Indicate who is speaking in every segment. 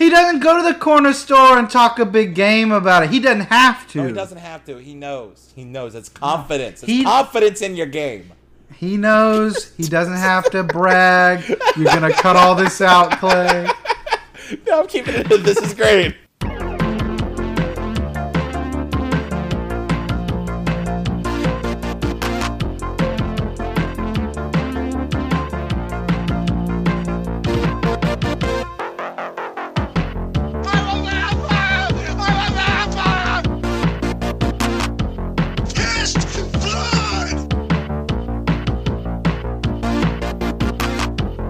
Speaker 1: doesn't go to the corner store and talk a big game about it. He doesn't have to.
Speaker 2: No, he doesn't have to. He knows. He knows. It's confidence. It's confidence in your game.
Speaker 1: He knows. He doesn't have to brag. You're gonna cut all this out, Clay.
Speaker 2: No, I'm keeping it. in. This is great.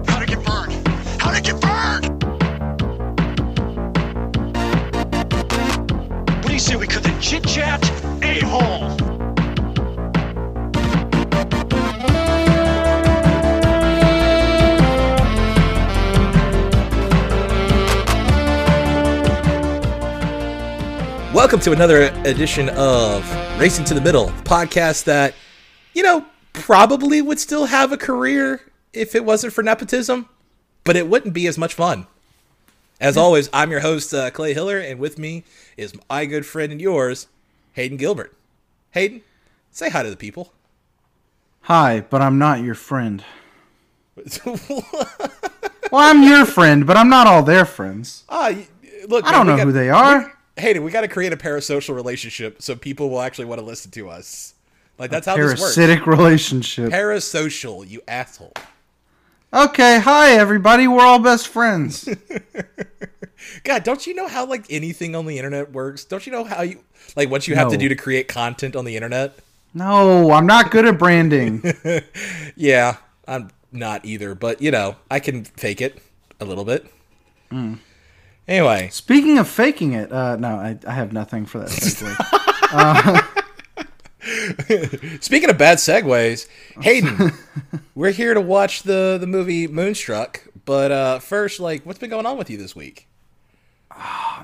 Speaker 3: How to get burned. How to get burned. What do you say we cut the chit chat a hole?
Speaker 2: Welcome to another edition of Racing to the Middle, a podcast that, you know, probably would still have a career if it wasn't for nepotism, but it wouldn't be as much fun. As always, I'm your host, uh, Clay Hiller, and with me is my good friend and yours, Hayden Gilbert. Hayden, say hi to the people.
Speaker 1: Hi, but I'm not your friend. Well, I'm your friend, but I'm not all their friends.
Speaker 2: Ah, y- look,
Speaker 1: I don't know who they are.
Speaker 2: Hayden, we got to create a parasocial relationship so people will actually want to listen to us. Like, that's how this works.
Speaker 1: Parasitic relationship.
Speaker 2: Parasocial, you asshole.
Speaker 1: Okay, hi everybody. We're all best friends.
Speaker 2: God, don't you know how like anything on the internet works? Don't you know how you like what you have to
Speaker 1: No.
Speaker 2: do to create content on the internet?
Speaker 1: no, I'm not good at branding.
Speaker 2: Yeah, I'm not either, but you know, I can fake it a little bit.
Speaker 1: Hmm.
Speaker 2: Anyway,
Speaker 1: Speaking of faking it, uh, no, I, I have nothing for that. Segue.
Speaker 2: speaking of bad segues, Hayden, we're here to watch the the movie Moonstruck, but uh first like what's been going on with you this week?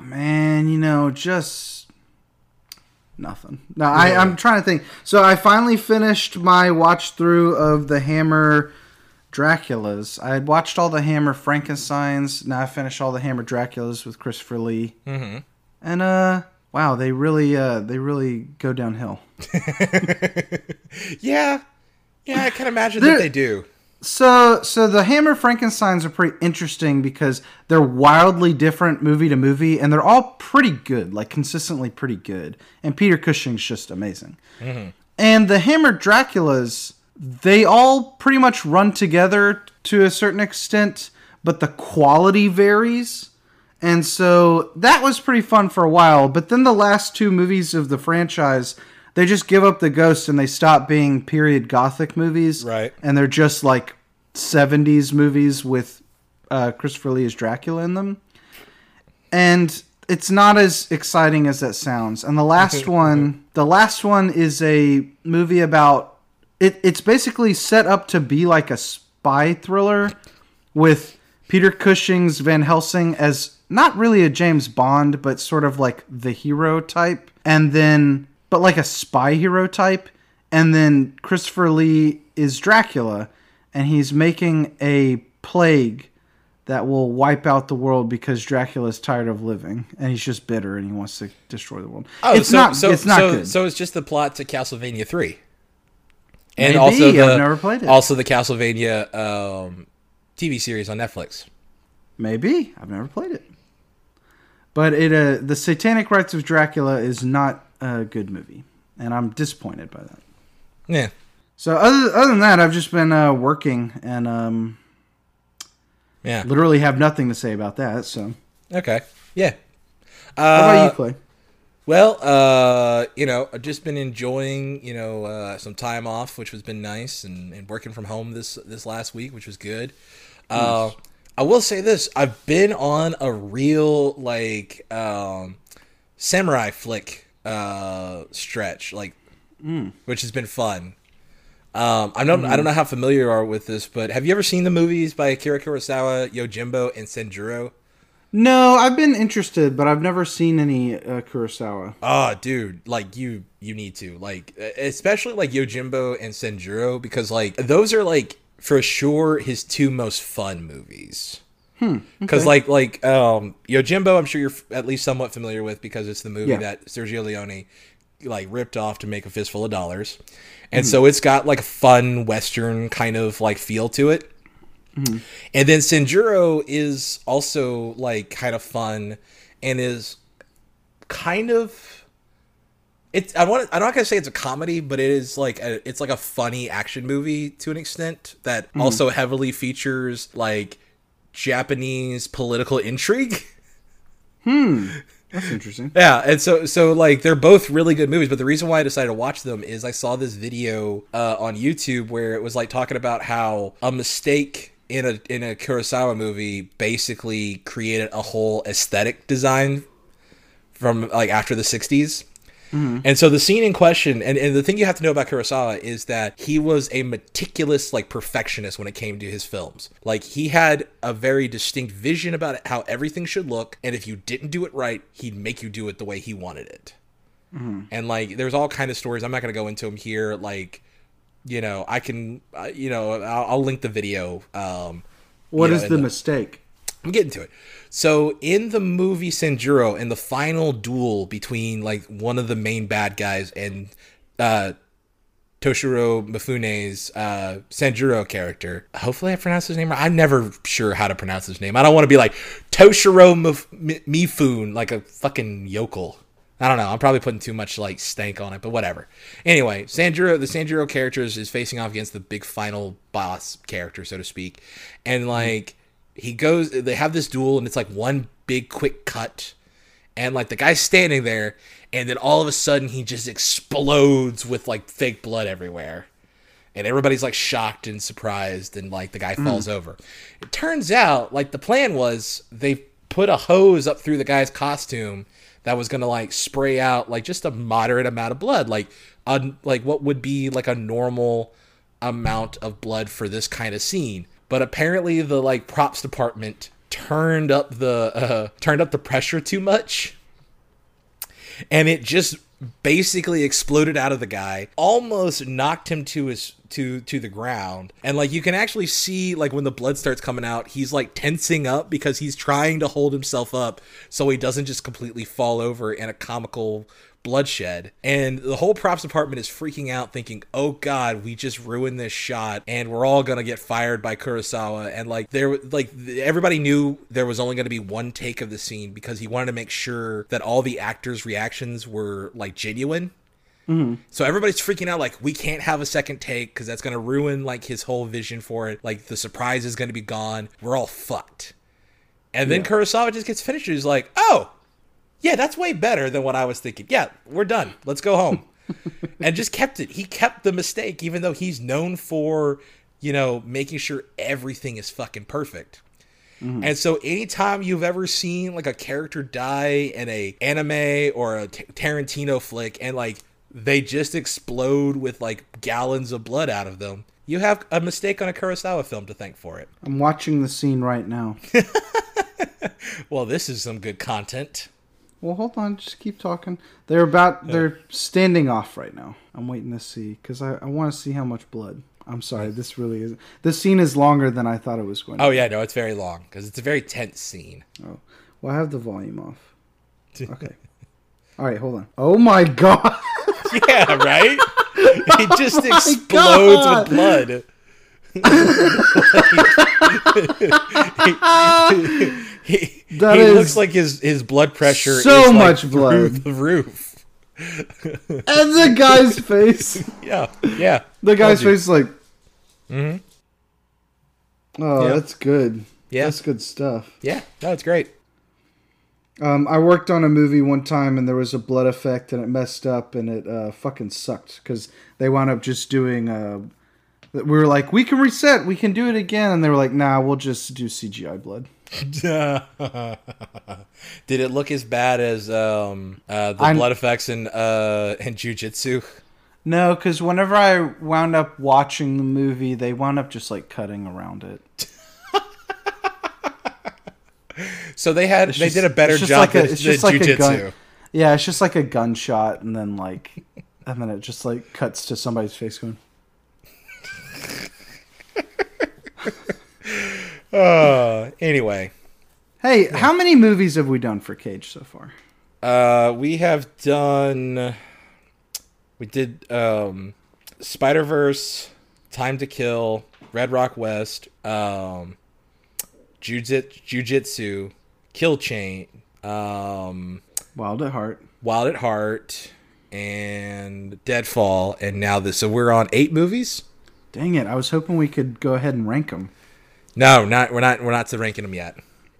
Speaker 1: Man, you know, just nothing. No, I, I'm trying to think. So I finally finished my watch through of the Hammer Draculas. I had watched all the Hammer Frankenstein's. Now I finished all the Hammer Draculas with Christopher Lee. Mm-hmm. And uh, wow, they really uh, they really go downhill.
Speaker 2: Yeah. Yeah, I can imagine
Speaker 1: There-
Speaker 2: that they do.
Speaker 1: So, so the Hammer Frankenstein's are pretty interesting because they're wildly different movie to movie, and they're all pretty good, like consistently pretty good. And Peter Cushing's just amazing. And the Hammer Draculas, they all pretty much run together to a certain extent, but the quality varies. And so that was pretty fun for a while, but then the last two movies of the franchise, they just give up the ghost and they stop being period gothic movies.
Speaker 2: Right.
Speaker 1: And they're just like 70s movies with uh, Christopher Lee as Dracula in them. And it's not as exciting as that sounds. And the last one, the last one is a movie about it it's basically set up to be like a spy thriller with Peter Cushing's Van Helsing as not really a James Bond, but sort of like the hero type, and then but like a spy hero type, and then Christopher Lee is Dracula, and he's making a plague that will wipe out the world because Dracula's tired of living and he's just bitter and he wants to destroy the world.
Speaker 2: Oh,
Speaker 1: it's
Speaker 2: so,
Speaker 1: not
Speaker 2: so,
Speaker 1: it's not
Speaker 2: so,
Speaker 1: good.
Speaker 2: So it's just the plot to Castlevania three, and
Speaker 1: Maybe,
Speaker 2: also
Speaker 1: I've
Speaker 2: the
Speaker 1: never played it.
Speaker 2: also the Castlevania um, TV series on Netflix.
Speaker 1: Maybe I've never played it, but it uh, the Satanic Rites of Dracula is not a good movie, and I'm disappointed by that.
Speaker 2: Yeah,
Speaker 1: So other other than that, I've just been uh, working and um,
Speaker 2: yeah,
Speaker 1: literally have nothing to say about that. So
Speaker 2: okay, yeah.
Speaker 1: how about
Speaker 2: Uh,
Speaker 1: you, Clay?
Speaker 2: well, uh, you know, I've just been enjoying you know uh, some time off, which has been nice, and, and working from home this this last week, which was good. Uh, I will say this: I've been on a real like um, samurai flick uh, stretch, like which has been fun. Um, I don't I don't know how familiar you are with this, but have you ever seen the movies by Akira Kurosawa, Yojimbo, and Senjuro?
Speaker 1: No, I've been interested, but I've never seen any uh, Kurosawa.
Speaker 2: Ah, dude, like you you need to like e, especially like Yojimbo and Senjuro because like those are like for sure his two most fun movies. Because like like um, Yojimbo, I'm sure you're f- at least somewhat familiar with because it's the movie
Speaker 1: Yeah.
Speaker 2: that Sergio Leone like ripped off to make a fistful of dollars, and so it's got like a fun western kind of like feel to it. And then Sanjuro is also like kind of fun and is kind of it's I want I'm not gonna say it's a comedy, but it is like a, it's like a funny action movie to an extent that also heavily features like Japanese political intrigue.
Speaker 1: That's interesting.
Speaker 2: Yeah, and so so like they're both really good movies, but the reason why I decided to watch them is I saw this video uh, on YouTube where it was like talking about how a mistake in a in a Kurosawa movie basically created a whole aesthetic design from like after the 60s. And so the scene in question, and, and the thing you have to know about Kurosawa is that he was a meticulous, like perfectionist when it came to his films. Like he had a very distinct vision about how everything should look, and if you didn't do it right, he'd make you do it the way he wanted it. And like, there's all kind of stories. I'm not gonna go into them here. Like, you know, I can, uh, you know, I'll, I'll link the video. Um,
Speaker 1: What
Speaker 2: you
Speaker 1: is
Speaker 2: know, in
Speaker 1: the mistake?
Speaker 2: I'm getting to it. So in the movie Sanjuro, in the final duel between like one of the main bad guys and uh, Toshiro Mifune's uh, Sanjuro character, hopefully I pronounced his name right. I'm never sure how to pronounce his name. I don't want to be like Toshiro Mif- Mi- Mifune, like a fucking yokel. I don't know. I'm probably putting too much like stank on it, but whatever. Anyway, Sanjuro, the Sanjuro character is, is facing off against the big final boss character, so to speak, and like he goes they have this duel and it's like one big quick cut and like the guy's standing there and then all of a sudden he just explodes with like fake blood everywhere and everybody's like shocked and surprised and like the guy falls over it turns out like the plan was they put a hose up through the guy's costume that was gonna like spray out like just a moderate amount of blood like un- like what would be like a normal amount of blood for this kind of scene but apparently the like props department turned up the uh, turned up the pressure too much and it just basically exploded out of the guy almost knocked him to his to to the ground and like you can actually see like when the blood starts coming out he's like tensing up because he's trying to hold himself up so he doesn't just completely fall over in a comical bloodshed and the whole props department is freaking out thinking oh god we just ruined this shot and we're all gonna get fired by kurosawa and like there like th- everybody knew there was only gonna be one take of the scene because he wanted to make sure that all the actors reactions were like genuine so everybody's freaking out like we can't have a second take because that's gonna ruin like his whole vision for it like the surprise is gonna be gone we're all fucked and then kurosawa just gets finished and he's like oh yeah, that's way better than what I was thinking. Yeah, we're done. Let's go home. and just kept it. He kept the mistake, even though he's known for, you know, making sure everything is fucking perfect. And so anytime you've ever seen like a character die in a anime or a T- Tarantino flick and like they just explode with like gallons of blood out of them, you have a mistake on a Kurosawa film to thank for it.
Speaker 1: I'm watching the scene right now.
Speaker 2: Well, this is some good content.
Speaker 1: Well, hold on. Just keep talking. They're about. They're standing off right now. I'm waiting to see because I, I want to see how much blood. I'm sorry. This really is. This scene is longer than I thought it was going. to
Speaker 2: Oh yeah, no, it's very long because it's a very tense scene.
Speaker 1: Oh, well, I have the volume off. Okay. All right, hold on. Oh my god!
Speaker 2: Yeah, right? It just explodes
Speaker 1: Oh God.
Speaker 2: with blood. he he-
Speaker 1: That
Speaker 2: he
Speaker 1: is
Speaker 2: looks like his, his blood pressure
Speaker 1: so
Speaker 2: is like
Speaker 1: much
Speaker 2: through
Speaker 1: blood.
Speaker 2: the roof.
Speaker 1: and the guy's face.
Speaker 2: Yeah, yeah.
Speaker 1: The guy's
Speaker 2: Told you. Mm-hmm.
Speaker 1: face is like. Oh,
Speaker 2: Yeah.
Speaker 1: that's good.
Speaker 2: Yeah.
Speaker 1: That's good stuff.
Speaker 2: Yeah, no, it's great.
Speaker 1: Um, I worked on a movie one time and there was a blood effect and it messed up and it uh, fucking sucked because they wound up just doing. Uh, we were like, we can reset, we can do it again, and they were like, nah, we'll just do CGI blood.
Speaker 2: Did it look as bad as um, uh, the
Speaker 1: I'm-
Speaker 2: blood effects in, uh, in jujitsu?
Speaker 1: No, because whenever I wound up watching the movie, they wound up just like cutting around it.
Speaker 2: So they had they
Speaker 1: just-
Speaker 2: did a better
Speaker 1: it's just
Speaker 2: job
Speaker 1: like a-
Speaker 2: than,
Speaker 1: it's
Speaker 2: than
Speaker 1: just like a gun-
Speaker 2: jujitsu.
Speaker 1: Yeah, it's just like a gunshot, and then like, and then it just like cuts to somebody's face going.
Speaker 2: Uh, anyway,
Speaker 1: Hey, how many movies have we done for Cage so far?
Speaker 2: Uh, we have done. We did um, Spider Verse, Time to Kill, Red Rock West, um, Jiu Jitsu, Kill Chain, um,
Speaker 1: Wild at Heart.
Speaker 2: Wild at Heart, and Deadfall, and now this. So we're on eight movies.
Speaker 1: Dang it! I was hoping we could go ahead and rank them.
Speaker 2: No, not we're not we're not to ranking them yet.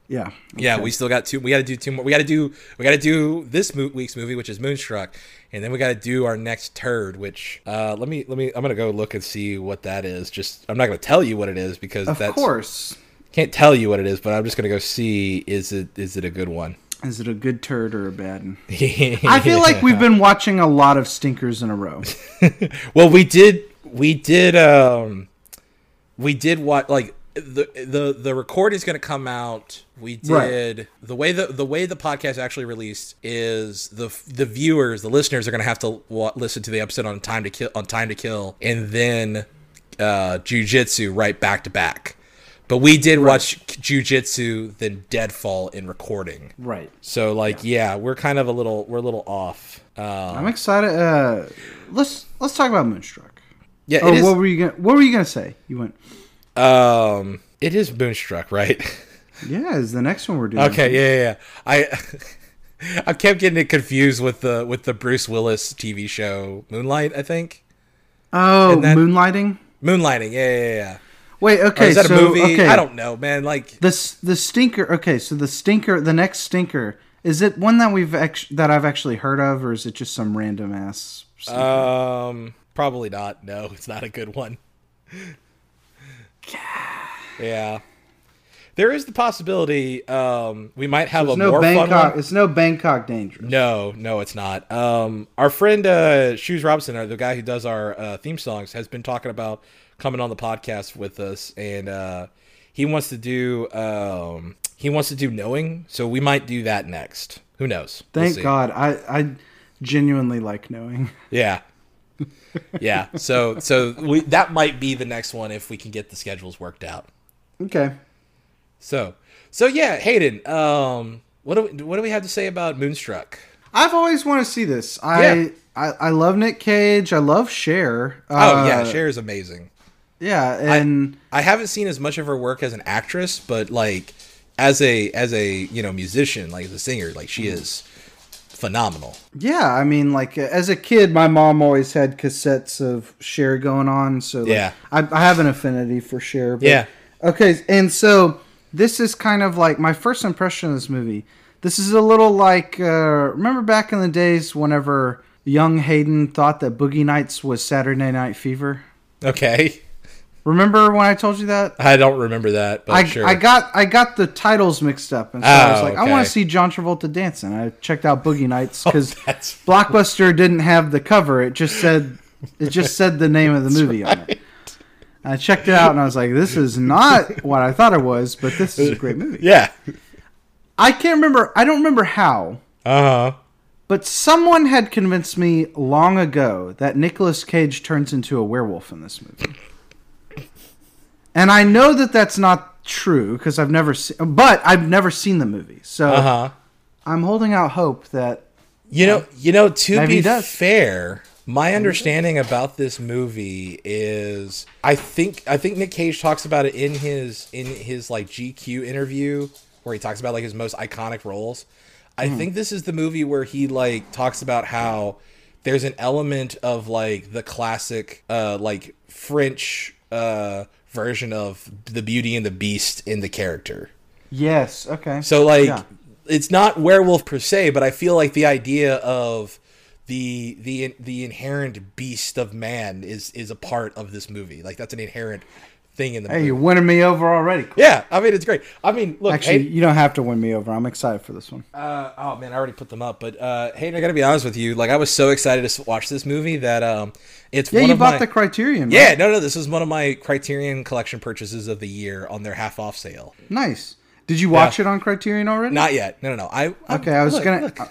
Speaker 1: Yeah.
Speaker 2: Yeah, we still got two. We got to do two more. We got to do. We got to do this mo- week's movie, which is Moonstruck, and then we got to do our next turd. Which uh, let me let me. I'm gonna go look and see what that is. Just I'm not gonna tell you what it is because
Speaker 1: Of
Speaker 2: that's
Speaker 1: course.
Speaker 2: can't tell you what it is. But I'm just gonna go see is it is it a good one.
Speaker 1: Is it a good turd or a bad? one? I feel like we've been watching a lot of stinkers in a row.
Speaker 2: Well, we did. We did. Um, we did what like the the the recording's going to come out. We
Speaker 1: Right.
Speaker 2: did the way the the way the podcast actually released is the the viewers, the listeners are going to have to wa- listen to the episode on time to kill on time to kill, and then uh, jujitsu right back to back. But we did watch jujitsu, then Deadfall in recording.
Speaker 1: Right.
Speaker 2: So like, yeah. we're kind of a little we're a little off. Uh,
Speaker 1: I'm excited. Uh, let's let's talk about Moonstruck.
Speaker 2: yeah,
Speaker 1: Oh,
Speaker 2: it is.
Speaker 1: what were you gonna What were you gonna say? You went.
Speaker 2: Um, it is Moonstruck, right?
Speaker 1: Yeah, is the next one we're doing.
Speaker 2: okay, yeah, yeah, yeah. I I kept getting it confused with the with the Bruce Willis TV show Moonlight. I think
Speaker 1: Oh,
Speaker 2: then-
Speaker 1: moonlighting.
Speaker 2: Moonlighting. Yeah, yeah, yeah.
Speaker 1: Wait.
Speaker 2: Or
Speaker 1: Okay.
Speaker 2: is that
Speaker 1: so
Speaker 2: a movie?
Speaker 1: okay.
Speaker 2: I don't know, man. Like,
Speaker 1: The s- the stinker. Okay, so the stinker. The next stinker is it one that we've act- that I've actually heard of, or is it just some random ass? stinker?
Speaker 2: um, probably not. No, it's not a good one. yeah, there is the possibility. Um, we might have a
Speaker 1: it's no
Speaker 2: more fun
Speaker 1: Bangkok.
Speaker 2: one.
Speaker 1: It's no Bangkok dangerous.
Speaker 2: No, no, it's not. Um, our friend uh, Shoes Robinson, or the guy who does our uh, theme songs, has been talking about coming on the podcast with us, and uh, he wants to do um, he wants to do knowing. So we might do that next. Who knows? We'll
Speaker 1: Thank
Speaker 2: see.
Speaker 1: God. I I genuinely like knowing.
Speaker 2: Yeah, yeah. So so we that might be the next one if we can get the schedules worked out.
Speaker 1: Okay.
Speaker 2: So so yeah, Hayden. Um, what do we, what do we have to say about Moonstruck?
Speaker 1: I've always wanted to see this. I
Speaker 2: Yeah.
Speaker 1: I, I love Nick Cage. I love Cher.
Speaker 2: Oh
Speaker 1: Uh,
Speaker 2: yeah, Cher is amazing.
Speaker 1: Yeah, and
Speaker 2: I haven't seen as much of her work as an actress, but like as a as a you know musician, like as a singer, like she
Speaker 1: Mm-hmm.
Speaker 2: is phenomenal.
Speaker 1: yeah, I mean, like as a kid, my mom always had cassettes of Cher going on. So like,
Speaker 2: Yeah.
Speaker 1: I, I have an affinity for Cher. But,
Speaker 2: Yeah.
Speaker 1: Okay, and so this is kind of like my first impression of this movie. This is a little like uh, remember back in the days whenever young Hayden thought that Boogie Nights was Saturday Night Fever.
Speaker 2: Okay,
Speaker 1: Remember when I told you that?
Speaker 2: I don't remember that, but
Speaker 1: I,
Speaker 2: sure.
Speaker 1: I got I got the titles mixed up, and so I was
Speaker 2: Oh,
Speaker 1: like, I
Speaker 2: okay. Oh,
Speaker 1: want to see John Travolta dancing. I checked out Boogie Nights because
Speaker 2: that's-
Speaker 1: Blockbuster didn't have the cover; it just said it just said the name of the movie on it. I checked it out, and I was like, this is not what I thought it was, but this is a great movie.
Speaker 2: yeah.
Speaker 1: I can't remember. I don't remember how,
Speaker 2: Uh huh.
Speaker 1: but someone had convinced me long ago that Nicolas Cage turns into a werewolf in this movie. And I know that that's not true because I've never seen, but I've never seen the movie. So
Speaker 2: Uh huh.
Speaker 1: I'm holding out hope that
Speaker 2: You know, you know. To
Speaker 1: Maybe he
Speaker 2: be
Speaker 1: does.
Speaker 2: fair, my understanding about this movie is, I think, I think Nick Cage talks about it in his in his like GQ interview where he talks about like his most iconic roles. I
Speaker 1: Hmm.
Speaker 2: think this is the movie where he like talks about how there's an element of like the classic uh like French uh version of the Beauty and the Beast in the character.
Speaker 1: yes, okay.
Speaker 2: So like
Speaker 1: Yeah.
Speaker 2: it's not werewolf per se, but I feel like the idea of the the the inherent beast of man is is a part of this movie. Like that's an inherent thing in the
Speaker 1: hey,
Speaker 2: movie.
Speaker 1: you're winning me over already. Cool.
Speaker 2: Yeah, I mean it's great. I mean, look,
Speaker 1: Actually,
Speaker 2: Hayden-
Speaker 1: you don't have to win me over. I'm excited for this one.
Speaker 2: uh, oh man, I already put them up, but uh, Hayden, I gotta be honest with you. Like I was so excited to s- watch this movie that um, it's
Speaker 1: Yeah,
Speaker 2: one
Speaker 1: you
Speaker 2: of
Speaker 1: bought
Speaker 2: my-
Speaker 1: the Criterion. right?
Speaker 2: yeah, no, no, this is one of my Criterion Collection purchases of the year on their half off sale.
Speaker 1: nice. Did you watch it on Criterion already?
Speaker 2: Not yet. No, no, no. I, I
Speaker 1: okay, I was
Speaker 2: look,
Speaker 1: gonna.
Speaker 2: look.
Speaker 1: I,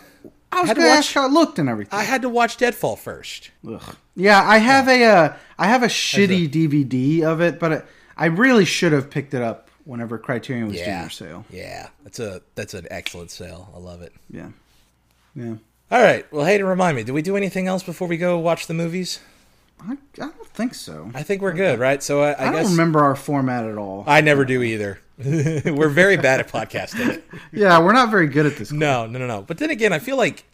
Speaker 1: I was
Speaker 2: Had to
Speaker 1: gonna
Speaker 2: watch-
Speaker 1: ask how it looked and everything.
Speaker 2: I had to watch Deadfall first.
Speaker 1: Ugh. Yeah, I have a uh, I have a shitty DVD of it, but I, I really should have picked it up whenever Criterion was doing
Speaker 2: Yeah.
Speaker 1: their sale.
Speaker 2: Yeah. That's a that's an excellent sale. I love it.
Speaker 1: Yeah, yeah.
Speaker 2: All right. Well, hey, to remind me, did we do anything else before we go watch the movies?
Speaker 1: I, I don't think so. I,
Speaker 2: I think we're good, right? So I, I,
Speaker 1: don't
Speaker 2: guess
Speaker 1: remember our format at all.
Speaker 2: I never do either. we're very bad at podcasting.
Speaker 1: yeah, we're not very good at this.
Speaker 2: No, no, no, no. But then again, I feel like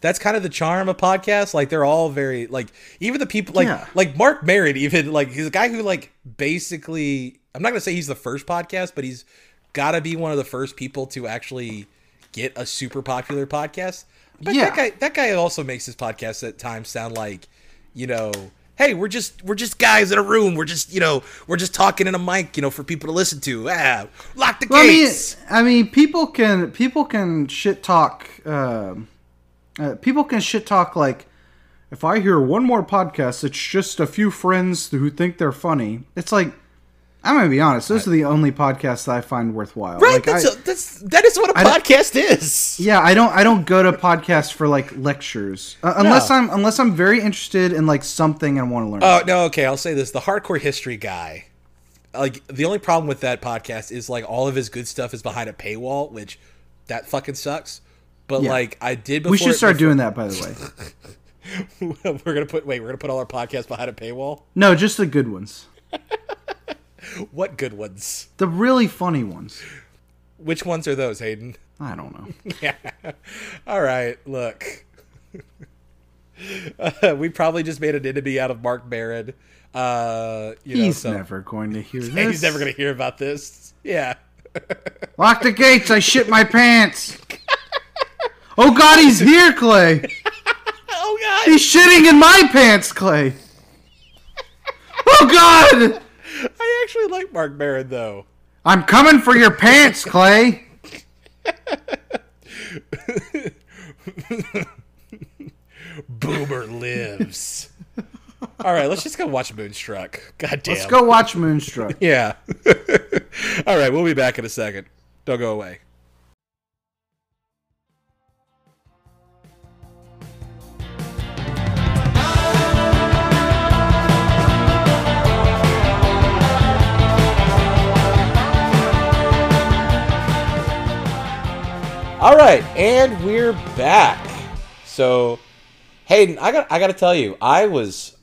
Speaker 2: that's kind of the charm of podcasts. Like they're all very like even the people like
Speaker 1: Yeah.
Speaker 2: like Mark Merritt even like he's a guy who like basically I'm not gonna say he's the first podcast, but he's gotta be one of the first people to actually get a super popular podcast. But
Speaker 1: Yeah.
Speaker 2: that guy that guy also makes his podcast at times sound like, you know, hey, we're just we're just guys in a room. We're just, you know, we're just talking in a mic, you know, for people to listen to. Ah, lock the
Speaker 1: Well, I mean,
Speaker 2: gates.
Speaker 1: I mean, people can people can shit talk. um uh, people can shit talk like. If I hear one more podcast, it's just a few friends who think they're funny. It's like, I'm gonna be honest. Those are the only podcasts that I find worthwhile.
Speaker 2: Right,
Speaker 1: Like,
Speaker 2: that's,
Speaker 1: I-
Speaker 2: a, that's that is what a
Speaker 1: don't-
Speaker 2: podcast is.
Speaker 1: Yeah, I don't. I don't go to podcasts for like lectures uh, unless I'm unless I'm very interested in like something and want to learn.
Speaker 2: Oh no, okay, I'll say this: the hardcore history guy, like the only problem with that podcast is like all of his good stuff is behind a paywall, which that fucking sucks. But
Speaker 1: Yeah.
Speaker 2: like I did, before
Speaker 1: we should start doing that, by the way.
Speaker 2: doing. we're gonna put wait, we're gonna put all our podcasts behind a paywall.
Speaker 1: No, just the good ones,
Speaker 2: What good ones?
Speaker 1: the really funny ones.
Speaker 2: Which ones are those, Hayden?
Speaker 1: I don't know.
Speaker 2: All right, look. Uh, we probably just made an enemy out of Mark Barron. Uh, you know,
Speaker 1: He's
Speaker 2: so-
Speaker 1: never going to hear this.
Speaker 2: He's never gonna hear about this. Yeah.
Speaker 1: lock the gates. I shit my pants. Oh God, he's here, Clay.
Speaker 2: Oh god.
Speaker 1: He's shitting in my pants, Clay. Oh God,
Speaker 2: I actually like Mark Barron though.
Speaker 1: I'm coming for your pants, Clay.
Speaker 2: Boomer lives. All right, let's just go watch Moonstruck. God damn.
Speaker 1: Let's go watch Moonstruck.
Speaker 2: Yeah. All right, we'll be back in a second. Don't go away. All right, and we're back. So, Hayden, I got I got to tell you, I was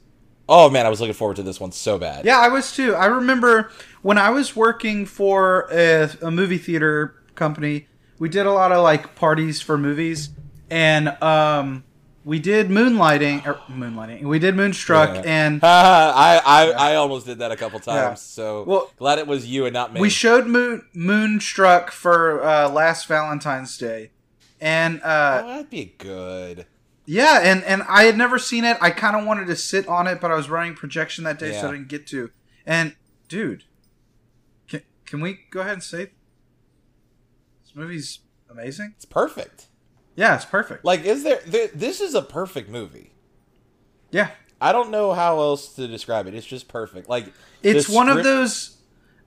Speaker 2: oh man, I was looking forward to this one so bad.
Speaker 1: Yeah, I was too. I remember when I was working for a, a movie theater company, we did a lot of like parties for movies, and um, we did moonlighting, or moonlighting. We did Moonstruck,
Speaker 2: Yeah.
Speaker 1: and
Speaker 2: I, I, I almost did that a couple times.
Speaker 1: Yeah.
Speaker 2: So
Speaker 1: Well-
Speaker 2: glad it was you and not me.
Speaker 1: we showed moon, Moonstruck for uh, last Valentine's Day, and uh,
Speaker 2: Oh, that'd be good.
Speaker 1: yeah, and and I had never seen it. I kind of wanted to sit on it, but I was running projection that day, so
Speaker 2: Yeah.
Speaker 1: I didn't get to. And dude, can can we go ahead and say this movie's amazing?
Speaker 2: It's perfect.
Speaker 1: Yeah, it's perfect.
Speaker 2: Like, is there, there? This is a perfect movie.
Speaker 1: yeah,
Speaker 2: I don't know how else to describe it. It's just perfect. Like,
Speaker 1: it's
Speaker 2: the
Speaker 1: one of
Speaker 2: script-
Speaker 1: those.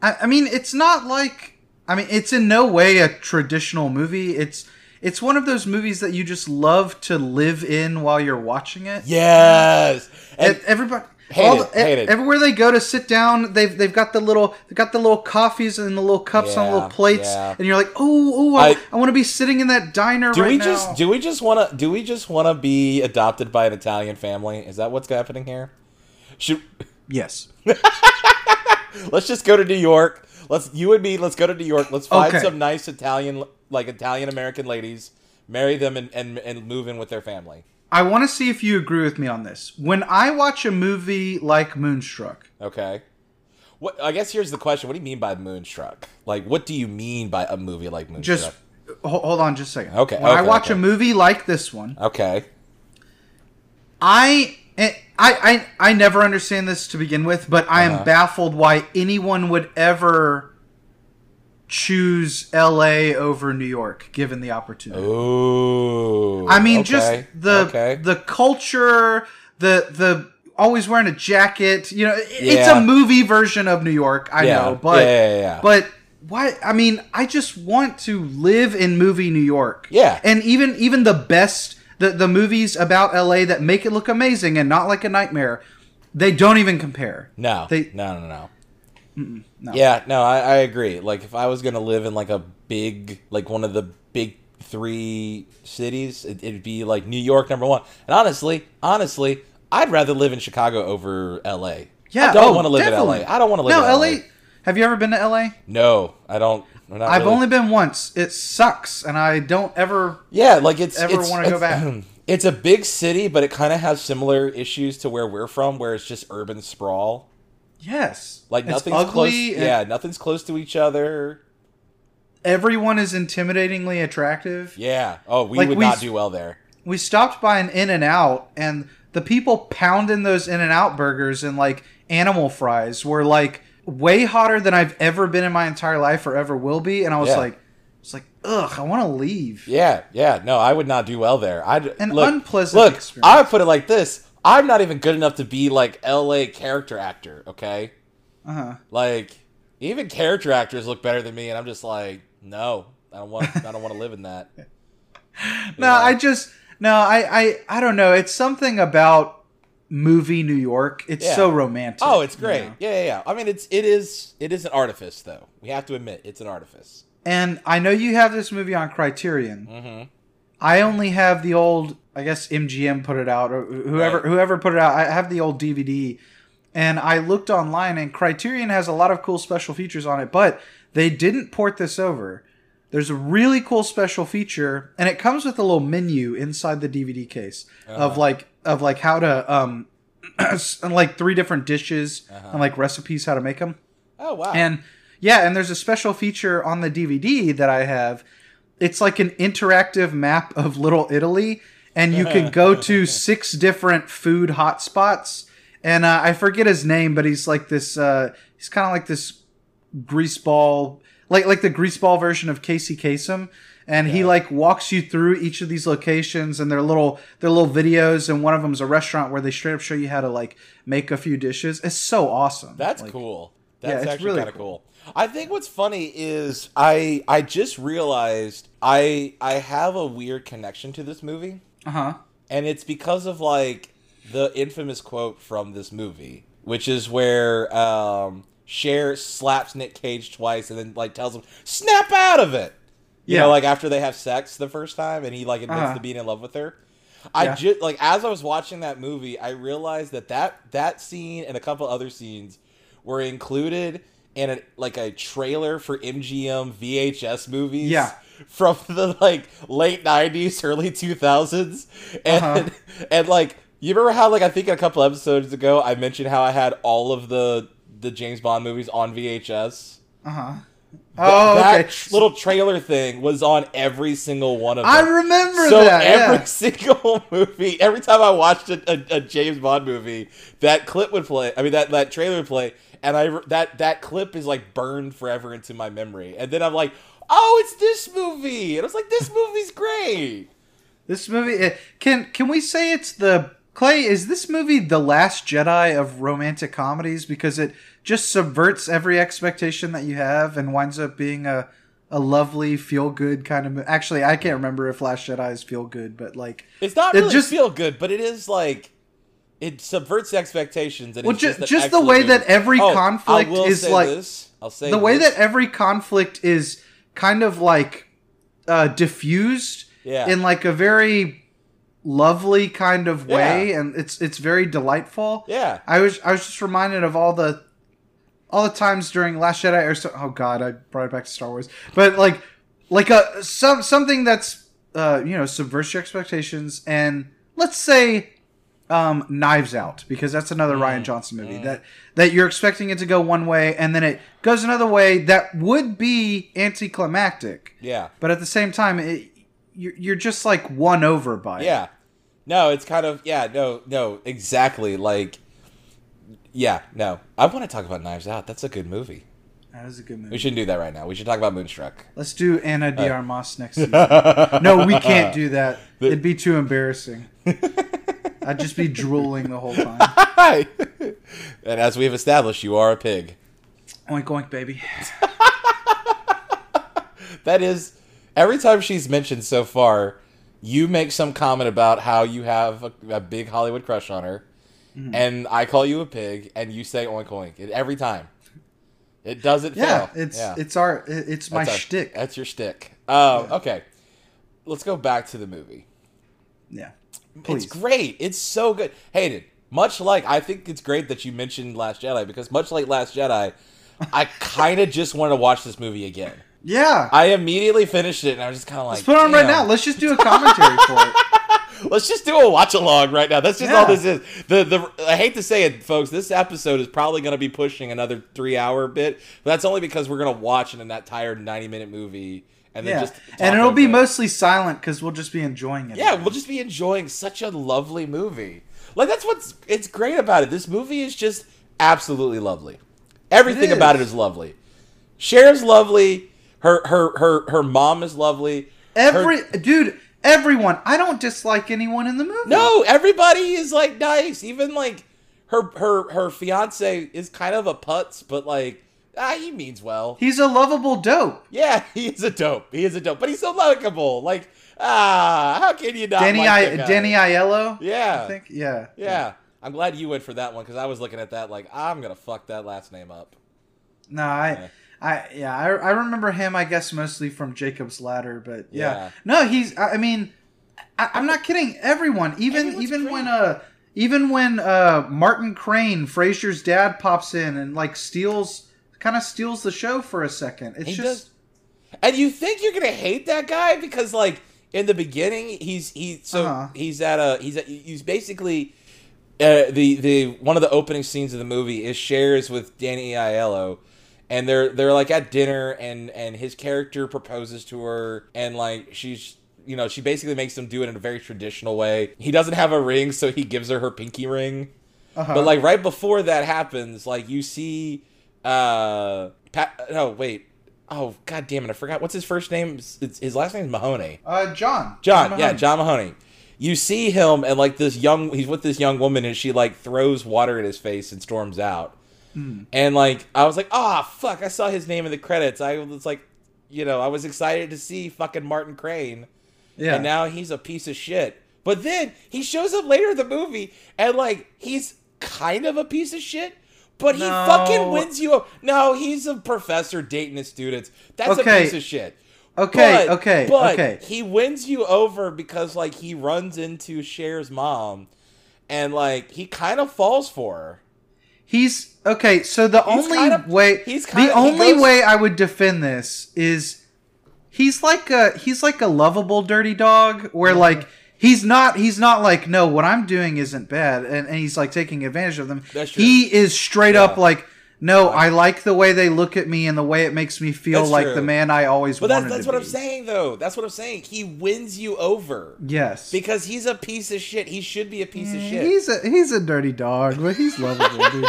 Speaker 1: I, I mean, it's not like I mean, it's in no way a traditional movie. It's it's one of those movies that you just love to live in while you're watching it.
Speaker 2: Yes. And
Speaker 1: And E- everybody
Speaker 2: Hate
Speaker 1: all
Speaker 2: it,
Speaker 1: the- e-
Speaker 2: hate it.
Speaker 1: everywhere they go to sit down they've they've got the little they've got the little coffees and the little cups and the
Speaker 2: Yeah,
Speaker 1: little plates
Speaker 2: yeah.
Speaker 1: and you're like oh oh I,
Speaker 2: I-
Speaker 1: want to be sitting in that diner
Speaker 2: do
Speaker 1: right
Speaker 2: we
Speaker 1: now
Speaker 2: just do we just want to do we just want to be adopted by an Italian family? Is that what's happening here? Should
Speaker 1: yes
Speaker 2: let's just go to New York. Let's you and me. Let's go to New York. Let's find
Speaker 1: Okay.
Speaker 2: some nice Italian, like Italian American ladies, marry them, and, and and move in with their family.
Speaker 1: I want to see if you agree with me on this when I watch a movie like Moonstruck
Speaker 2: Okay. What I guess here's the question: What do you mean by Moonstruck? Like, what do you mean by a movie like Moonstruck?
Speaker 1: just ho- hold on just a second
Speaker 2: Okay,
Speaker 1: when I
Speaker 2: okay,
Speaker 1: watch
Speaker 2: okay.
Speaker 1: a movie like this one
Speaker 2: okay.
Speaker 1: I I I I never understand this to begin with, but I am baffled why anyone would ever choose L.A. over New York given the opportunity.
Speaker 2: Ooh.
Speaker 1: I mean,
Speaker 2: okay,
Speaker 1: just the
Speaker 2: okay.
Speaker 1: the culture, the the always wearing a jacket. You know, it- it's
Speaker 2: Yeah.
Speaker 1: a movie version of New York. I
Speaker 2: Yeah,
Speaker 1: know, but
Speaker 2: yeah, yeah, yeah.
Speaker 1: but why? I mean, I just want to live in movie New York.
Speaker 2: Yeah.
Speaker 1: and even even the best the the movies about L.A. that make it look amazing and not like a nightmare, they don't even compare.
Speaker 2: no,
Speaker 1: they-
Speaker 2: no, no, no.
Speaker 1: No.
Speaker 2: Yeah, no, I, I agree. Like, if I was gonna live in like a big, like one of the big three cities, it, it'd be like New York number one. And honestly, honestly, I'd rather live in Chicago over L.A.
Speaker 1: Yeah,
Speaker 2: I don't
Speaker 1: oh,
Speaker 2: want to live
Speaker 1: definitely.
Speaker 2: in L.A. I don't want to live
Speaker 1: No,
Speaker 2: in
Speaker 1: LA. Have you ever been to LA?
Speaker 2: No, I don't. I'm not
Speaker 1: I've
Speaker 2: really-
Speaker 1: only been once. It sucks, and I don't ever.
Speaker 2: yeah, like it's
Speaker 1: ever
Speaker 2: it's-
Speaker 1: wanna go
Speaker 2: it's-
Speaker 1: back.
Speaker 2: It's a big city, but it kind of has similar issues to where we're from, where it's just urban sprawl.
Speaker 1: Yes,
Speaker 2: Like
Speaker 1: It's
Speaker 2: nothing's close.
Speaker 1: ugly. and
Speaker 2: Yeah, nothing's close to each other.
Speaker 1: everyone is intimidatingly attractive.
Speaker 2: Yeah. Oh, we
Speaker 1: Like,
Speaker 2: would
Speaker 1: we
Speaker 2: not
Speaker 1: s-
Speaker 2: do well there.
Speaker 1: we stopped by an in and out and the people pounding those in and out burgers and like animal fries were like way hotter than i've ever been in my entire life or ever will be and i was
Speaker 2: Yeah.
Speaker 1: like it's like ugh i want to leave
Speaker 2: Yeah, yeah. No, I would not do well there. I'd
Speaker 1: An
Speaker 2: look,
Speaker 1: unpleasant
Speaker 2: Look,
Speaker 1: experience.
Speaker 2: I would put it like this: I'm not even good enough to be like L.A. character actor. Okay,
Speaker 1: uh-huh.
Speaker 2: like even character actors look better than me, and I'm just like, no, I don't want. I don't want to live in that.
Speaker 1: no i just no I, I i don't know it's something about movie new york it's
Speaker 2: Yeah.
Speaker 1: so romantic
Speaker 2: Oh, it's great.
Speaker 1: you know?
Speaker 2: Yeah, yeah, yeah. I mean, it's it is it is an artifice, though. We have to admit it's an artifice.
Speaker 1: and i know you have this movie on criterion
Speaker 2: Mm-hmm.
Speaker 1: I only have the old, I guess MGM put it out or whoever
Speaker 2: Right.
Speaker 1: whoever put it out. I have the old DVD, and I looked online, and Criterion has a lot of cool special features on it, but they didn't port this over. There's a really cool special feature, and it comes with a little menu inside the DVD case of like of like how to um, and like three different dishes and like recipes how to make them.
Speaker 2: Oh wow.
Speaker 1: And yeah, and there's a special feature on the DVD that I have. It's like an interactive map of Little Italy, and you can go to six different food hotspots. And uh, I forget his name, but he's like this. Uh, he's kind of like this greaseball, like like the greaseball version of Casey Kasem. And he like walks you through each of these locations and their little their little videos. And one of them's a restaurant where they straight up show you how to like make a few dishes. It's so awesome.
Speaker 2: That's
Speaker 1: Like,
Speaker 2: cool.
Speaker 1: yeah,
Speaker 2: That's
Speaker 1: it's
Speaker 2: actually
Speaker 1: really
Speaker 2: kind of cool. I think what's funny is I I just realized I I have a weird connection to this movie,
Speaker 1: Uh huh.
Speaker 2: and it's because of like the infamous quote from this movie, which is where um Cher slaps Nick Cage twice and then like tells him snap out of it. You know,
Speaker 1: Yeah.
Speaker 2: like after they have sex the first time, and he like admits
Speaker 1: Uh-huh.
Speaker 2: to being in love with her. I
Speaker 1: Yeah.
Speaker 2: just like as I was watching that movie, I realized that that that scene and a couple other scenes were included in a, like a trailer for MGM VHS movies.
Speaker 1: Yeah.
Speaker 2: From the like late '90s, early 2000s, and
Speaker 1: Uh-huh.
Speaker 2: and like you remember how like I think a couple episodes ago I mentioned how I had all of the the James Bond movies on VHS.
Speaker 1: Uh huh. Oh,
Speaker 2: that
Speaker 1: okay.
Speaker 2: tr- little trailer thing was on every single one of them.
Speaker 1: I remember
Speaker 2: so
Speaker 1: that.
Speaker 2: every
Speaker 1: yeah.
Speaker 2: single movie, every time I watched a, a, a James Bond movie, that clip would play. I mean, that that trailer would play, and I re- that that clip is like burned forever into my memory. And then I'm like, oh, it's this movie, and I was like, this movie's great.
Speaker 1: This movie eh, can can we say it's the Clay? Is this movie the last Jedi of romantic comedies because it just subverts every expectation that you have and winds up being a a lovely feel good kind of. mo- Actually, I can't remember if Last Jedi is feel good, but like
Speaker 2: It's not
Speaker 1: It
Speaker 2: really
Speaker 1: just-
Speaker 2: feel good, but it is like. It subverts expectations, and
Speaker 1: Well,
Speaker 2: it's
Speaker 1: ju-
Speaker 2: just, an
Speaker 1: just the
Speaker 2: excellent
Speaker 1: way
Speaker 2: movie.
Speaker 1: that every
Speaker 2: Oh, I
Speaker 1: conflict
Speaker 2: will
Speaker 1: is
Speaker 2: say
Speaker 1: like-
Speaker 2: this. I'll say
Speaker 1: the way
Speaker 2: this.
Speaker 1: that every conflict is kind of like uh, diffused
Speaker 2: Yeah.
Speaker 1: in like a very lovely kind of way,
Speaker 2: Yeah.
Speaker 1: and it's it's very delightful.
Speaker 2: yeah,
Speaker 1: I was I was just reminded of all the all the times during Last Jedi or so, oh god, I brought it back to Star Wars. But like like a some something that's uh you know subverts your expectations and let's say um Knives Out because that's another
Speaker 2: Mm.
Speaker 1: Ryan Johnson movie that that you're expecting it to go one way and then it goes another way that would be anticlimactic.
Speaker 2: yeah.
Speaker 1: But at the same time it you're, you're just like won over by it.
Speaker 2: Yeah. No, it's kind of yeah, no, no, exactly. Like yeah, no. I want to talk about Knives Out. That's a good movie.
Speaker 1: That was a good movie.
Speaker 2: We shouldn't do that right now. We should talk about Moonstruck.
Speaker 1: Let's do
Speaker 2: Uh,
Speaker 1: Anna de Armas next season. no, we can't do that. It'd be too embarrassing. I'd just be drooling the whole time.
Speaker 2: Hi. and as we have established, you are a pig.
Speaker 1: Oink oink, baby.
Speaker 2: That is every time she's mentioned so far, you make some comment about how you have a, a big Hollywood
Speaker 1: Mm-hmm.
Speaker 2: crush on her. And I call you a pig, and you say oink oink and every time. It doesn't
Speaker 1: Yeah,
Speaker 2: fail.
Speaker 1: it's it's our it- it's my
Speaker 2: That's our-
Speaker 1: shtick.
Speaker 2: That's your shtick. Um, Okay, let's go back to the movie.
Speaker 1: yeah, please.
Speaker 2: It's great. It's so good. Hayden, much like I think it's great that you mentioned Last Jedi because much like Last Jedi, I kind of just want to watch this movie again.
Speaker 1: yeah,
Speaker 2: I immediately finished it and I was just kind of like,
Speaker 1: let's put it on right now.
Speaker 2: "Damn."
Speaker 1: Let's just do a commentary for it.
Speaker 2: Let's just do a watch along right now. That's just all
Speaker 1: Yeah.
Speaker 2: this is. The the I hate to say it, folks. This episode is probably going to be pushing another three hour bit, but that's only because we're going to watch an that tired ninety minute movie and then
Speaker 1: Yeah,
Speaker 2: just talk
Speaker 1: and it'll
Speaker 2: over
Speaker 1: be
Speaker 2: it.
Speaker 1: mostly silent because we'll just be enjoying it.
Speaker 2: yeah. We'll just be enjoying such a lovely movie. Like that's what's it's great about it. This movie is just absolutely lovely. Everything
Speaker 1: It
Speaker 2: about it
Speaker 1: is.
Speaker 2: is lovely. Cher's lovely. Her her her her mom is lovely. Her-
Speaker 1: every dude, everyone. I don't dislike anyone in the movie.
Speaker 2: No, everybody is like nice. Even like her her her fiance is kind of a putz, but like ah, he means well.
Speaker 1: he's a lovable dope.
Speaker 2: yeah, he is a dope. He is a dope, but he's so likable. Like ah, how can you not?
Speaker 1: Danny,
Speaker 2: like
Speaker 1: I,
Speaker 2: the guy?
Speaker 1: Danny Aiello.
Speaker 2: Yeah.
Speaker 1: I think yeah.
Speaker 2: Yeah, I'm glad you went for that one because I was looking at that like I'm gonna fuck that last name up.
Speaker 1: No, I, I, yeah, I, I remember him. I guess mostly from Jacob's Ladder, but yeah,
Speaker 2: Yeah.
Speaker 1: no, he's. I I mean, I, I'm not kidding. Everyone, even
Speaker 2: Everyone's
Speaker 1: even
Speaker 2: great.
Speaker 1: when uh, even when uh, Martin Crane, Frasier's dad, pops in and like steals, kind of steals the show for a second. It's
Speaker 2: He
Speaker 1: just
Speaker 2: And you think you're gonna hate that guy because like in the beginning he's he so
Speaker 1: Uh-huh.
Speaker 2: he's at a he's at, he's basically uh, the the one of the opening scenes of the movie is shares with Danny Aiello, and they're they're like at dinner and and his character proposes to her and like she's you know she basically makes him do it in a very traditional way. He doesn't have a ring, so he gives her her pinky ring.
Speaker 1: uh-huh.
Speaker 2: But like right before that happens, like you see, uh, Pat. No, wait. Oh god damn it! I forgot what's his first name. It's, his last name is Mahoney.
Speaker 1: uh, John,
Speaker 2: John. yeah,
Speaker 1: Mahoney.
Speaker 2: John Mahoney. You see him and like this young. He's with this young woman, and she like throws water at his face and storms out. And like I was like, ah, fuck! I saw his name in the credits. I was like, you know, I was excited to see fucking Martin Crane
Speaker 1: Yeah,
Speaker 2: and now he's a piece of shit. But then he shows up later in the movie, and like he's kind of a piece of shit, but he
Speaker 1: No.
Speaker 2: fucking wins you. up. No, he's a professor dating his students. That's a
Speaker 1: Okay.
Speaker 2: piece of shit.
Speaker 1: okay,
Speaker 2: But-
Speaker 1: okay,
Speaker 2: but
Speaker 1: okay.
Speaker 2: He wins you over because like he runs into Cher's mom, and like he kind of falls for her.
Speaker 1: He's okay. So the only
Speaker 2: kinda-
Speaker 1: way,
Speaker 2: he's
Speaker 1: the
Speaker 2: kinda- he
Speaker 1: only
Speaker 2: goes-
Speaker 1: way I would defend this is he's like a he's like a lovable dirty dog, where like he's not he's not like no, what I'm doing isn't bad, and, and he's like taking advantage of them.
Speaker 2: That's true.
Speaker 1: he is straight up
Speaker 2: Yeah.
Speaker 1: like. No, I like the way they look at me and the way it makes me feel
Speaker 2: That's
Speaker 1: like
Speaker 2: true.
Speaker 1: the man I always
Speaker 2: But that's
Speaker 1: wanted
Speaker 2: that's
Speaker 1: to
Speaker 2: what I'm
Speaker 1: be.
Speaker 2: saying though. That's what I'm saying. He wins you over
Speaker 1: Yes,
Speaker 2: because he's a piece of shit. He should be a piece of shit.
Speaker 1: he's a he's a dirty dog, but he's lovable, dude.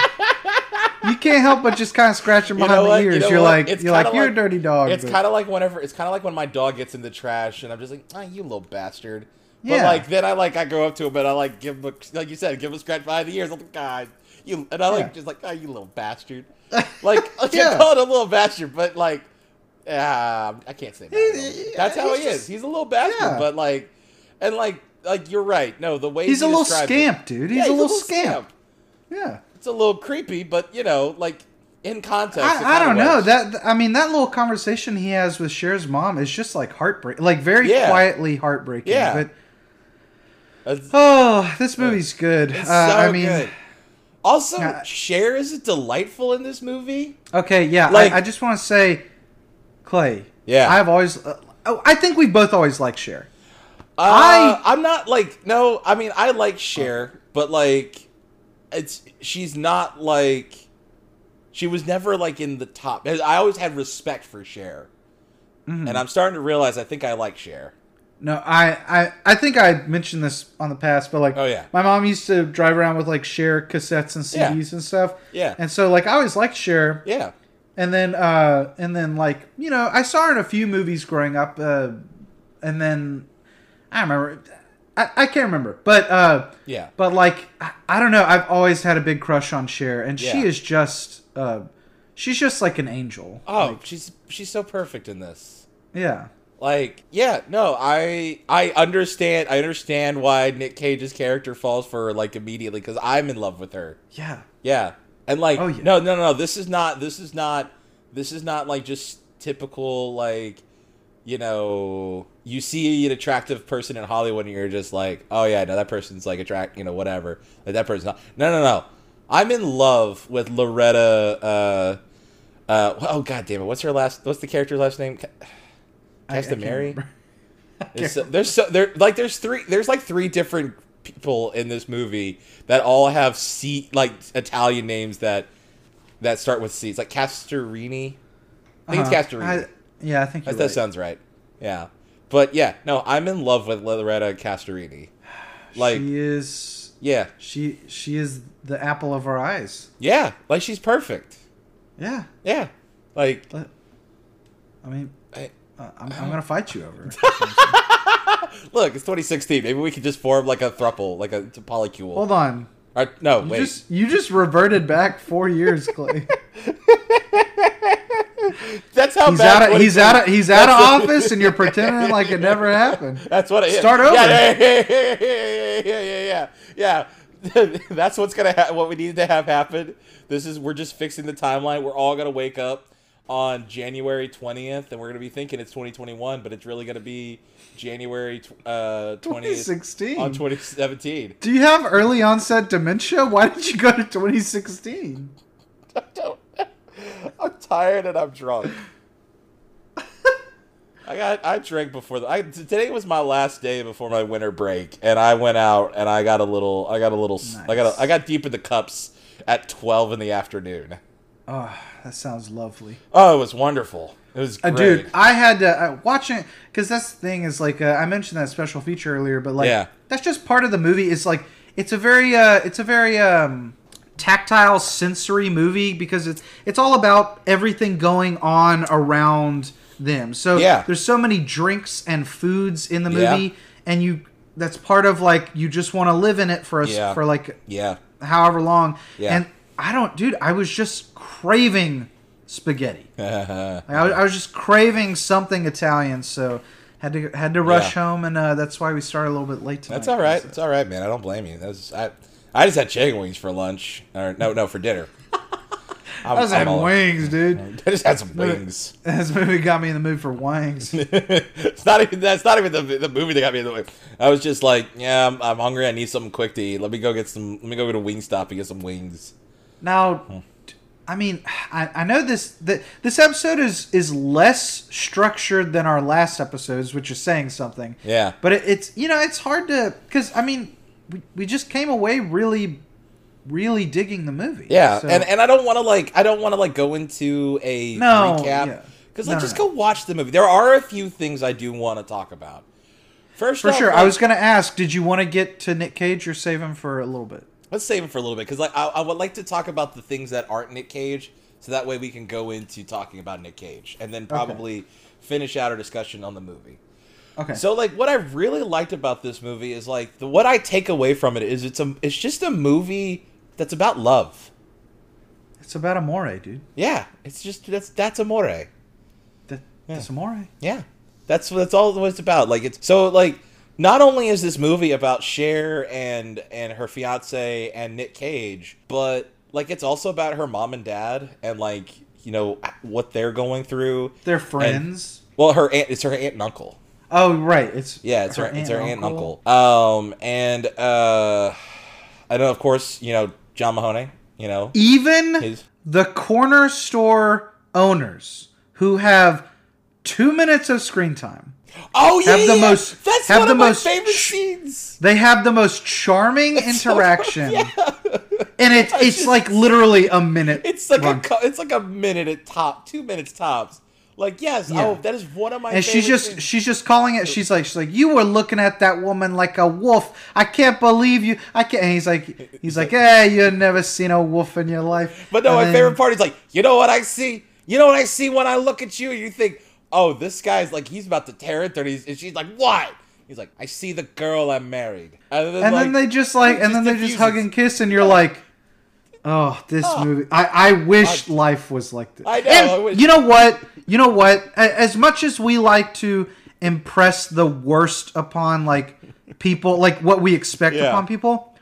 Speaker 1: You can't help but just kind of scratch him
Speaker 2: You know
Speaker 1: behind
Speaker 2: what?
Speaker 1: the
Speaker 2: You
Speaker 1: ears.
Speaker 2: know
Speaker 1: You are
Speaker 2: what?
Speaker 1: like,
Speaker 2: It's
Speaker 1: you're like,
Speaker 2: kinda
Speaker 1: you're
Speaker 2: like-
Speaker 1: a dirty dog.
Speaker 2: It's
Speaker 1: but-
Speaker 2: kind of like whenever it's kind of like when my dog gets in the trash and I'm just like, ah, you little bastard. But
Speaker 1: Yeah.
Speaker 2: like then I like I go up to him and I like give him a, like you said give him a scratch behind the ears. I'm like, God, you and I like
Speaker 1: Yeah.
Speaker 2: just like ah, you little bastard. Like I
Speaker 1: Yeah.
Speaker 2: call it a little bastard, but like ah, I can't say that.
Speaker 1: He-
Speaker 2: That's how he
Speaker 1: he's
Speaker 2: is.
Speaker 1: just-
Speaker 2: He's a little bastard,
Speaker 1: Yeah.
Speaker 2: but like and like like you're right. No, the way
Speaker 1: He's
Speaker 2: you
Speaker 1: a little
Speaker 2: described it-
Speaker 1: scamp, dude. He's
Speaker 2: Yeah,
Speaker 1: a little scamp. Yeah.
Speaker 2: It's a little creepy, but you know, like in context, it
Speaker 1: I, I
Speaker 2: kinda
Speaker 1: don't know
Speaker 2: works.
Speaker 1: that. I mean, that little conversation he has with Cher's mom is just like heartbreak, like very
Speaker 2: Yeah.
Speaker 1: quietly heartbreaking.
Speaker 2: Yeah.
Speaker 1: But
Speaker 2: That's-
Speaker 1: oh, this movie's good.
Speaker 2: It's
Speaker 1: uh,
Speaker 2: so
Speaker 1: I mean,
Speaker 2: good. Also,
Speaker 1: Uh,
Speaker 2: Cher is delightful in this movie.
Speaker 1: okay, yeah.
Speaker 2: Like-
Speaker 1: I, I just want to say, Clay.
Speaker 2: Yeah.
Speaker 1: I've always. Uh, oh, I think we both always liked Cher.
Speaker 2: Uh,
Speaker 1: I- Oh.
Speaker 2: I'm not like no. I mean, I like Cher, but like, it's she's not like she was never like in the top. I always had respect for Cher,
Speaker 1: Mm-hmm.
Speaker 2: and I'm starting to realize I think I like Cher.
Speaker 1: No, I, I, I think I mentioned this on the past, but like,
Speaker 2: Oh, yeah.
Speaker 1: my mom used to drive around with like Cher cassettes and
Speaker 2: Yeah.
Speaker 1: CDs and stuff.
Speaker 2: Yeah.
Speaker 1: And so like I always liked Cher.
Speaker 2: Yeah,
Speaker 1: and then uh and then like you know i saw her in a few movies growing up uh and then i remember i, I can't remember but uh
Speaker 2: yeah.
Speaker 1: but like I, I don't know i've always had a big crush on Cher and she
Speaker 2: Yeah.
Speaker 1: is just uh she's just like an angel
Speaker 2: Oh, she's she's so perfect in this.
Speaker 1: yeah
Speaker 2: Like, yeah, no, I I understand I understand why Nick Cage's character falls for her like immediately because I'm in love with her.
Speaker 1: yeah
Speaker 2: Yeah, and like,
Speaker 1: Oh, yeah.
Speaker 2: no, no, no, this is not this is not This is not like just typical like you know you see an attractive person in Hollywood and you're just like oh yeah no that person's like attract you know whatever like that person's not no no no I'm in love with Loretta uh uh oh god damn it what's her last what's the character's last name Ca-
Speaker 1: I- I
Speaker 2: Casta
Speaker 1: can't
Speaker 2: Mary
Speaker 1: remember.
Speaker 2: There's so, there's so there like there's three there's like three different people in this movie that all have C like Italian names that that start with C. It's like Castorini. I think
Speaker 1: Uh-huh.
Speaker 2: it's Castorini.
Speaker 1: I- yeah, I think
Speaker 2: that,
Speaker 1: you're
Speaker 2: that
Speaker 1: right.
Speaker 2: sounds right. Yeah, but yeah, no, I'm in love with Loretta Castorini. Like,
Speaker 1: she is
Speaker 2: yeah,
Speaker 1: she she is the apple of our eyes.
Speaker 2: yeah, like she's perfect.
Speaker 1: Yeah.
Speaker 2: Yeah, like
Speaker 1: But, I mean,
Speaker 2: I,
Speaker 1: uh, I'm, I'm gonna fight you over. it.
Speaker 2: look, it's 2016. Maybe we could just form like a thruple, like a, it's a polycule.
Speaker 1: Hold on.
Speaker 2: Or, no,
Speaker 1: You
Speaker 2: wait.
Speaker 1: just you just reverted back four years, Clay.
Speaker 2: That's how
Speaker 1: He's
Speaker 2: bad
Speaker 1: out of
Speaker 2: 2016
Speaker 1: he's out of he's out of office, and you're pretending like it never happened.
Speaker 2: That's what it is.
Speaker 1: Start over.
Speaker 2: Yeah, yeah, yeah, yeah, yeah, yeah, yeah, yeah. yeah. That's what's gonna ha- what we need to have happen. This is we're just fixing the timeline. We're all gonna wake up on January twentieth, and we're gonna be thinking it's twenty twenty one, but it's really gonna be January twentieth uh, 20th
Speaker 1: 2016.
Speaker 2: on twenty seventeen.
Speaker 1: Do you have early onset dementia? Why did you go to 2016?
Speaker 2: I don't. I'm tired and I'm drunk. I got. I drank before the. I, t- today was my last day before my winter break, and I went out and I got a little. I got a little. s I I got.
Speaker 1: Nice.
Speaker 2: A, I got deep in the cups at twelve in the afternoon.
Speaker 1: Oh, that sounds lovely.
Speaker 2: Oh, it was wonderful. It was
Speaker 1: Uh,
Speaker 2: great.
Speaker 1: dude, I had to uh, watching because that's the thing is like uh, I mentioned that special feature earlier, but like
Speaker 2: Yeah.
Speaker 1: that's just part of the movie. It's like it's a very uh, it's a very um, tactile, sensory movie because it's it's all about everything going on around them. So
Speaker 2: Yeah.
Speaker 1: there's so many drinks and foods in the
Speaker 2: Yeah.
Speaker 1: movie, and you that's part of like you just want to live in it for us
Speaker 2: Yeah.
Speaker 1: for like
Speaker 2: yeah.
Speaker 1: however long.
Speaker 2: Yeah.
Speaker 1: And I don't, dude. I was just craving spaghetti. Like, I, was- I was just craving something Italian, so had to had to rush
Speaker 2: Yeah.
Speaker 1: home, and uh, that's why we started a little bit late tonight.
Speaker 2: That's all right. It's all right, man. I don't blame you. That's I. I just had chicken wings for lunch, or no, no, for dinner. I'm,
Speaker 1: I was
Speaker 2: I'm
Speaker 1: having
Speaker 2: all-
Speaker 1: wings, dude.
Speaker 2: I just had some wings.
Speaker 1: This movie got me in the mood for wings.
Speaker 2: it's not even that's not even the, the movie that got me in the way. I was just like, yeah, I'm, I'm hungry. I need something quick to eat. Let me go get some. Let me go to Wingstop and get some wings. Hmm.
Speaker 1: Now, t- I mean, I, I know this that this episode is is less structured than our last episodes, which is saying something.
Speaker 2: Yeah.
Speaker 1: But it, it's you know it's hard to because I mean we, we just came away really really digging the movie.
Speaker 2: Yeah,
Speaker 1: So-
Speaker 2: and and I don't want to like I don't want to like go into a
Speaker 1: No, yeah.
Speaker 2: recap because like
Speaker 1: No, no,
Speaker 2: just
Speaker 1: no.
Speaker 2: go watch the movie. There are a few things I do want to talk about. First,
Speaker 1: for
Speaker 2: off,
Speaker 1: sure. I
Speaker 2: like-
Speaker 1: was gonna ask, did you want to get to Nick Cage or save him for a little bit?
Speaker 2: Let's save it for a little bit because like I, I would like to talk about the things that aren't Nick Cage, so that way we can go into talking about Nick Cage and then probably finish out our discussion on the movie.
Speaker 1: Okay.
Speaker 2: So like what I really liked about this movie is like the what I take away from it is it's a it's just a movie that's about love.
Speaker 1: it's about Amore, dude.
Speaker 2: Yeah, it's just that's that's amore.
Speaker 1: That, That's Amore.
Speaker 2: Yeah. That's that's all what it's about. Like it's so like not only is this movie about Cher and and her fiance and Nick Cage, but like it's also about her mom and dad and like you know what they're going through.
Speaker 1: They're friends.
Speaker 2: Well, her aunt it's her aunt and uncle.
Speaker 1: oh right, it's
Speaker 2: Yeah, it's her, it's her aunt and uncle. Um, and uh, I know, of course, you know John Mahoney. You know,
Speaker 1: Even
Speaker 2: His-
Speaker 1: the corner store owners who have two minutes of screen time,
Speaker 2: oh yeah,
Speaker 1: Have the
Speaker 2: yeah,
Speaker 1: most-
Speaker 2: That's
Speaker 1: have
Speaker 2: one
Speaker 1: the
Speaker 2: of my
Speaker 1: most
Speaker 2: favorite
Speaker 1: sh-
Speaker 2: scenes.
Speaker 1: they have the most charming interaction, and it's it's like literally a minute.
Speaker 2: It's like a
Speaker 1: runtime.
Speaker 2: cou- it's like a minute at top, two minutes tops. Like yes,
Speaker 1: Yeah.
Speaker 2: oh that is one of my.
Speaker 1: and she's
Speaker 2: favorite
Speaker 1: just
Speaker 2: scenes.
Speaker 1: she's just calling it. She's like she's like you were looking at that woman like a wolf. I can't believe you. I can't. And he's like he's like hey, you've never seen a wolf in your life.
Speaker 2: But no,
Speaker 1: And
Speaker 2: my
Speaker 1: then-
Speaker 2: favorite part is like you know what I see. You know what I see when I look at you. You think, oh, this guy's like he's about to tear it, and, he's, and she's like, what? He's like, I see the girl I married, and then,
Speaker 1: And
Speaker 2: like,
Speaker 1: then they just like
Speaker 2: it
Speaker 1: and then they just
Speaker 2: diffuses.
Speaker 1: hug and kiss, and you're like, oh, this
Speaker 2: Oh.
Speaker 1: movie. I I wish life was like this.
Speaker 2: Ah. I know,
Speaker 1: And
Speaker 2: I wish-
Speaker 1: You know what? You know what? A- As much as we like to impress the worst upon like people, like what we expect
Speaker 2: Yeah.
Speaker 1: upon people,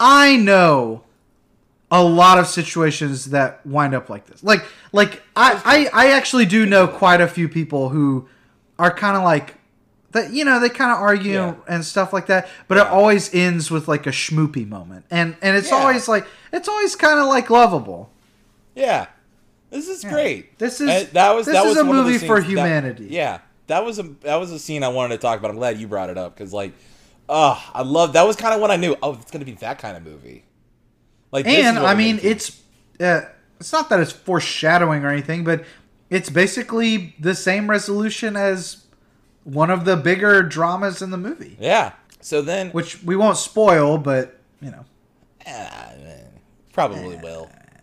Speaker 1: I know a lot of situations that wind up like this. Like like I I, I actually do know quite a few people who are kind of like that you know they kind of argue
Speaker 2: Yeah.
Speaker 1: and stuff like that but it always ends with like a schmoopy moment and and it's
Speaker 2: Yeah.
Speaker 1: always like it's always kind of like lovable
Speaker 2: Yeah, this is great.
Speaker 1: This is-
Speaker 2: And that was
Speaker 1: this
Speaker 2: that
Speaker 1: is
Speaker 2: was
Speaker 1: a
Speaker 2: one of the
Speaker 1: movie for
Speaker 2: scenes that-
Speaker 1: humanity.
Speaker 2: yeah, that was a that was a scene I wanted to talk about. I'm glad you brought it up because like, uh, I love that was kind of when I knew. Oh, it's gonna be that kind of movie. Like, this is
Speaker 1: and
Speaker 2: what
Speaker 1: I
Speaker 2: we're
Speaker 1: mean,
Speaker 2: making.
Speaker 1: it's uh, it's not that it's foreshadowing or anything, but it's basically the same resolution as one of the bigger dramas in the movie,
Speaker 2: yeah. So then,
Speaker 1: which we won't spoil, but you know,
Speaker 2: Ah, eh, probably will.
Speaker 1: eh,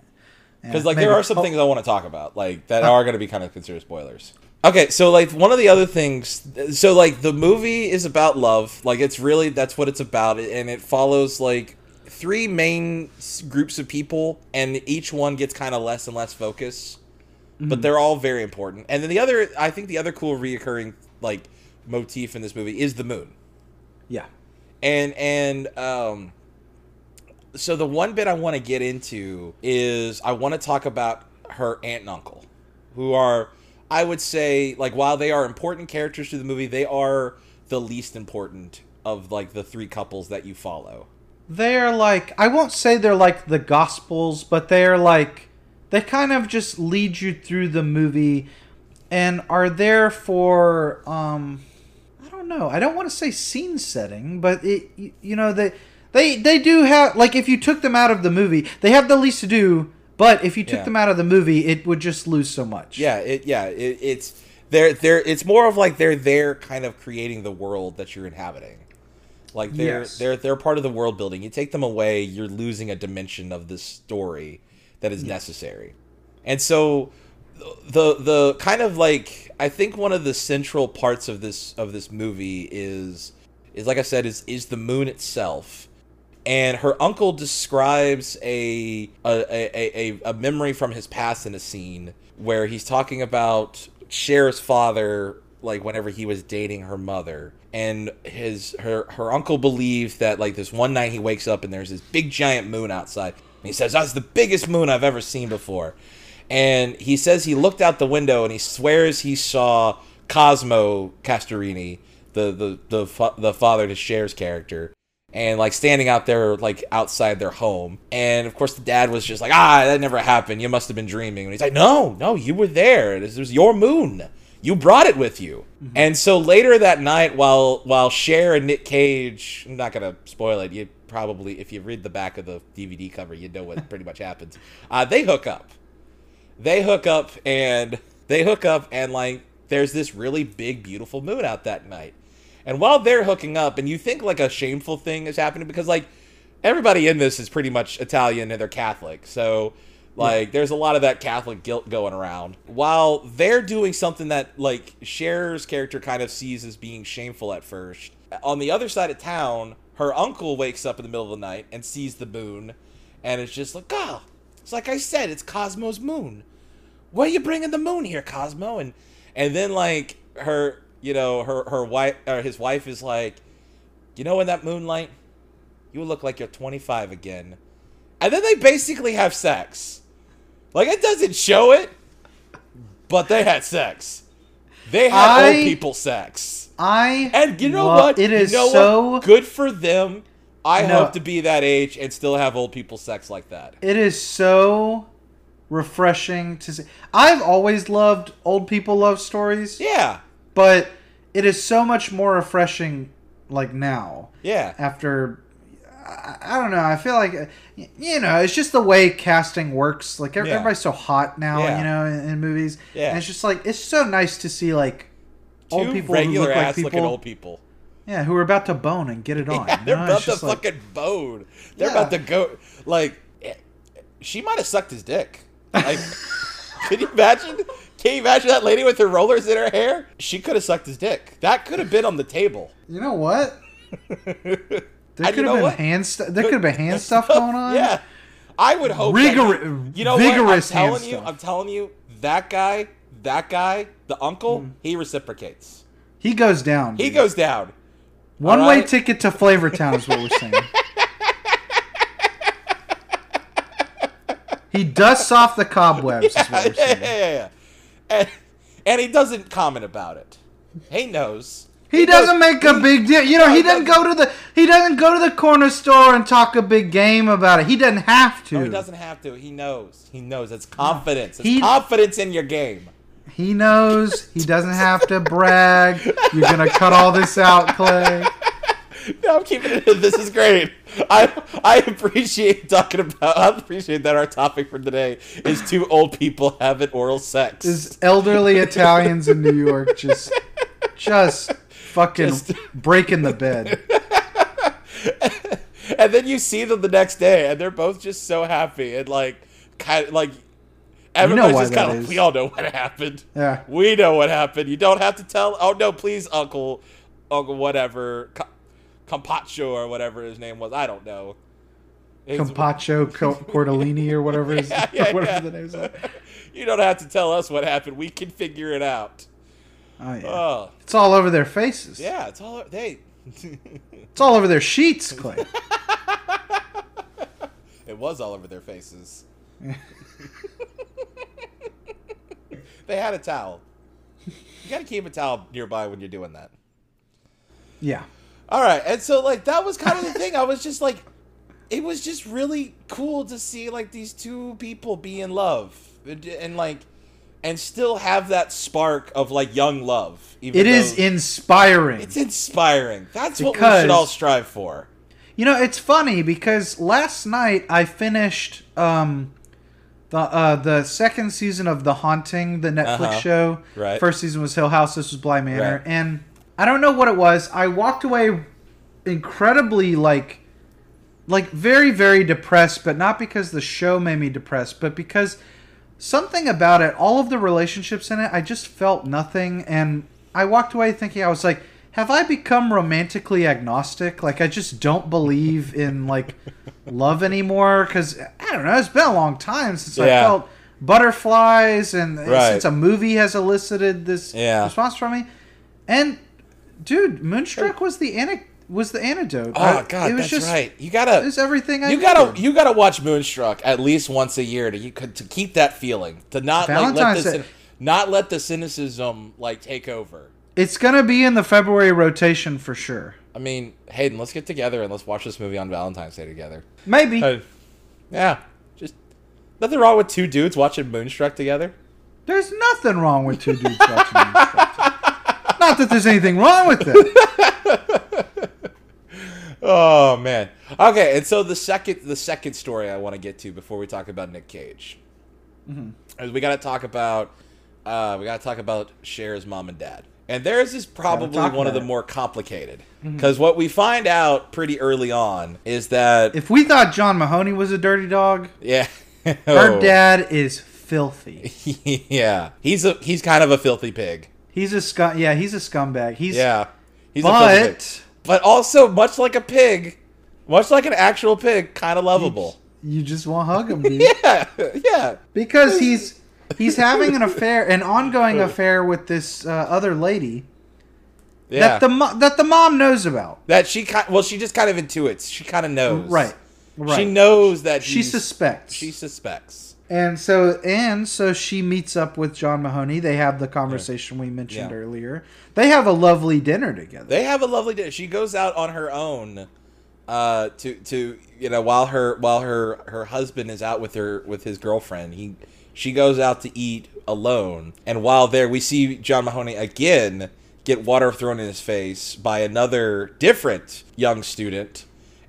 Speaker 2: because like there
Speaker 1: maybe.
Speaker 2: are some
Speaker 1: Oh,
Speaker 2: things I want to talk about, like that are going to be kind of considered spoilers. Okay, so like one of the other things, so like the movie is about love, like it's really that's what it's about, and it follows like three main s- groups of people, and each one gets kind of less and less focus, but they're all very important. And then the other, I think the other cool reoccurring like motif in this movie is the moon
Speaker 1: Yeah,
Speaker 2: and and um so the one bit i want to get into is i want to talk about her aunt and uncle who are i would say like while they are important characters to the movie they are the least important of like the three couples that you follow
Speaker 1: they are like I won't say they're like the Gospels, but they are like they kind of just lead you through the movie and are there for um I don't know. I don't want to say scene setting, but it you, you know they they they do have like if you took them out of the movie, they have the least to do. But if you took
Speaker 2: Yeah.
Speaker 1: them out of the movie, it would just lose so much.
Speaker 2: yeah it yeah it, it's they're they're it's more of like they're there kind of creating the world that you're inhabiting like they're
Speaker 1: Yes.
Speaker 2: they're they're part of the world building you take them away you're losing a dimension of this story that is necessary and so the the kind of like i think one of the central parts of this of this movie is is like i said is is the moon itself and her uncle describes a a, a, a, a memory from his past in a scene where he's talking about Cher's father like whenever he was dating her mother and his her her uncle believed that like this one night he wakes up and there's this big giant moon outside and he says that's the biggest moon I've ever seen before and he says he looked out the window and he swears he saw Cosmo Castorini the the the, fa- the father to Cher's character and like standing out there like outside their home and of course the dad was just like ah that never happened you must have been dreaming and he's like no no you were there this was your moon you brought it with you and so later that night while while Cher and Nick Cage I'm not gonna spoil it you probably if you read the back of the DVD cover you know what pretty much happens uh, they hook up they hook up and they hook up and like there's this really big beautiful moon out that night and while they're hooking up and you think like a shameful thing is happening because like everybody in this is pretty much italian and they're catholic so like there's a lot of that catholic guilt going around while they're doing something that like Cher's character kind of sees as being shameful at first on the other side of town her uncle wakes up in the middle of the night and sees the moon and it's just like oh it's like i said it's cosmo's moon why are you bringing the moon here, Cosmo? And and then like her, you know, her her wife or his wife is like, you know, in that moonlight, you look like you're 25 again. And then they basically have sex. Like it doesn't show it, but they had sex. They had
Speaker 1: I-
Speaker 2: old people sex.
Speaker 1: I
Speaker 2: And you know
Speaker 1: lo-
Speaker 2: what?
Speaker 1: It is
Speaker 2: you know
Speaker 1: so
Speaker 2: what? good for them. I
Speaker 1: No.
Speaker 2: hope to be that age and still have old people sex like that.
Speaker 1: It is so refreshing to see. I've always loved old people love stories,
Speaker 2: Yeah.
Speaker 1: but it is so much more refreshing like now
Speaker 2: Yeah.
Speaker 1: after I, I don't know, I feel like uh, y- you know, it's just the way casting works. Like ev-
Speaker 2: Yeah.
Speaker 1: everybody's so hot now,
Speaker 2: Yeah.
Speaker 1: you know, in, in movies.
Speaker 2: Yeah.
Speaker 1: And it's just like it's so nice to see like old
Speaker 2: Two
Speaker 1: people who
Speaker 2: regular
Speaker 1: look like
Speaker 2: ass
Speaker 1: people,
Speaker 2: looking old people.
Speaker 1: yeah, who are about to bone and get it on.
Speaker 2: Yeah,
Speaker 1: you
Speaker 2: they're
Speaker 1: know?
Speaker 2: about
Speaker 1: It's
Speaker 2: to
Speaker 1: just like-
Speaker 2: fucking bone. They're
Speaker 1: Yeah.
Speaker 2: about to go. Like, eh, she might have sucked his dick. Like, can you imagine? Can you imagine that lady with her rollers in her hair? She could have sucked his dick. That could have been on the table.
Speaker 1: you know what? There
Speaker 2: And you
Speaker 1: could
Speaker 2: know
Speaker 1: have been
Speaker 2: what?
Speaker 1: hand stu- there could have been hand stuff going on.
Speaker 2: Yeah, I would hope.
Speaker 1: Rigor-
Speaker 2: that, you know what? I'm
Speaker 1: vigorous hand
Speaker 2: telling you.
Speaker 1: stuff.
Speaker 2: I'm telling you. That guy. That guy. The uncle.
Speaker 1: Hmm.
Speaker 2: He reciprocates.
Speaker 1: He goes down.
Speaker 2: He
Speaker 1: dude.
Speaker 2: goes down.
Speaker 1: One
Speaker 2: all
Speaker 1: way
Speaker 2: right.
Speaker 1: ticket to Flavortown is what we're saying. He dusts off the cobwebs. is what we're
Speaker 2: yeah, yeah,
Speaker 1: saying.
Speaker 2: yeah. And, and he doesn't comment about it. He knows.
Speaker 1: He doesn't
Speaker 2: knows-
Speaker 1: make a big deal. You know,
Speaker 2: No,
Speaker 1: he
Speaker 2: he
Speaker 1: doesn't go
Speaker 2: doesn't.
Speaker 1: to the he doesn't go to the corner store and talk a big game about it. He doesn't have to.
Speaker 2: No, he doesn't have to. He knows. He knows. It's confidence. It's
Speaker 1: He-
Speaker 2: confidence in your game.
Speaker 1: He knows he doesn't have to brag. You're gonna cut all this out, Clay.
Speaker 2: No, I'm keeping it. This is great. I I appreciate talking about. I appreciate that our topic for today is two old people having oral sex.
Speaker 1: Is elderly Italians in New York just just fucking
Speaker 2: Just-
Speaker 1: breaking the bed?
Speaker 2: and then you see them the next day, and they're both just so happy and like kind of like everybody's
Speaker 1: why
Speaker 2: just
Speaker 1: that
Speaker 2: kind of.
Speaker 1: is.
Speaker 2: We all know what happened.
Speaker 1: Yeah.
Speaker 2: we know what happened. You don't have to tell. Oh no, please, Uncle, Uncle whatever, Co- Compacho or whatever his name was. I don't know. His-
Speaker 1: Compacho Co- Cordellini or whatever is
Speaker 2: Yeah, yeah,
Speaker 1: whatever
Speaker 2: yeah.
Speaker 1: the name is. Oh,
Speaker 2: you don't have to tell us what happened. We can figure it out.
Speaker 1: yeah.
Speaker 2: Oh,
Speaker 1: Uh, it's all over their faces.
Speaker 2: yeah, it's all hey.
Speaker 1: It's all over their sheets, Clay.
Speaker 2: it was all over their faces. they had a towel. You got to keep a towel nearby when you're doing that.
Speaker 1: Yeah.
Speaker 2: All right, and so like that was kind of the thing. I was just like, it was just really cool to see like these two people be in love and, and like, and still have that spark of like young love. Even
Speaker 1: It is
Speaker 2: though-
Speaker 1: inspiring.
Speaker 2: It's inspiring. That's what we
Speaker 1: Because-
Speaker 2: should all strive for.
Speaker 1: You know, it's funny because last night I finished um, the uh, the second season of The Haunting, the Netflix
Speaker 2: Uh-huh.
Speaker 1: show.
Speaker 2: Right.
Speaker 1: First season was Hill House. This was Bly Manor,
Speaker 2: Right.
Speaker 1: and I don't know what it was. I walked away incredibly like like very very depressed, but not because the show made me depressed, but because something about it, all of the relationships in it, I just felt nothing. And I walked away thinking, I was like, have I become romantically agnostic? Like, I just don't believe in, like, love anymore? Because, I don't know, it's been a long time since I
Speaker 2: Yeah.
Speaker 1: felt butterflies and
Speaker 2: Right.
Speaker 1: since a movie has elicited this
Speaker 2: Yeah.
Speaker 1: response from me. And, dude, Moonstruck was the anic- was the antidote. I-
Speaker 2: Oh God,
Speaker 1: it was
Speaker 2: that's
Speaker 1: just,
Speaker 2: right. You
Speaker 1: It
Speaker 2: gotta,
Speaker 1: was everything I
Speaker 2: you gotta,
Speaker 1: needed.
Speaker 2: you gotta watch Moonstruck at least once a year to you could to keep that feeling to not like let
Speaker 1: Valentine's
Speaker 2: this,
Speaker 1: Day.
Speaker 2: not let the cynicism like take over.
Speaker 1: It's going to be in the February rotation for sure.
Speaker 2: I mean, Hayden, let's get together and let's watch this movie on Valentine's Day together.
Speaker 1: Maybe.
Speaker 2: yeah, just nothing wrong with two dudes watching Moonstruck together.
Speaker 1: There's nothing wrong with two dudes watching Moonstruck. Not that there's anything wrong with it.
Speaker 2: Oh man. Okay, and so the second the second story I want to get to before we talk about Nick Cage
Speaker 1: Mm-hmm.
Speaker 2: is we got to talk about uh, we got to talk about Cher's mom and dad, and theirs is probably
Speaker 1: talk
Speaker 2: one of
Speaker 1: about
Speaker 2: the
Speaker 1: it. Mm-hmm.
Speaker 2: more complicated because what we find out pretty early on is that
Speaker 1: If we thought John Mahoney was a dirty dog,
Speaker 2: yeah, Oh.
Speaker 1: her dad is filthy.
Speaker 2: yeah, he's a he's kind of a filthy pig.
Speaker 1: He's a scum. Yeah, he's a scumbag. He's
Speaker 2: Yeah, he's a filthy pig.
Speaker 1: but
Speaker 2: but also much like a pig, much like an actual pig, kind of lovable.
Speaker 1: you just won't hug him, dude,
Speaker 2: Yeah, yeah.
Speaker 1: because he's he's having an affair, an ongoing affair with this uh, other lady
Speaker 2: Yeah.
Speaker 1: that the mo- that the mom knows about.
Speaker 2: That she kind well, she just kind of intuits. She kind of knows.
Speaker 1: Right. Right.
Speaker 2: She knows that
Speaker 1: She
Speaker 2: he's-
Speaker 1: suspects.
Speaker 2: She suspects.
Speaker 1: And so and so she meets up with John Mahoney. They have the conversation we mentioned
Speaker 2: Yeah.
Speaker 1: earlier. They have a lovely dinner together.
Speaker 2: They have a lovely day. She goes out on her own, uh, to to you know while her while her her husband is out with her with his girlfriend. He she goes out to eat alone, and while there we see John Mahoney again get water thrown in his face by another different young student.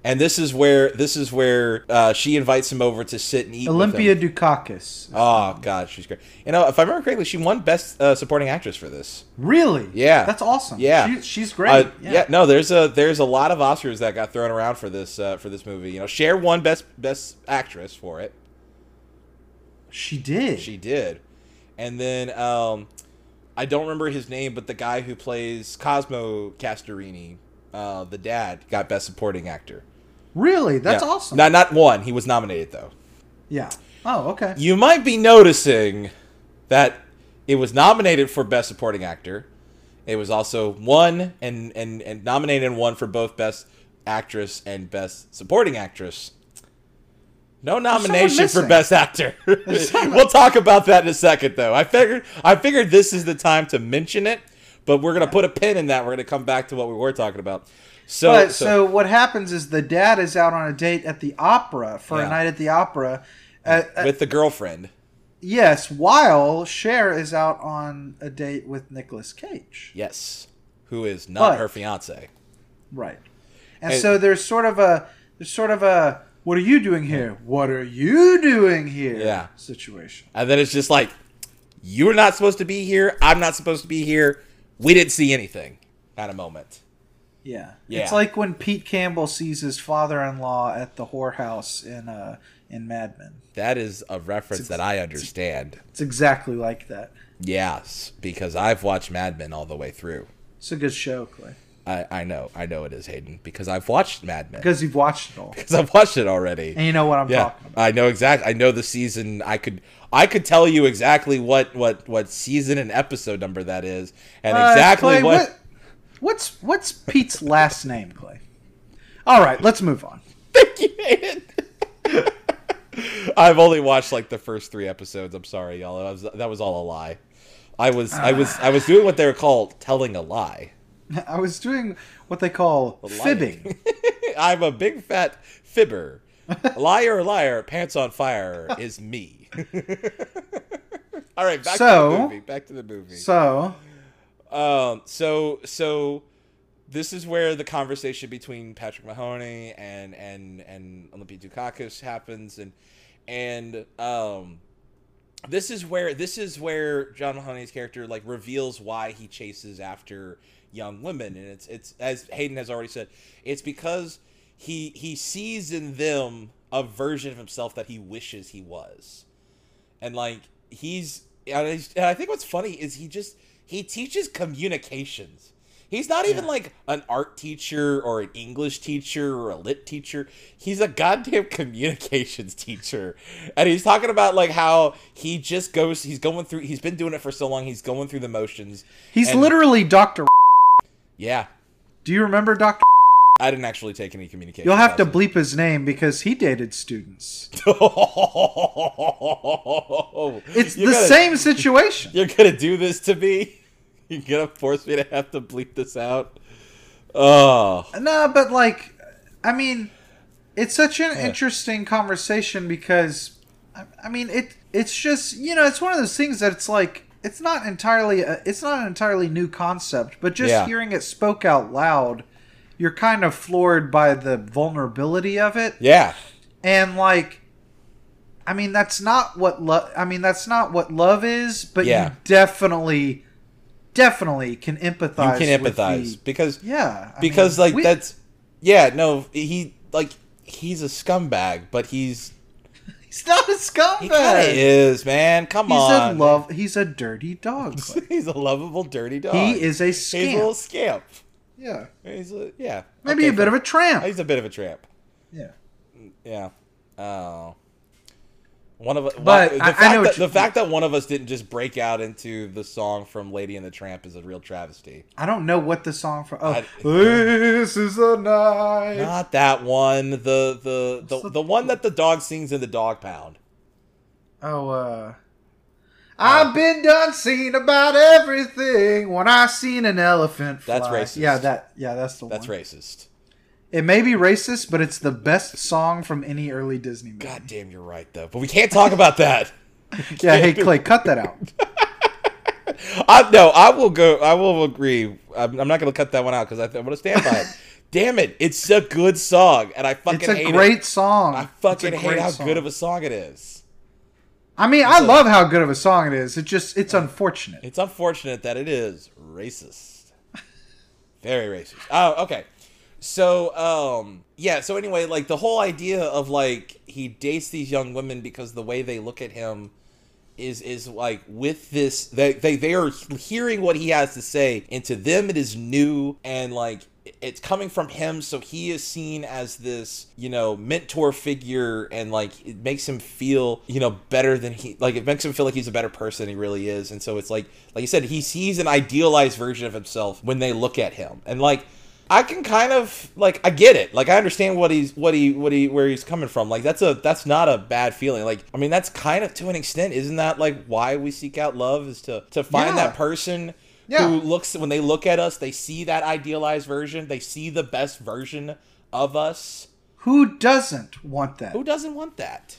Speaker 2: And this is where this is where uh, she invites him over to sit and eat. with him.
Speaker 1: Olympia Dukakis.
Speaker 2: Oh god, she's great. You know, if I remember correctly, she won Best uh, Supporting Actress for this.
Speaker 1: Really?
Speaker 2: Yeah,
Speaker 1: That's awesome.
Speaker 2: Yeah,
Speaker 1: She, she's great.
Speaker 2: Uh,
Speaker 1: yeah.
Speaker 2: yeah. no, there's a there's a lot of Oscars that got thrown around for this uh, for this movie. You know, Cher won Best Best Actress for it.
Speaker 1: She did.
Speaker 2: She did, and then um, I don't remember his name, but the guy who plays Cosmo Castorini, uh, the dad, got Best Supporting Actor.
Speaker 1: really? That's
Speaker 2: Yeah.
Speaker 1: awesome.
Speaker 2: Not not one. He was nominated though.
Speaker 1: yeah. Oh, okay.
Speaker 2: you might be noticing that it was nominated for best supporting actor it was also won and and and nominated and won for both best actress and best supporting actress No nomination for
Speaker 1: missing.
Speaker 2: best actor. we'll talk about that in a second, though. I figured I figured this is the time to mention it, but we're gonna put a pin in that. We're gonna come back to what we were talking about. So,
Speaker 1: But
Speaker 2: so,
Speaker 1: so what happens is the dad is out on a date at the opera for
Speaker 2: Yeah.
Speaker 1: a night at the opera. Uh, uh,
Speaker 2: with the girlfriend,
Speaker 1: yes, while Cher is out on a date with Nicolas Cage.
Speaker 2: yes, who is not
Speaker 1: But-
Speaker 2: her fiance.
Speaker 1: Right. And,
Speaker 2: And-
Speaker 1: so there's sort of a there's sort of a what are you doing here? What are you doing here?
Speaker 2: Yeah.
Speaker 1: Situation.
Speaker 2: And then it's just like, you were not supposed to be here. I'm not supposed to be here. We didn't see anything. Kind of moment.
Speaker 1: Yeah.
Speaker 2: Yeah.
Speaker 1: It's like when Pete Campbell sees his father-in-law at the whorehouse in uh in Mad Men.
Speaker 2: That is a reference that I understand.
Speaker 1: It's exactly like that.
Speaker 2: Yes, because I've watched Mad Men all the way through.
Speaker 1: It's a good show, Clay.
Speaker 2: I, I know, I know it is Hayden because I've watched Mad Men
Speaker 1: Because you've watched it all.
Speaker 2: because I've watched it already.
Speaker 1: And you know what I'm
Speaker 2: yeah,
Speaker 1: talking about.
Speaker 2: I know exactly. I know the season. I could I could tell you exactly what what what season and episode number that is, and
Speaker 1: Uh,
Speaker 2: exactly
Speaker 1: Clay,
Speaker 2: what,
Speaker 1: what's what's Pete's last name, Clay? All right, let's move on.
Speaker 2: I've only watched like the first three episodes. I'm sorry, y'all. That was, that was all a lie. I was I was I was doing what they call telling a lie.
Speaker 1: I was doing what they call fibbing.
Speaker 2: I'm a big fat fibber. liar, liar, pants on fire is me. All right, back to
Speaker 1: So-
Speaker 2: the movie. Back to the movie.
Speaker 1: So,
Speaker 2: um, so so this is where the conversation between Patrick Mahoney and and and Olympia Dukakis happens, and and um, this is where this is where John Mahoney's character like reveals why he chases after young women, and it's it's as Hayden has already said, it's because he he sees in them a version of himself that he wishes he was, and like he's and he's- and I think what's funny is he just he teaches communications. He's not even like an art teacher or an English teacher or a lit teacher. He's a goddamn communications teacher. And he's talking about like how he just goes he's going through he's been doing it for so long, he's going through the motions.
Speaker 1: he's
Speaker 2: And-
Speaker 1: literally Dr.
Speaker 2: Yeah.
Speaker 1: Do you remember Dr.
Speaker 2: I didn't actually take any communication.
Speaker 1: You'll have to
Speaker 2: classes.
Speaker 1: bleep his name because he dated students. It's
Speaker 2: You
Speaker 1: the
Speaker 2: gotta-
Speaker 1: same situation.
Speaker 2: You're gonna do this to me? You're gonna force me to have to bleep this out? Oh,
Speaker 1: No, but like, I mean, it's such an interesting conversation because, I, I mean, it it's just you know it's one of those things that it's like it's not entirely a, it's not an entirely new concept, but just
Speaker 2: Yeah.
Speaker 1: hearing it spoke out loud, you're kind of floored by the vulnerability of it.
Speaker 2: yeah.
Speaker 1: and like i mean that's not what love i mean that's not what love is but
Speaker 2: Yeah.
Speaker 1: you definitely definitely can
Speaker 2: You
Speaker 1: empathize
Speaker 2: can
Speaker 1: with
Speaker 2: empathize
Speaker 1: the,
Speaker 2: because
Speaker 1: yeah I
Speaker 2: because
Speaker 1: mean,
Speaker 2: like
Speaker 1: we-
Speaker 2: that's yeah no he like he's a scumbag but he's
Speaker 1: he's not a
Speaker 2: he kind of
Speaker 1: scumbag
Speaker 2: is man come
Speaker 1: he's a
Speaker 2: on
Speaker 1: love he's a dirty dog Clay.
Speaker 2: he's a lovable dirty dog
Speaker 1: he is a
Speaker 2: he's a little
Speaker 1: scamp
Speaker 2: scamp
Speaker 1: yeah
Speaker 2: he's a yeah
Speaker 1: maybe a bit of a tramp
Speaker 2: he's a bit of a tramp
Speaker 1: yeah
Speaker 2: Yeah. Oh. One of
Speaker 1: But
Speaker 2: one- the
Speaker 1: I- I
Speaker 2: fact
Speaker 1: know what
Speaker 2: that,
Speaker 1: you-
Speaker 2: the fact that one of us didn't just break out into the song from Lady and the Tramp is a real travesty.
Speaker 1: i don't know what the song for oh
Speaker 2: I-
Speaker 1: this is the night
Speaker 2: Not that one. The the the, the, one that the dog sings in the dog pound.
Speaker 1: Oh, uh. I've been done seen about everything when I seen an elephant fly.
Speaker 2: That's racist.
Speaker 1: Yeah, that yeah, that's the
Speaker 2: That's
Speaker 1: one.
Speaker 2: racist.
Speaker 1: It may be racist, but it's the best song from any early Disney movie.
Speaker 2: God damn, you're right though. But we can't talk about that.
Speaker 1: yeah, hey Clay, cut that out.
Speaker 2: I no. I will go. I will agree. I'm, I'm not going to cut that one out because I th- I'm going to stand by it. damn it! It's a good song, and I fucking
Speaker 1: It's a
Speaker 2: hate
Speaker 1: great
Speaker 2: it.
Speaker 1: song.
Speaker 2: I fucking
Speaker 1: It's a
Speaker 2: hate
Speaker 1: great
Speaker 2: how
Speaker 1: song.
Speaker 2: good of a song it is.
Speaker 1: I mean, I
Speaker 2: a-
Speaker 1: love how good of a song it is. It just it's unfortunate.
Speaker 2: It's unfortunate that it is racist. Very racist. Oh, okay. So, um, yeah, so anyway, like the whole idea of like he dates these young women because the way they look at him is is like with this they they, they are hearing what he has to say and to them it is new and like it's coming from him so he is seen as this you know mentor figure and like it makes him feel you know better than he like it makes him feel like he's a better person than he really is and so it's like like you said he sees an idealized version of himself when they look at him and like I can kind of like I get it. Like I understand what he's what he what he where he's coming from. Like that's a that's not a bad feeling. Like I mean that's kind of to an extent isn't that like why we seek out love is to to find
Speaker 1: Yeah.
Speaker 2: that person
Speaker 1: Yeah.
Speaker 2: who looks when they look at us, they see that idealized version, they see the best version of us.
Speaker 1: Who doesn't want that?
Speaker 2: Who doesn't want that?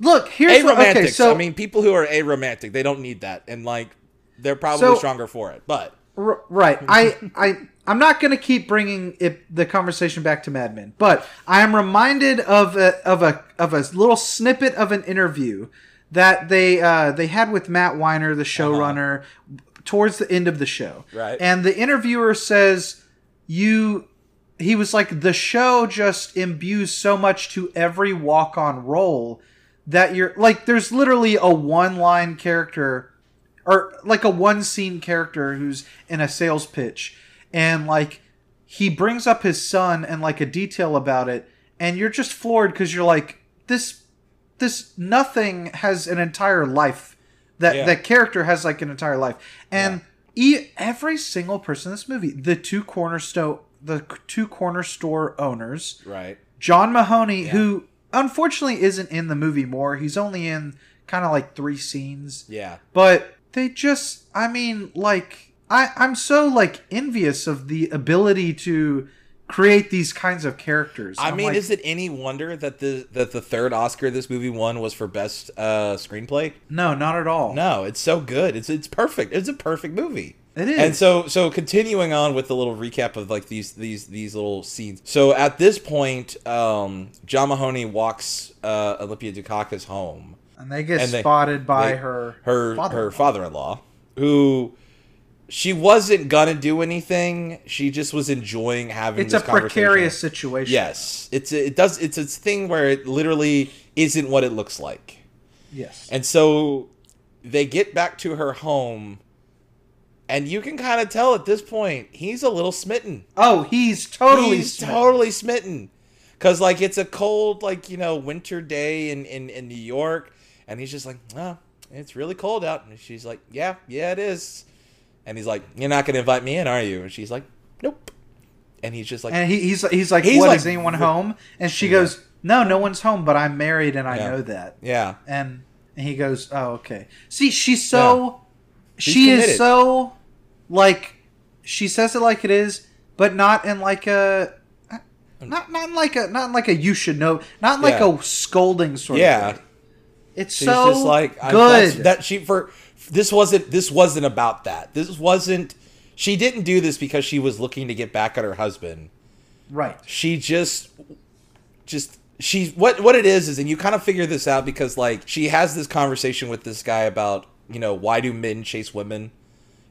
Speaker 1: Look, here's what,
Speaker 2: Aromantics.
Speaker 1: okay. So
Speaker 2: I mean people who are aromantic, they don't need that and like they're probably
Speaker 1: So-
Speaker 2: stronger for it. But
Speaker 1: R- right. I I I'm not going to keep bringing it, the conversation back to Mad Men, but I am reminded of a of a of a little snippet of an interview that they uh, they had with Matt Weiner, the showrunner, towards the end of the show.
Speaker 2: Right.
Speaker 1: And the interviewer says, "You." He was like, "The show just imbues so much to every walk on role." That you're like, there's literally a one line character or like a one scene character who's in a sales pitch and like he brings up his son and like a detail about it and you're just floored because you're like this this nothing has an entire life that
Speaker 2: Yeah.
Speaker 1: that character has like an entire life and e- every single person in this movie the two corner sto- the c- two corner store owners
Speaker 2: right.
Speaker 1: John Mahoney, who unfortunately isn't in the movie more. He's only in kind of like three scenes.
Speaker 2: Yeah.
Speaker 1: But they just, I mean, like, I, I'm so like envious of the ability to create these kinds of characters.
Speaker 2: I
Speaker 1: I'm
Speaker 2: mean,
Speaker 1: like,
Speaker 2: is it any wonder that the that the third Oscar this movie won was for best uh, screenplay?
Speaker 1: no, not at all.
Speaker 2: No, it's so good. It's it's perfect. It's a perfect movie.
Speaker 1: It is.
Speaker 2: And so so continuing on with the little recap of like these these these little scenes. So at this point, um, John Mahoney walks uh, Olympia Dukakis home.
Speaker 1: and they get
Speaker 2: and they-
Speaker 1: spotted by
Speaker 2: they-
Speaker 1: her,
Speaker 2: her her
Speaker 1: father-in-law.
Speaker 2: father-in-law who she wasn't gonna do anything. She just was enjoying having.
Speaker 1: It's a
Speaker 2: this conversation.
Speaker 1: precarious situation.
Speaker 2: Yes, it's a, it does it's a thing where it literally isn't what it looks like,
Speaker 1: Yes.
Speaker 2: and so they get back to her home, and you can kind of tell at this point he's a little smitten.
Speaker 1: oh, he's totally.
Speaker 2: he's
Speaker 1: smitten.
Speaker 2: totally smitten, because like it's a cold like you know winter day in in in New York, and he's just like, oh, it's really cold out, and she's like, yeah, yeah, it is, and he's like, you're not gonna invite me in, are you? And she's like, nope, and he's just like,
Speaker 1: And he, he's he's like, "What
Speaker 2: He's
Speaker 1: is
Speaker 2: like-
Speaker 1: anyone home?" And she goes, "No, no one's home, but I'm married and I
Speaker 2: Yeah.
Speaker 1: know that."
Speaker 2: yeah.
Speaker 1: And and he goes, "Oh, okay." See, she's so she
Speaker 2: committed.
Speaker 1: is so like she says it like it is, but not in like a not not in like a not in like a you should know, not in like
Speaker 2: Yeah.
Speaker 1: a scolding sort
Speaker 2: Yeah.
Speaker 1: of way. It's
Speaker 2: She's
Speaker 1: so
Speaker 2: just like I-
Speaker 1: good.
Speaker 2: that's- that she for this wasn't this wasn't about that. This wasn't she didn't do this because she was looking to get back at her husband.
Speaker 1: right.
Speaker 2: She just just she what what it is is and you kind of figure this out because like she has this conversation with this guy about, you know, why do men chase women?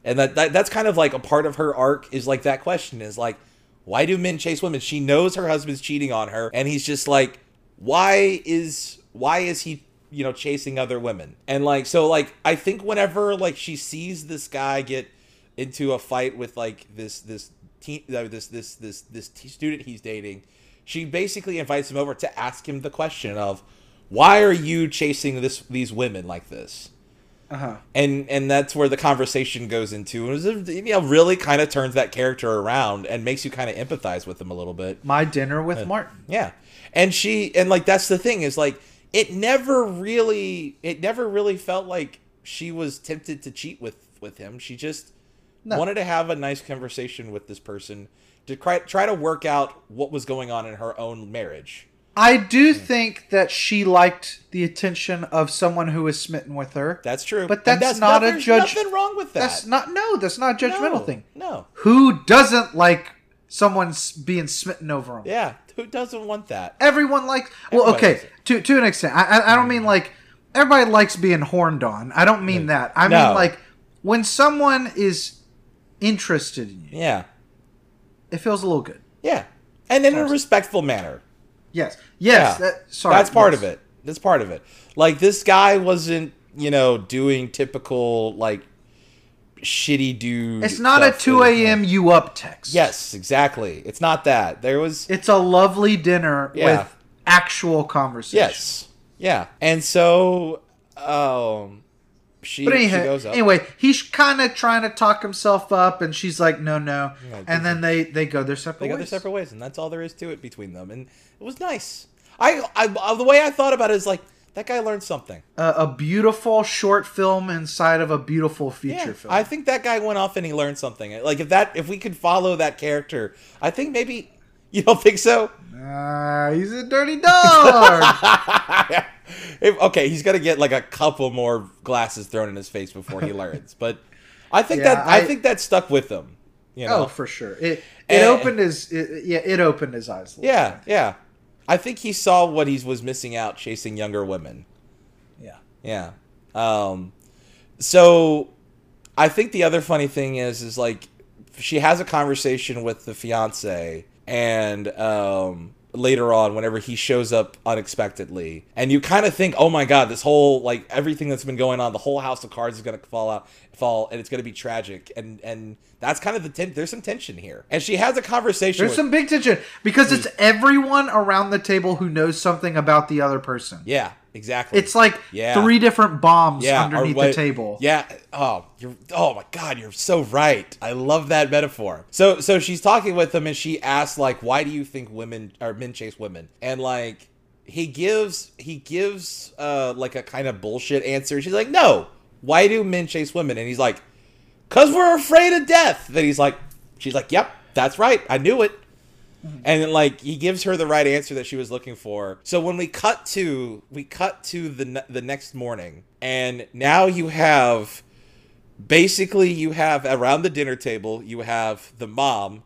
Speaker 2: And that, that that's kind of like a part of her arc is like that question is like why do men chase women? She knows her husband's cheating on her and he's just like why is why is he you know chasing other women? And like so like I think whenever like she sees this guy get into a fight with like this this teen uh, this this this this t- student he's dating, she basically invites him over to ask him the question of why are you chasing this these women like this?
Speaker 1: Uh-huh.
Speaker 2: and and that's where the conversation goes into and it was, you know really kind of turns that character around and makes you kind of empathize with them a little bit
Speaker 1: My dinner
Speaker 2: Uh,
Speaker 1: with Martin.
Speaker 2: yeah and she and like that's the thing is like it never really it never really felt like she was tempted to cheat with with him she just wanted to have a nice conversation with this person to try, try to work out what was going on in her own marriage
Speaker 1: I do think that she liked the attention of someone who is smitten with her.
Speaker 2: that's true
Speaker 1: But
Speaker 2: And
Speaker 1: that's not
Speaker 2: no-
Speaker 1: a
Speaker 2: there's
Speaker 1: judge-
Speaker 2: nothing wrong with that
Speaker 1: That's not no, that's not a judgmental
Speaker 2: No,
Speaker 1: thing.
Speaker 2: no
Speaker 1: Who doesn't like someone s- being smitten over them?
Speaker 2: yeah who doesn't want that
Speaker 1: Everyone likes. Well,
Speaker 2: Everybody
Speaker 1: okay,
Speaker 2: likes it. Mm.
Speaker 1: to to an extent. I I, I don't mean like everybody likes being horned on. I don't mean that. I
Speaker 2: No.
Speaker 1: mean like when someone is interested in you,
Speaker 2: Yeah.
Speaker 1: it feels a little good.
Speaker 2: Yeah. And in a respectful manner.
Speaker 1: Yes, yes.
Speaker 2: yeah.
Speaker 1: That, sorry,
Speaker 2: That's part
Speaker 1: yes.
Speaker 2: of it. That's part of it. Like this guy wasn't, you know, doing typical like shitty dude.
Speaker 1: It's not a
Speaker 2: stuff
Speaker 1: two
Speaker 2: that-
Speaker 1: a.m. you up text.
Speaker 2: Yes, exactly. It's not that. There was
Speaker 1: it's a lovely dinner
Speaker 2: Yeah.
Speaker 1: with actual conversation.
Speaker 2: Yes. Yeah. And so um she,
Speaker 1: But
Speaker 2: she
Speaker 1: anyhow,
Speaker 2: goes up.
Speaker 1: anyway, he's kind of trying to talk himself up, and she's like, "No, no,"
Speaker 2: Yeah,
Speaker 1: and then they they go their separate
Speaker 2: They go
Speaker 1: ways.
Speaker 2: their separate ways, and that's all there is to it between them. And it was nice. I, I, I- the way I thought about it is like that guy learned something.
Speaker 1: Uh, a beautiful short film inside of a beautiful feature
Speaker 2: yeah,
Speaker 1: film.
Speaker 2: I think that guy went off and he learned something. Like if that, if we could follow that character, I think maybe you don't think so.
Speaker 1: Ah, he's a dirty dog.
Speaker 2: If- okay, he's got to get like a couple more glasses thrown in his face before he learns. But I think
Speaker 1: Yeah,
Speaker 2: that I,
Speaker 1: I-
Speaker 2: think that stuck with him. You
Speaker 1: oh,
Speaker 2: know?
Speaker 1: for sure. It it
Speaker 2: Eh.
Speaker 1: opened his it, yeah it opened his eyes. A little
Speaker 2: yeah, yeah. I think he saw what he was missing out chasing younger women.
Speaker 1: yeah.
Speaker 2: Yeah. Um, so I think the other funny thing is, is like she has a conversation with the fiance, and um, later on, whenever he shows up unexpectedly, and you kind of think, oh my god, this whole like everything that's been going on, the whole house of cards is gonna fall out, fall, and it's gonna be tragic, and and that's kind of the ten- there's some tension here, and she has a conversation.
Speaker 1: There's
Speaker 2: with-
Speaker 1: some big tension because it's everyone around the table who knows something about the other person.
Speaker 2: yeah, exactly.
Speaker 1: It's like
Speaker 2: Yeah.
Speaker 1: three different bombs
Speaker 2: or
Speaker 1: underneath the
Speaker 2: what-
Speaker 1: table.
Speaker 2: Yeah. Oh, you're. Oh my God, you're so right. I love that metaphor. So, so she's talking with him, and she asks, like, why do you think women or men chase women? And like, he gives he gives uh like a kind of bullshit answer. She's like, no, why do men chase women? And he's like, cause we're afraid of death. Then he's like, she's like, yep, that's right. I knew it. And then, like he gives her the right answer that she was looking for. So when we cut to we cut to the ne- the next morning, and now you have basically you have around the dinner table you have the mom,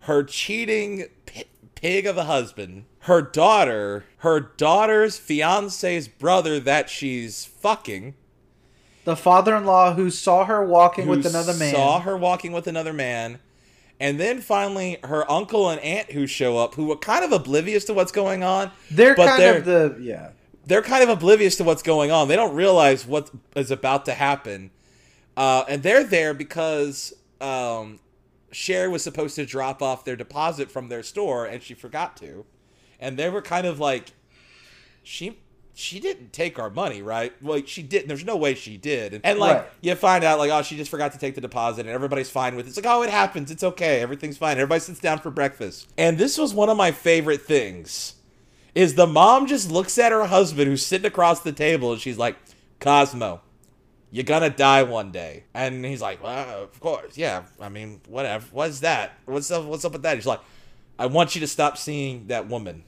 Speaker 2: her cheating pi- pig of a husband, her daughter, her daughter's fiance's brother that she's fucking,
Speaker 1: The father-in-law who saw her walking
Speaker 2: who
Speaker 1: with another man.
Speaker 2: Saw her walking with another man. And then finally, her uncle and aunt who show up, who are kind of oblivious to what's going on.
Speaker 1: They're
Speaker 2: but
Speaker 1: kind
Speaker 2: they're,
Speaker 1: of the yeah.
Speaker 2: they're kind of oblivious to what's going on. They don't realize what is about to happen. Uh, and they're there because um, Cher was supposed to drop off their deposit from their store, and she forgot to. And they were kind of like, she she didn't take our money, right? Like she didn't. There's no way she did. And, and, like
Speaker 1: Right.
Speaker 2: you find out, like oh, she just forgot to take the deposit, and everybody's fine with it. It's like oh, it happens. It's okay. Everything's fine. Everybody sits down for breakfast. And this was one of my favorite things is the mom just looks at her husband who's sitting across the table and she's like, Cosmo, you're gonna die one day. And he's like, well, of course, yeah. I mean, whatever. What's that? What's up? What's up with that? He's like, I want you to stop seeing that woman.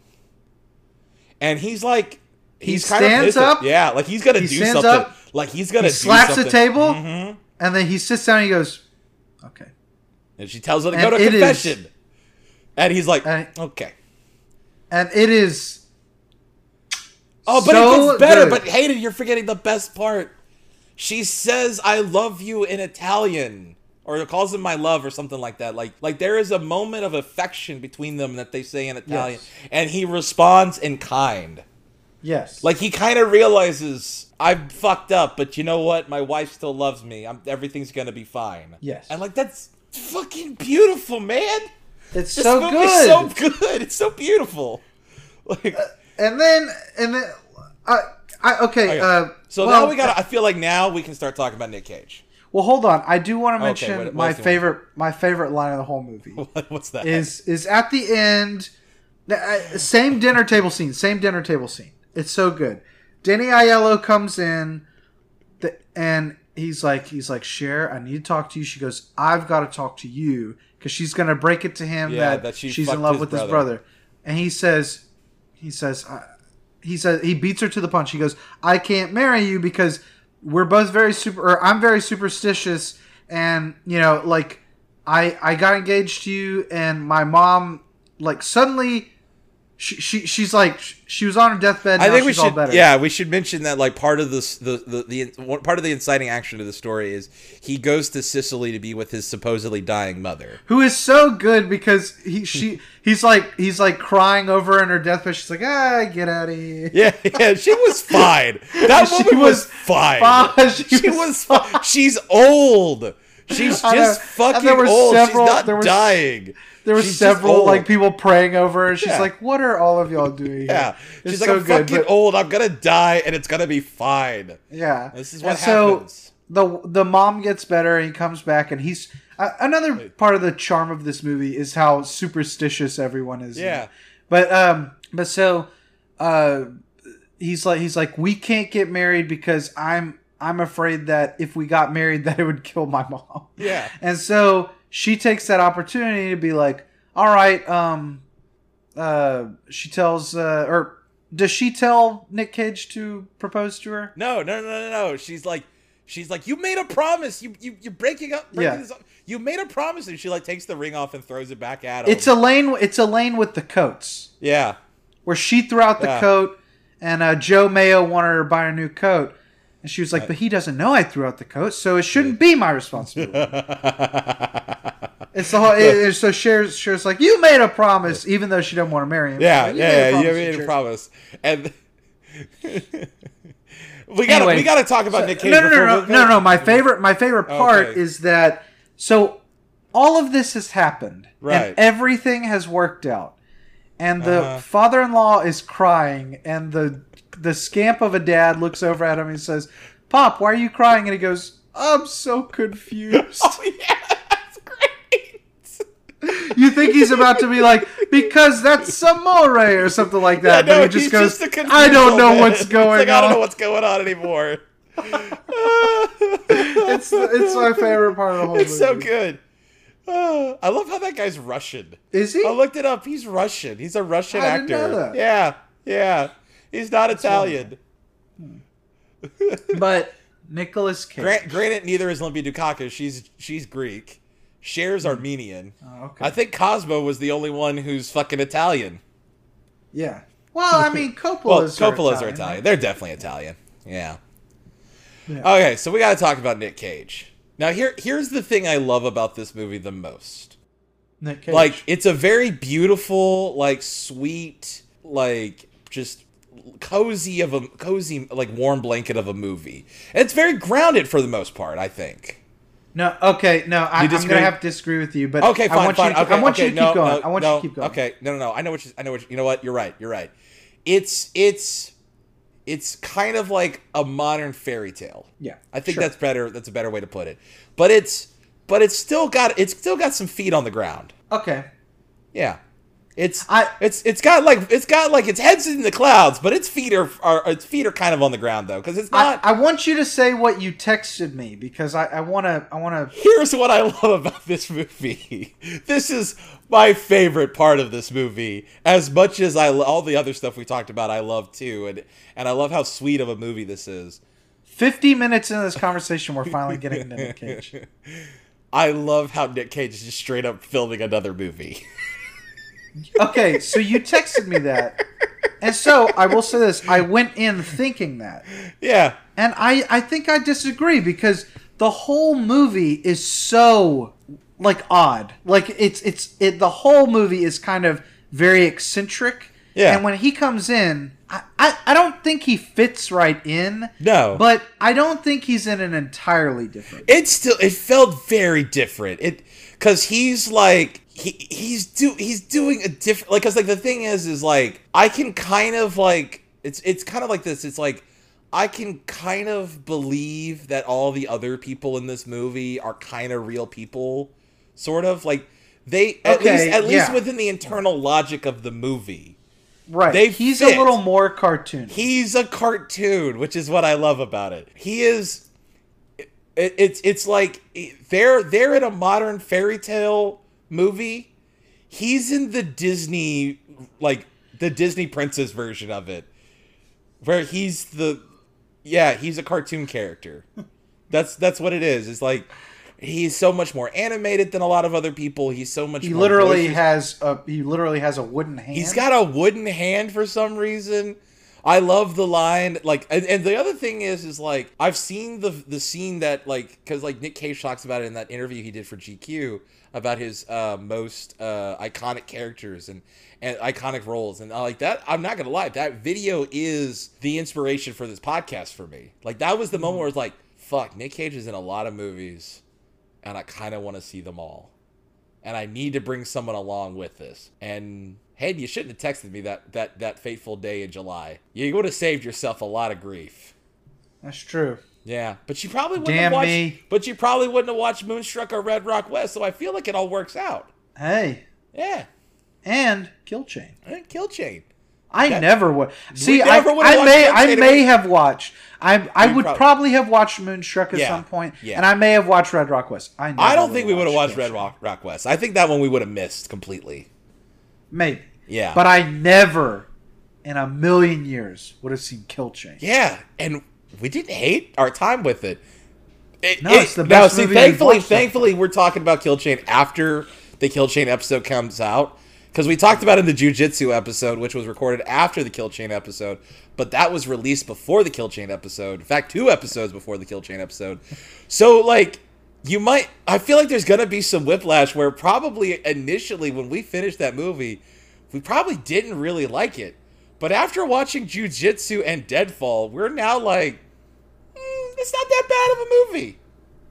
Speaker 2: And he's like, he's kind
Speaker 1: stands
Speaker 2: of pissed at-
Speaker 1: up.
Speaker 2: Yeah, like he's gonna
Speaker 1: He
Speaker 2: do
Speaker 1: stands
Speaker 2: something.
Speaker 1: up.
Speaker 2: Like he's gonna
Speaker 1: He
Speaker 2: do
Speaker 1: slaps the
Speaker 2: something. Mm-hmm.
Speaker 1: table, and then he sits down and he goes, "Okay."
Speaker 2: and she tells him to
Speaker 1: And
Speaker 2: go to
Speaker 1: it is-
Speaker 2: confession. and he's like,
Speaker 1: And-
Speaker 2: okay.
Speaker 1: And it is
Speaker 2: Oh, but it
Speaker 1: So
Speaker 2: gets better.
Speaker 1: good.
Speaker 2: But Hayden, you're forgetting the best part. She says "I love you" in Italian, or calls him "my love" or something like that. Like, like there is a moment of affection between them that they say in Italian, and he responds in kind.
Speaker 1: yes,
Speaker 2: Like he kind of realizes I'm fucked up, but you know what? My wife still loves me. I'm, everything's gonna be fine.
Speaker 1: Yes.
Speaker 2: and like that's fucking beautiful, man.
Speaker 1: it's
Speaker 2: This
Speaker 1: so
Speaker 2: movie's
Speaker 1: good. Uh,
Speaker 2: so good. It's so beautiful. Like.
Speaker 1: and then and then I I okay.
Speaker 2: Okay.
Speaker 1: Uh,
Speaker 2: Oh, so
Speaker 1: well,
Speaker 2: now we got. to I feel like now we can start talking about Nick Cage.
Speaker 1: Well, hold on. I do want to mention
Speaker 2: what- what
Speaker 1: my
Speaker 2: else do you want?
Speaker 1: favorite my favorite line of the whole movie.
Speaker 2: What's that?
Speaker 1: is is at the end uh, same dinner table scene same dinner table scene it's so good denny Aiello comes in the, and he's like he's like Cher I need to talk to you she goes I've got to talk to you because she's gonna break it to him
Speaker 2: Yeah,
Speaker 1: that,
Speaker 2: that she
Speaker 1: she's
Speaker 2: fucked
Speaker 1: in love
Speaker 2: his
Speaker 1: with his
Speaker 2: brother.
Speaker 1: brother and he says he says I, he says he beats her to the punch. He goes, "I can't marry you because we're both very super. Or I'm very superstitious, and you know, like I I got engaged to you, and my mom like suddenly she, she she's like sh- she was on her deathbed.
Speaker 2: I
Speaker 1: now
Speaker 2: think we
Speaker 1: she's all
Speaker 2: should.
Speaker 1: better.
Speaker 2: Yeah, we should mention that like part of this, the the the one, part of the inciting action to the story is he goes to Sicily to be with his supposedly dying mother.
Speaker 1: Who is so good because he she he's like he's like crying over in her deathbed. She's like, ah, get out of here.
Speaker 2: Yeah, yeah, she was fine. That
Speaker 1: She
Speaker 2: woman was,
Speaker 1: was
Speaker 2: fine.
Speaker 1: fine.
Speaker 2: She,
Speaker 1: She
Speaker 2: was
Speaker 1: was
Speaker 2: fine. She's old. She's
Speaker 1: I know.
Speaker 2: just
Speaker 1: And
Speaker 2: fucking
Speaker 1: there were
Speaker 2: old.
Speaker 1: several-
Speaker 2: She's not
Speaker 1: there were s-
Speaker 2: dying.
Speaker 1: There were
Speaker 2: She's just
Speaker 1: several
Speaker 2: old.
Speaker 1: like people praying over her. She's
Speaker 2: Yeah.
Speaker 1: like, "What are all of y'all doing?" here?"
Speaker 2: Yeah,
Speaker 1: It's
Speaker 2: she's like
Speaker 1: so
Speaker 2: I'm
Speaker 1: good,
Speaker 2: fucking
Speaker 1: but-
Speaker 2: old. I'm gonna die, and it's gonna be fine.
Speaker 1: Yeah,
Speaker 2: This is
Speaker 1: And
Speaker 2: what
Speaker 1: so
Speaker 2: happens.
Speaker 1: the the mom gets better. He comes back, and he's uh, another part of the charm of this movie is how superstitious everyone is.
Speaker 2: Yeah.
Speaker 1: but um, but so uh, he's like he's like we can't get married because I'm I'm afraid that if we got married that it would kill my mom.
Speaker 2: Yeah,
Speaker 1: And so she takes that opportunity to be like, all right, um, uh, she tells, uh, or does she tell Nick Cage to propose to her?
Speaker 2: no, no, no, no, no. She's like, she's like, you made a promise. You, you, you're breaking up. Breaking
Speaker 1: Yeah.
Speaker 2: this up. You made a promise, and she like takes the ring off and throws it back at him.
Speaker 1: It's Elaine. It's Elaine with the coats,
Speaker 2: yeah,
Speaker 1: where she threw out the
Speaker 2: Yeah.
Speaker 1: coat, and uh, Joe Mayo wanted her to buy a new coat, and she was like, "But he doesn't know I threw out the coat, so it shouldn't be my responsibility." it's the whole. It, it- so Cher's, Cher's like, "You made a promise, even though she didn't want to marry him."
Speaker 2: yeah,
Speaker 1: Like, "You
Speaker 2: yeah. yeah you
Speaker 1: to
Speaker 2: made a
Speaker 1: Cher."
Speaker 2: promise, and. We gotta,
Speaker 1: Anyway,
Speaker 2: we gotta talk about Nick Cage.
Speaker 1: no, no, no,
Speaker 2: before
Speaker 1: no,
Speaker 2: we go.
Speaker 1: no, no. My favorite, my favorite part
Speaker 2: Okay.
Speaker 1: is that so all of this has happened,
Speaker 2: Right.
Speaker 1: And everything has worked out, and the
Speaker 2: Uh-huh.
Speaker 1: father-in-law is crying, and the the scamp of a dad looks over at him and says, "Pop, why are you crying?" And he goes, "I'm so confused."
Speaker 2: Oh,
Speaker 1: you think he's about to be like because that's Samore or something like that,
Speaker 2: Yeah, no,
Speaker 1: but he just
Speaker 2: he's
Speaker 1: goes,
Speaker 2: a confused
Speaker 1: "I don't
Speaker 2: old
Speaker 1: know
Speaker 2: man."
Speaker 1: what's
Speaker 2: It's
Speaker 1: going
Speaker 2: like,
Speaker 1: on."
Speaker 2: I don't know what's going on anymore.
Speaker 1: it's it's my favorite part of the whole
Speaker 2: It's so
Speaker 1: movie.
Speaker 2: good. Uh, I love how that guy's Russian.
Speaker 1: Is he?
Speaker 2: I looked it up. He's Russian. He's a Russian
Speaker 1: I
Speaker 2: actor.
Speaker 1: didn't know that.
Speaker 2: Yeah, yeah. He's not Italian.
Speaker 1: but Nicholas Cage.
Speaker 2: Grant, granted, neither is Olympia Dukakis. She's she's Greek. Shares Armenian.
Speaker 1: Oh, okay.
Speaker 2: I think Cosmo was the only one who's fucking Italian.
Speaker 1: yeah. Well, I mean, Coppola's
Speaker 2: Well,
Speaker 1: are
Speaker 2: Coppola's are Italian.
Speaker 1: Italian.
Speaker 2: They're definitely Italian. Yeah.
Speaker 1: Yeah.
Speaker 2: Okay, so we got to talk about Nick Cage. Now here here's the thing I love about this movie the most.
Speaker 1: Nick Cage.
Speaker 2: Like it's a very beautiful, like sweet, like just cozy of a cozy like warm blanket of a movie. And it's very grounded for the most part, I think.
Speaker 1: no, okay, no, I, I'm
Speaker 2: disagree?
Speaker 1: gonna have to disagree with you, but
Speaker 2: Okay, fine,
Speaker 1: I want
Speaker 2: fine.
Speaker 1: you to,
Speaker 2: okay,
Speaker 1: I want
Speaker 2: okay,
Speaker 1: you to
Speaker 2: no,
Speaker 1: keep going.
Speaker 2: No,
Speaker 1: I want you
Speaker 2: no,
Speaker 1: to keep going.
Speaker 2: Okay, no, no, no. I know what you, I know what you, you know. What you're right. You're right. It's it's it's kind of like a modern fairy tale.
Speaker 1: Yeah,
Speaker 2: I think
Speaker 1: sure.
Speaker 2: that's better. That's a better way to put it. But it's but it's still got it's still got some feet on the ground.
Speaker 1: Okay,
Speaker 2: Yeah. It's
Speaker 1: I-
Speaker 2: it's it's got like it's got like its head's in the clouds, but its feet are, are its feet are kind of on the ground though, because it's
Speaker 1: I,
Speaker 2: not.
Speaker 1: I want you to say what you texted me because I, I wanna, I wanna.
Speaker 2: Here's what I love about this movie. This is my favorite part of this movie. As much as I lo- all the other stuff we talked about, I love too, and and I love how sweet of a movie this is.
Speaker 1: Fifty minutes into this conversation, we're finally getting to Nick Cage.
Speaker 2: I love how Nick Cage is just straight up filming another movie.
Speaker 1: Okay, so you texted me that, and so I will say this: I went in thinking that.
Speaker 2: yeah,
Speaker 1: And I, I think I disagree because the whole movie is so like odd. Like it's it's it the whole movie is kind of very eccentric.
Speaker 2: Yeah.
Speaker 1: And when he comes in, I, I, I don't think he fits right in.
Speaker 2: No.
Speaker 1: But I don't think he's in an entirely different
Speaker 2: it still it felt very different it because he's like he, he's do he's doing a different like because like the thing is is like i can kind of like it's it's kind of like this it's like i can kind of believe that all the other people in this movie are kind of real people sort of like they at
Speaker 1: Okay,
Speaker 2: least at least
Speaker 1: yeah.
Speaker 2: within the internal logic of the movie
Speaker 1: Right.
Speaker 2: They
Speaker 1: he's
Speaker 2: fit.
Speaker 1: a little more cartoon.
Speaker 2: He's a cartoon, which is what I love about it. He is. It, it's it's like they're they're in a modern fairy tale movie. He's in the Disney like the Disney princess version of it, where he's the yeah he's a cartoon character. That's that's what it is. It's like he's so much more animated than a lot of other people. He's so much
Speaker 1: he
Speaker 2: more
Speaker 1: literally
Speaker 2: has.
Speaker 1: has a he literally has a wooden hand.
Speaker 2: He's got a wooden hand for some reason. I love the line, like, and, and the other thing is, is like, I've seen the the scene that, like, because like Nick Cage talks about it in that interview he did for GQ about his uh, most uh, iconic characters and and iconic roles, and I like that. I'm not gonna lie, that video is the inspiration for this podcast for me. Like, that was the moment where it's like, fuck, Nick Cage is in a lot of movies. and I kind of want to see them all. And I need to bring someone along with this. And hey, you shouldn't have texted me that that that fateful day in July. You would have saved yourself a lot of grief.
Speaker 1: That's true.
Speaker 2: Yeah, but you probably wouldn't
Speaker 1: Damn
Speaker 2: have watched.
Speaker 1: me.
Speaker 2: But you probably wouldn't have watched Moonstruck or Red Rock West. So I feel like it all works out.
Speaker 1: Hey,
Speaker 2: Yeah,
Speaker 1: and Kill Chain.
Speaker 2: and Kill Chain.
Speaker 1: I
Speaker 2: That-
Speaker 1: never would. See,
Speaker 2: never
Speaker 1: I,
Speaker 2: would've
Speaker 1: I
Speaker 2: watched
Speaker 1: may,
Speaker 2: Kill
Speaker 1: I
Speaker 2: Chain
Speaker 1: may
Speaker 2: if-
Speaker 1: have watched. I, I
Speaker 2: You
Speaker 1: would
Speaker 2: prob-
Speaker 1: probably have watched Moonstruck at
Speaker 2: Yeah,
Speaker 1: some point,
Speaker 2: yeah.
Speaker 1: and I may have watched Red Rock West. I, never
Speaker 2: I don't think we would have watched
Speaker 1: Kill
Speaker 2: Red
Speaker 1: Chain.
Speaker 2: Rock, Rock West. I think that one we would have missed completely.
Speaker 1: Maybe.
Speaker 2: Yeah.
Speaker 1: But I never, in a million years, would have seen Kill Chain.
Speaker 2: Yeah, and we didn't hate our time with it. It-
Speaker 1: No, it's the
Speaker 2: now,
Speaker 1: best
Speaker 2: see,
Speaker 1: movie we've
Speaker 2: thankfully,
Speaker 1: watched so far.
Speaker 2: thankfully, we're talking about Kill Chain after the Kill Chain episode comes out because we talked about it in the Jujitsu episode, which was recorded after the Kill Chain episode, but that was released before the Kill Chain episode. In fact, two episodes before the Kill Chain episode. So, like, you might. I feel like there's gonna be some whiplash where probably initially when we finished that movie, we probably didn't really like it. But after watching Jujitsu and Deadfall, we're now like, "Mm, it's not that bad of a movie.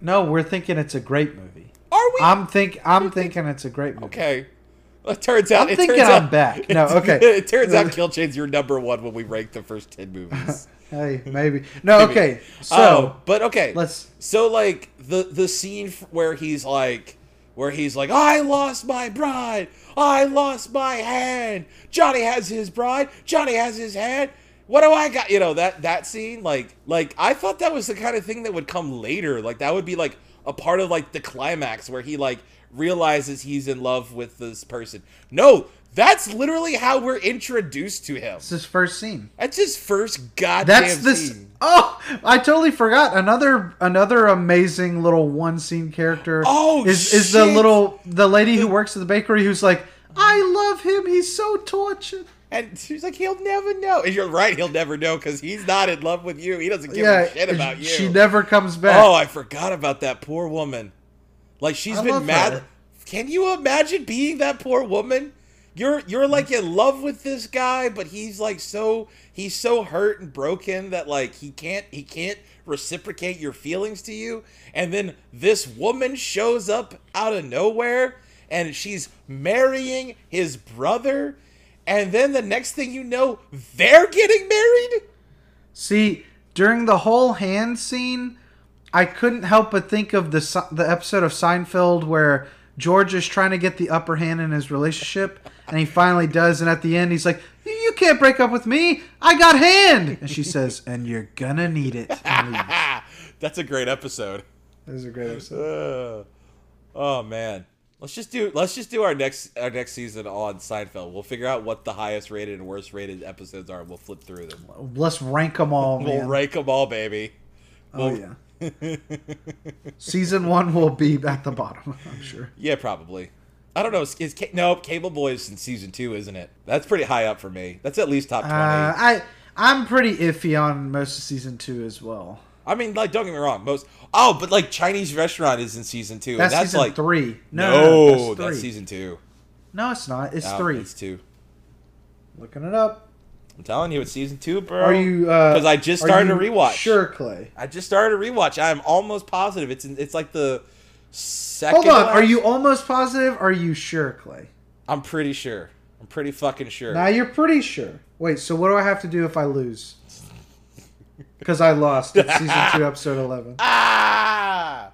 Speaker 1: No, we're thinking it's a great movie.
Speaker 2: Are we?
Speaker 1: I'm think I'm thinking it's a great movie.
Speaker 2: okay. Well, it turns out.
Speaker 1: I'm
Speaker 2: it
Speaker 1: thinking
Speaker 2: turns
Speaker 1: I'm
Speaker 2: out,
Speaker 1: back. No, okay.
Speaker 2: it turns out Kill Chain's your number one when we rank the first ten movies.
Speaker 1: Hey, maybe. No,
Speaker 2: Maybe.
Speaker 1: okay. So
Speaker 2: Oh, but okay.
Speaker 1: let's-
Speaker 2: So like the the scene f- where he's like, where he's like, I lost my bride. I lost my hand. Johnny has his bride. Johnny has his hand. What do I got? You know that that scene. Like like I thought that was the kind of thing that would come later. Like that would be like a part of like the climax where he like realizes he's in love with this person. No, that's literally how we're introduced to him.
Speaker 1: it's his first scene.
Speaker 2: That's his first goddamn
Speaker 1: That's this.
Speaker 2: scene.
Speaker 1: Oh, I totally forgot another another amazing little one scene character.
Speaker 2: Oh,
Speaker 1: is is the
Speaker 2: shit.
Speaker 1: little the lady who works at the bakery who's like, I love him. He's so tortured.
Speaker 2: And she's like, he'll never know. And you're right, he'll never know because he's not in love with you. He doesn't give
Speaker 1: yeah,
Speaker 2: a shit about you.
Speaker 1: she never comes back.
Speaker 2: oh, I forgot about that poor woman. Like she's
Speaker 1: I love
Speaker 2: been mad.
Speaker 1: her.
Speaker 2: Can you imagine being that poor woman? You're you're like in love with this guy, but he's like so he's so hurt and broken that like he can't he can't reciprocate your feelings to you. And then this woman shows up out of nowhere and she's marrying his brother. And then the next thing you know, they're getting married?
Speaker 1: See, during the whole hand scene, I couldn't help but think of the Se- the episode of Seinfeld where George is trying to get the upper hand in his relationship, and he finally does. And at the end, he's like, "You can't break up with me. I got hand." And she says, "And you're gonna need it." And leaves.
Speaker 2: Ah, that's a great episode.
Speaker 1: That was a great episode.
Speaker 2: Uh, oh man, let's just do let's just do our next our next season on Seinfeld. We'll figure out what the highest rated and worst rated episodes are. and We'll flip through them.
Speaker 1: Let's rank them all,
Speaker 2: We'll
Speaker 1: man.
Speaker 2: rank them all, baby.
Speaker 1: oh yeah. Season one will be at the bottom, I'm sure.
Speaker 2: Yeah, probably. I don't know. Is, is Ca- no Cable Boys in season two, isn't it? That's pretty high up for me. That's at least top twenty.
Speaker 1: Uh, I I'm pretty iffy on most of season two as well.
Speaker 2: I mean, like, don't get me wrong. Most oh, but like Chinese Restaurant is in season two,
Speaker 1: That's,
Speaker 2: and that's
Speaker 1: season
Speaker 2: like
Speaker 1: three. No,
Speaker 2: No,
Speaker 1: no, no,
Speaker 2: that's,
Speaker 1: that's three.
Speaker 2: season two.
Speaker 1: No, it's not. It's
Speaker 2: No,
Speaker 1: three.
Speaker 2: It's two.
Speaker 1: Looking it up.
Speaker 2: I'm telling you, it's season two, bro.
Speaker 1: Are you? Because
Speaker 2: Because I just started a rewatch.
Speaker 1: Sure, Clay.
Speaker 2: I just started a rewatch. I'm almost positive it's in, it's like the second.
Speaker 1: Hold on.
Speaker 2: last-
Speaker 1: Are you almost positive? Are you sure, Clay?
Speaker 2: I'm pretty sure. I'm pretty fucking sure.
Speaker 1: Now you're pretty sure. Wait. So what do I have to do if I lose? Because I lost at season two, episode eleven.
Speaker 2: ah.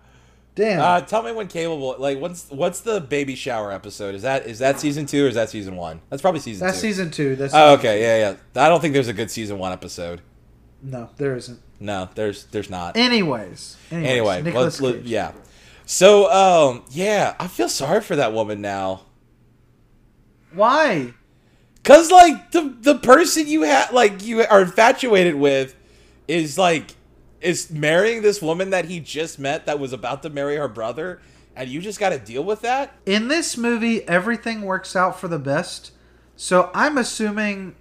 Speaker 1: Damn.
Speaker 2: Uh, tell me when Cable Boy like what's what's the baby shower episode? Is that is that season two or is that season one? That's probably season
Speaker 1: that's
Speaker 2: two.
Speaker 1: season two. That's
Speaker 2: Oh, okay, yeah, yeah. I don't think there's a good season one episode.
Speaker 1: no, there isn't.
Speaker 2: No, there's there's not.
Speaker 1: Anyways. Anyways.
Speaker 2: anyway,
Speaker 1: Nicholas
Speaker 2: let's look.
Speaker 1: Cage.
Speaker 2: Yeah. So um yeah, I feel sorry for that woman now.
Speaker 1: Why?
Speaker 2: Cause like the the person you have like you are infatuated with is like is marrying this woman that he just met that was about to marry her brother, and you just got to deal with that.
Speaker 1: In this movie, everything works out for the best. So I'm assuming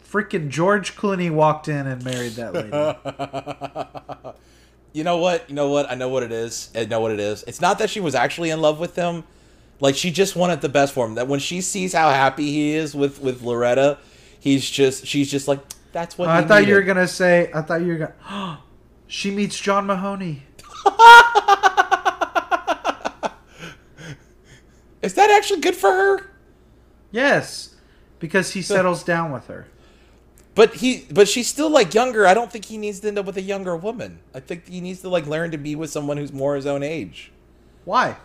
Speaker 1: freaking George Clooney walked in and married that lady.
Speaker 2: You know what? You know what? I know what it is. I know what it is. It's not that she was actually in love with him. Like she just wanted the best for him. That when she sees how happy he is with with Loretta, he's just she's just like that's what
Speaker 1: I
Speaker 2: he
Speaker 1: thought you were
Speaker 2: needed."
Speaker 1: gonna say. I thought you were gonna. she meets John Mahoney.
Speaker 2: Is that actually good for her?
Speaker 1: Yes, because he settles down with her.
Speaker 2: But he, but she's still like younger. I don't think he needs to end up with a younger woman. I think he needs to like learn to be with someone who's more his own age.
Speaker 1: Why?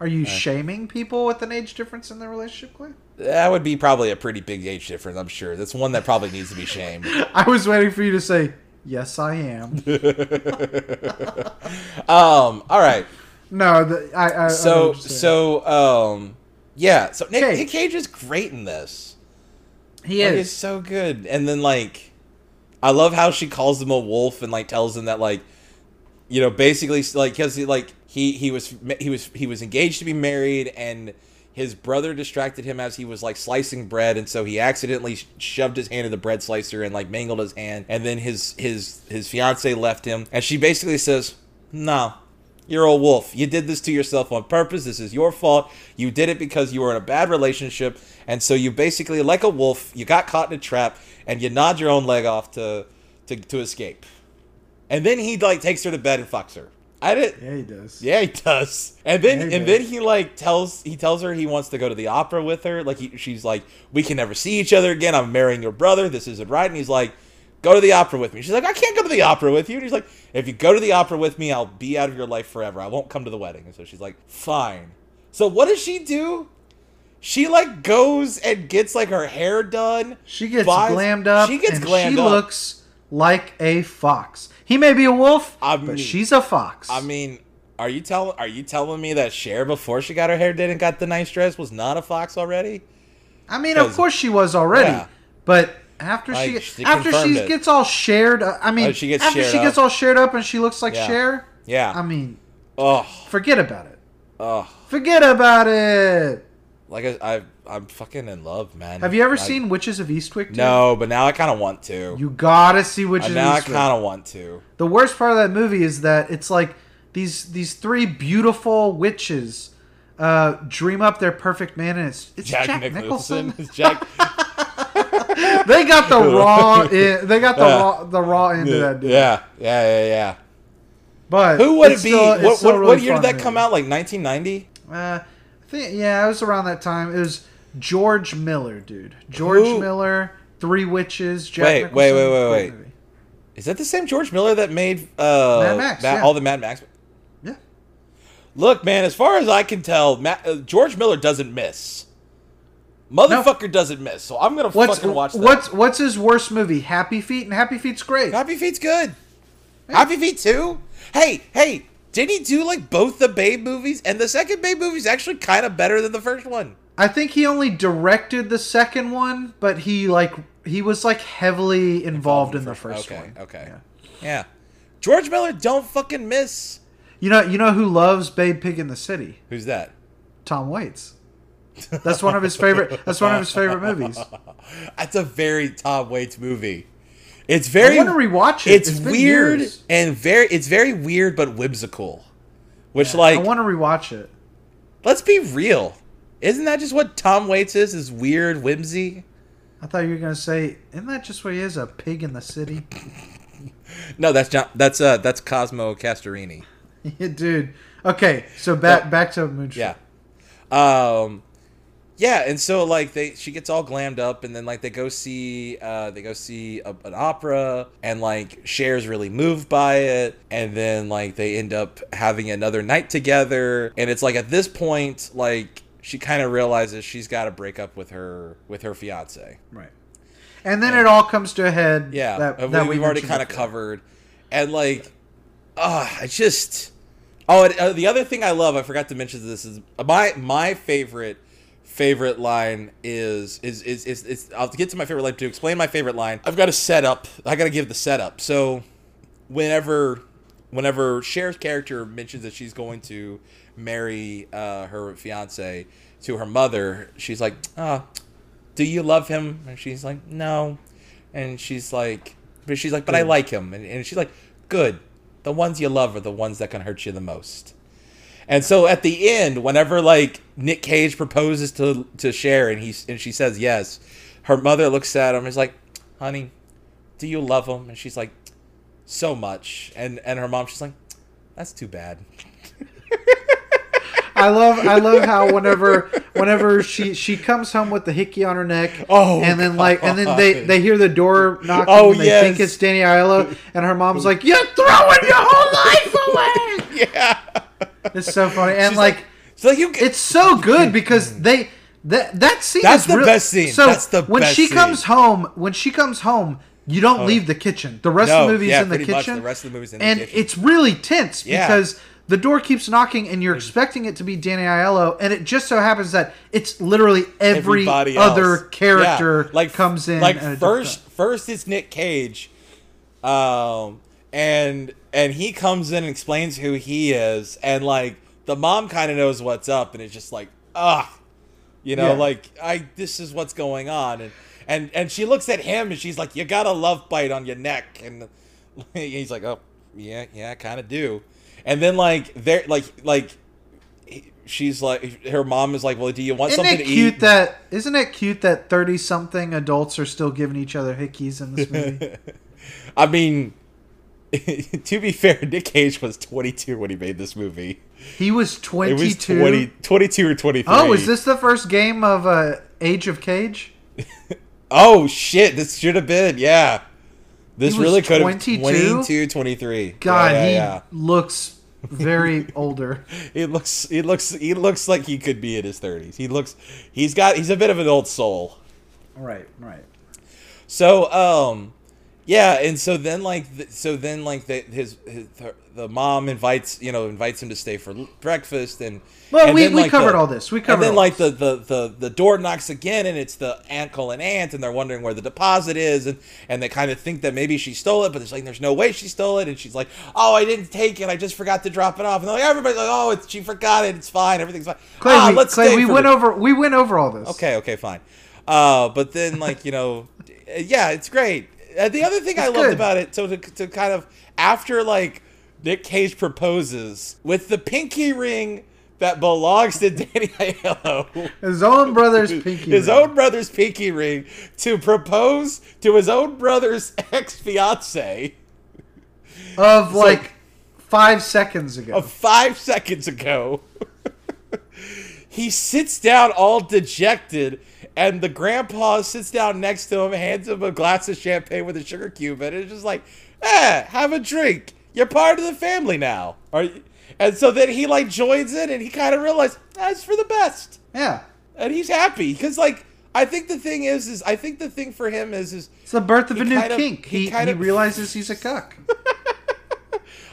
Speaker 1: Are you
Speaker 2: Uh.
Speaker 1: shaming people with an age difference in their relationship, Clay?
Speaker 2: That would be probably a pretty big age difference. I'm sure that's one that probably needs to be shamed.
Speaker 1: I was waiting for you to say, yes, I am.
Speaker 2: Um, all right.
Speaker 1: no, the, I, I- I. know
Speaker 2: So
Speaker 1: what you're saying.
Speaker 2: so um, yeah. So Nick,
Speaker 1: Cage.
Speaker 2: Nick Cage is great in this.
Speaker 1: He
Speaker 2: Like,
Speaker 1: is.
Speaker 2: it's so good. And then like, I love how she calls him a wolf and like tells him that like, you know, basically like because he like he he was he was he was engaged to be married and his brother distracted him as he was like slicing bread and so he accidentally sh- shoved his hand in the bread slicer and like mangled his hand and then his his his fiance left him and she basically says no you're a wolf. You did this to yourself on purpose. This is your fault. You did it because you were in a bad relationship. And so you basically, like a wolf, you got caught in a trap and you gnawed your own leg off to, to, to escape. And then he like takes her to bed and fucks her. I didn't.
Speaker 1: yeah, he does.
Speaker 2: Yeah, he does. And then
Speaker 1: Yeah, he
Speaker 2: and
Speaker 1: does.
Speaker 2: then he like tells he tells her he wants to go to the opera with her. Like he, she's like, we can never see each other again. I'm marrying your brother. This isn't right. And he's like, go to the opera with me. She's like, I can't go to the opera with you. And he's like, if you go to the opera with me, I'll be out of your life forever. I won't come to the wedding. And so she's like, fine. So what does she do? She like goes and gets like her hair done.
Speaker 1: She gets
Speaker 2: buys-
Speaker 1: glammed up.
Speaker 2: She gets
Speaker 1: and
Speaker 2: glammed
Speaker 1: She
Speaker 2: up.
Speaker 1: looks like a fox. He may be a wolf,
Speaker 2: I mean-
Speaker 1: but she's a fox.
Speaker 2: I mean, are you telling are you telling me that Cher before she got her hair done and got the nice dress was not a fox already?
Speaker 1: I mean, of
Speaker 2: 'Cause-
Speaker 1: course she was already,
Speaker 2: yeah.
Speaker 1: but after
Speaker 2: Like,
Speaker 1: she
Speaker 2: she
Speaker 1: after she
Speaker 2: confirmed it.
Speaker 1: gets all shared, uh, I mean,
Speaker 2: Oh, she gets
Speaker 1: after
Speaker 2: shared
Speaker 1: she gets
Speaker 2: up.
Speaker 1: all shared up and she looks like
Speaker 2: Yeah.
Speaker 1: Cher,
Speaker 2: Yeah.
Speaker 1: I mean,
Speaker 2: oh,
Speaker 1: forget about it.
Speaker 2: oh,
Speaker 1: Forget about it.
Speaker 2: like I, I I'm fucking in love, man.
Speaker 1: Have you ever
Speaker 2: I-
Speaker 1: seen Witches of Eastwick? dude?
Speaker 2: No, but now I kind of want to.
Speaker 1: You gotta see
Speaker 2: Uh,
Speaker 1: Witches
Speaker 2: now I
Speaker 1: of Eastwick.
Speaker 2: kind of want to.
Speaker 1: The worst part of that movie is that it's like these these three beautiful witches uh, dream up their perfect man, and it's, it's Jack, Nicholson.
Speaker 2: Jack.
Speaker 1: they got the raw. In, they got the
Speaker 2: Yeah.
Speaker 1: raw the raw end of
Speaker 2: yeah,
Speaker 1: that dude.
Speaker 2: yeah, yeah, yeah.
Speaker 1: But
Speaker 2: Who would it
Speaker 1: it's
Speaker 2: be?
Speaker 1: still- it's
Speaker 2: what
Speaker 1: still
Speaker 2: what,
Speaker 1: a
Speaker 2: what
Speaker 1: really
Speaker 2: year did
Speaker 1: fun
Speaker 2: that
Speaker 1: movie.
Speaker 2: come out? Like 1990.
Speaker 1: Uh, I think yeah, it was around that time. It was George Miller, dude. George
Speaker 2: Who-
Speaker 1: Miller, Three Witches. Jack
Speaker 2: Wait, wait,
Speaker 1: Nicholson.
Speaker 2: wait, wait,
Speaker 1: Great
Speaker 2: wait.
Speaker 1: movie.
Speaker 2: Is that the same George Miller that made uh,
Speaker 1: Mad Max,
Speaker 2: Ma-
Speaker 1: yeah.
Speaker 2: all the Mad Max?
Speaker 1: Yeah.
Speaker 2: Look, man. As far as I can tell, Ma- uh, George Miller doesn't miss. Motherfucker doesn't miss. So I'm gonna
Speaker 1: What's
Speaker 2: fucking watch that.
Speaker 1: what's what's his worst movie? Happy Feet, and Happy Feet's great.
Speaker 2: Happy Feet's good. Happy Feet 2? Hey, hey, did he do like both the Babe movies? And the second Babe movie's actually kind of better than the first one.
Speaker 1: I think he only directed the second one, but he like he was like heavily involved in the first
Speaker 2: okay,
Speaker 1: one.
Speaker 2: okay.
Speaker 1: Yeah.
Speaker 2: Yeah. George Miller, don't fucking miss.
Speaker 1: You know, you know who loves Babe Pig in the City?
Speaker 2: Who's that?
Speaker 1: Tom Waits. That's one of his favorite. That's one of his favorite movies.
Speaker 2: That's a very Tom Waits movie. It's
Speaker 1: I
Speaker 2: very
Speaker 1: want to rewatch it.
Speaker 2: It's,
Speaker 1: It's been
Speaker 2: weird
Speaker 1: years.
Speaker 2: and very it's very weird but whimsical. Which like
Speaker 1: I want to rewatch it.
Speaker 2: let's be real. Isn't that just what Tom Waits is? Is weird whimsy?
Speaker 1: I thought you were gonna say, "Isn't that just what he is? A pig in the city?"
Speaker 2: No, that's not that's uh that's Cosmo Castorini.
Speaker 1: yeah, dude. Okay, so back back to Moonshot.
Speaker 2: Yeah. Um yeah, and so like they she gets all glammed up and then like they go see uh they go see a, an opera and like Cher's really moved by it and then like they end up having another night together and it's like at this point like she kind of realizes she's got to break up with her with her fiance.
Speaker 1: right. And then it all comes to a head.
Speaker 2: Yeah,
Speaker 1: that,
Speaker 2: uh,
Speaker 1: that
Speaker 2: we,
Speaker 1: we
Speaker 2: have already
Speaker 1: mentioned
Speaker 2: kind of
Speaker 1: before.
Speaker 2: covered, and like, ah, I just. Oh, and, uh, the other thing I love, I forgot to mention this is my my favorite favorite line is is is is, is I'll get to my favorite line to explain my favorite line. I've got to set up. I got to give the setup. So, whenever whenever Cher's character mentions that she's going to marry uh, her fiance to her mother, she's like, ah, do you love him? And she's like, no. And she's like, but she's like, but I like him. And, and she's like, good. The ones you love are the ones that can hurt you the most. And so at the end, whenever like Nick Cage proposes to to Cher and he and she says yes, her mother looks at him and is like, honey, do you love him? And she's like, so much. And and her mom, she's like, that's too bad.
Speaker 1: I love I love how whenever whenever she she comes home with the hickey on her neck.
Speaker 2: Oh,
Speaker 1: and then like and then they
Speaker 2: God.
Speaker 1: they hear the door knocking.
Speaker 2: Oh,
Speaker 1: and they
Speaker 2: yes.
Speaker 1: think it's Danny Aiello, and her mom's like, "You're throwing your whole life away."
Speaker 2: yeah.
Speaker 1: It's so funny, and
Speaker 2: She's
Speaker 1: like,
Speaker 2: like, So like you
Speaker 1: it's so good because they. That, that scene
Speaker 2: That's
Speaker 1: is
Speaker 2: the
Speaker 1: real-
Speaker 2: best scene.
Speaker 1: So
Speaker 2: That's the
Speaker 1: when
Speaker 2: best
Speaker 1: she
Speaker 2: scene. Oh,
Speaker 1: comes home, when she comes home, you don't leave the kitchen. The rest
Speaker 2: No,
Speaker 1: of the movie's
Speaker 2: yeah,
Speaker 1: in the
Speaker 2: pretty much.
Speaker 1: kitchen.
Speaker 2: The rest of the movie's in the
Speaker 1: and
Speaker 2: kitchen.
Speaker 1: it's really tense
Speaker 2: Yeah.
Speaker 1: because the door keeps knocking, and you're expecting it to be Danny Aiello, and it just so happens that it's literally every
Speaker 2: everybody
Speaker 1: other
Speaker 2: else.
Speaker 1: character
Speaker 2: Yeah, like
Speaker 1: comes in.
Speaker 2: like
Speaker 1: at a
Speaker 2: first
Speaker 1: different-
Speaker 2: first it's Nick Cage um and and he comes in and explains who he is and like the mom kind of knows what's up and it's just like ah you know
Speaker 1: Yeah.
Speaker 2: like I this is what's going on and and and she looks at him and she's like you got a love bite on your neck and he's like oh yeah yeah I kind of do and then like they're like like he- she's like her mom is like well do you want
Speaker 1: Isn't
Speaker 2: something
Speaker 1: it
Speaker 2: to
Speaker 1: cute
Speaker 2: eat
Speaker 1: that? Isn't it cute that thirty something adults are still giving each other hickeys in this movie?
Speaker 2: I mean, to be fair, Nick Cage was 22 when he made this movie.
Speaker 1: He was
Speaker 2: It
Speaker 1: 22.
Speaker 2: was 20, 22 or 23.
Speaker 1: Oh, is this the first game of uh, Age of Cage?
Speaker 2: Oh, shit. This should have been. Yeah. This
Speaker 1: He was
Speaker 2: really could have
Speaker 1: 22?
Speaker 2: been 22, 23.
Speaker 1: God,
Speaker 2: yeah,
Speaker 1: he
Speaker 2: yeah,
Speaker 1: looks very older.
Speaker 2: yeah. He looks he looks he looks like he could be in his 30s. He looks he's got he's a bit of an old soul.
Speaker 1: Right, right.
Speaker 2: So um yeah, and so then like th- so then like the, his, his her, the mom invites, you know, invites him to stay for l- breakfast and
Speaker 1: Well,
Speaker 2: and
Speaker 1: we,
Speaker 2: then,
Speaker 1: we
Speaker 2: like,
Speaker 1: covered
Speaker 2: the-
Speaker 1: all this. We covered
Speaker 2: And then
Speaker 1: all
Speaker 2: like the, the the the door knocks again and it's the uncle and aunt and they're wondering where the deposit is and and they kind of think that maybe she stole it, but it's like there's no way she stole it and she's like, "Oh, I didn't take it. I just forgot to drop it off." And they're like everybody's like, "Oh, it's, she forgot it. It's fine. Everything's fine."
Speaker 1: Clay,
Speaker 2: ah,
Speaker 1: we,
Speaker 2: let's
Speaker 1: Clay,
Speaker 2: stay
Speaker 1: we
Speaker 2: for
Speaker 1: went
Speaker 2: the-
Speaker 1: over we went over all this.
Speaker 2: Okay, okay, fine. Uh, but then, like you know, yeah, it's great. Uh, the other thing I loved
Speaker 1: good.
Speaker 2: about it, so to, to kind of after like Nick Cage proposes with the pinky ring that belongs to Danny Aiello,
Speaker 1: His own brother's pinky.
Speaker 2: his
Speaker 1: ring.
Speaker 2: own brother's pinky ring, to propose to his own brother's ex fiance
Speaker 1: of like five seconds ago.
Speaker 2: of five seconds ago. he sits down all dejected, and the grandpa sits down next to him, hands him a glass of champagne with a sugar cube, and it's just like, eh, have a drink. You're part of the family now. Are you? And so then he like joins in, and he kind of realized that's for the best,
Speaker 1: yeah.
Speaker 2: and he's happy because like I think the thing is is I think the thing for him is is
Speaker 1: It's the birth of
Speaker 2: He
Speaker 1: a new
Speaker 2: kind of-
Speaker 1: kink.
Speaker 2: he
Speaker 1: He,
Speaker 2: kind
Speaker 1: he
Speaker 2: of-
Speaker 1: realizes he's a cuck.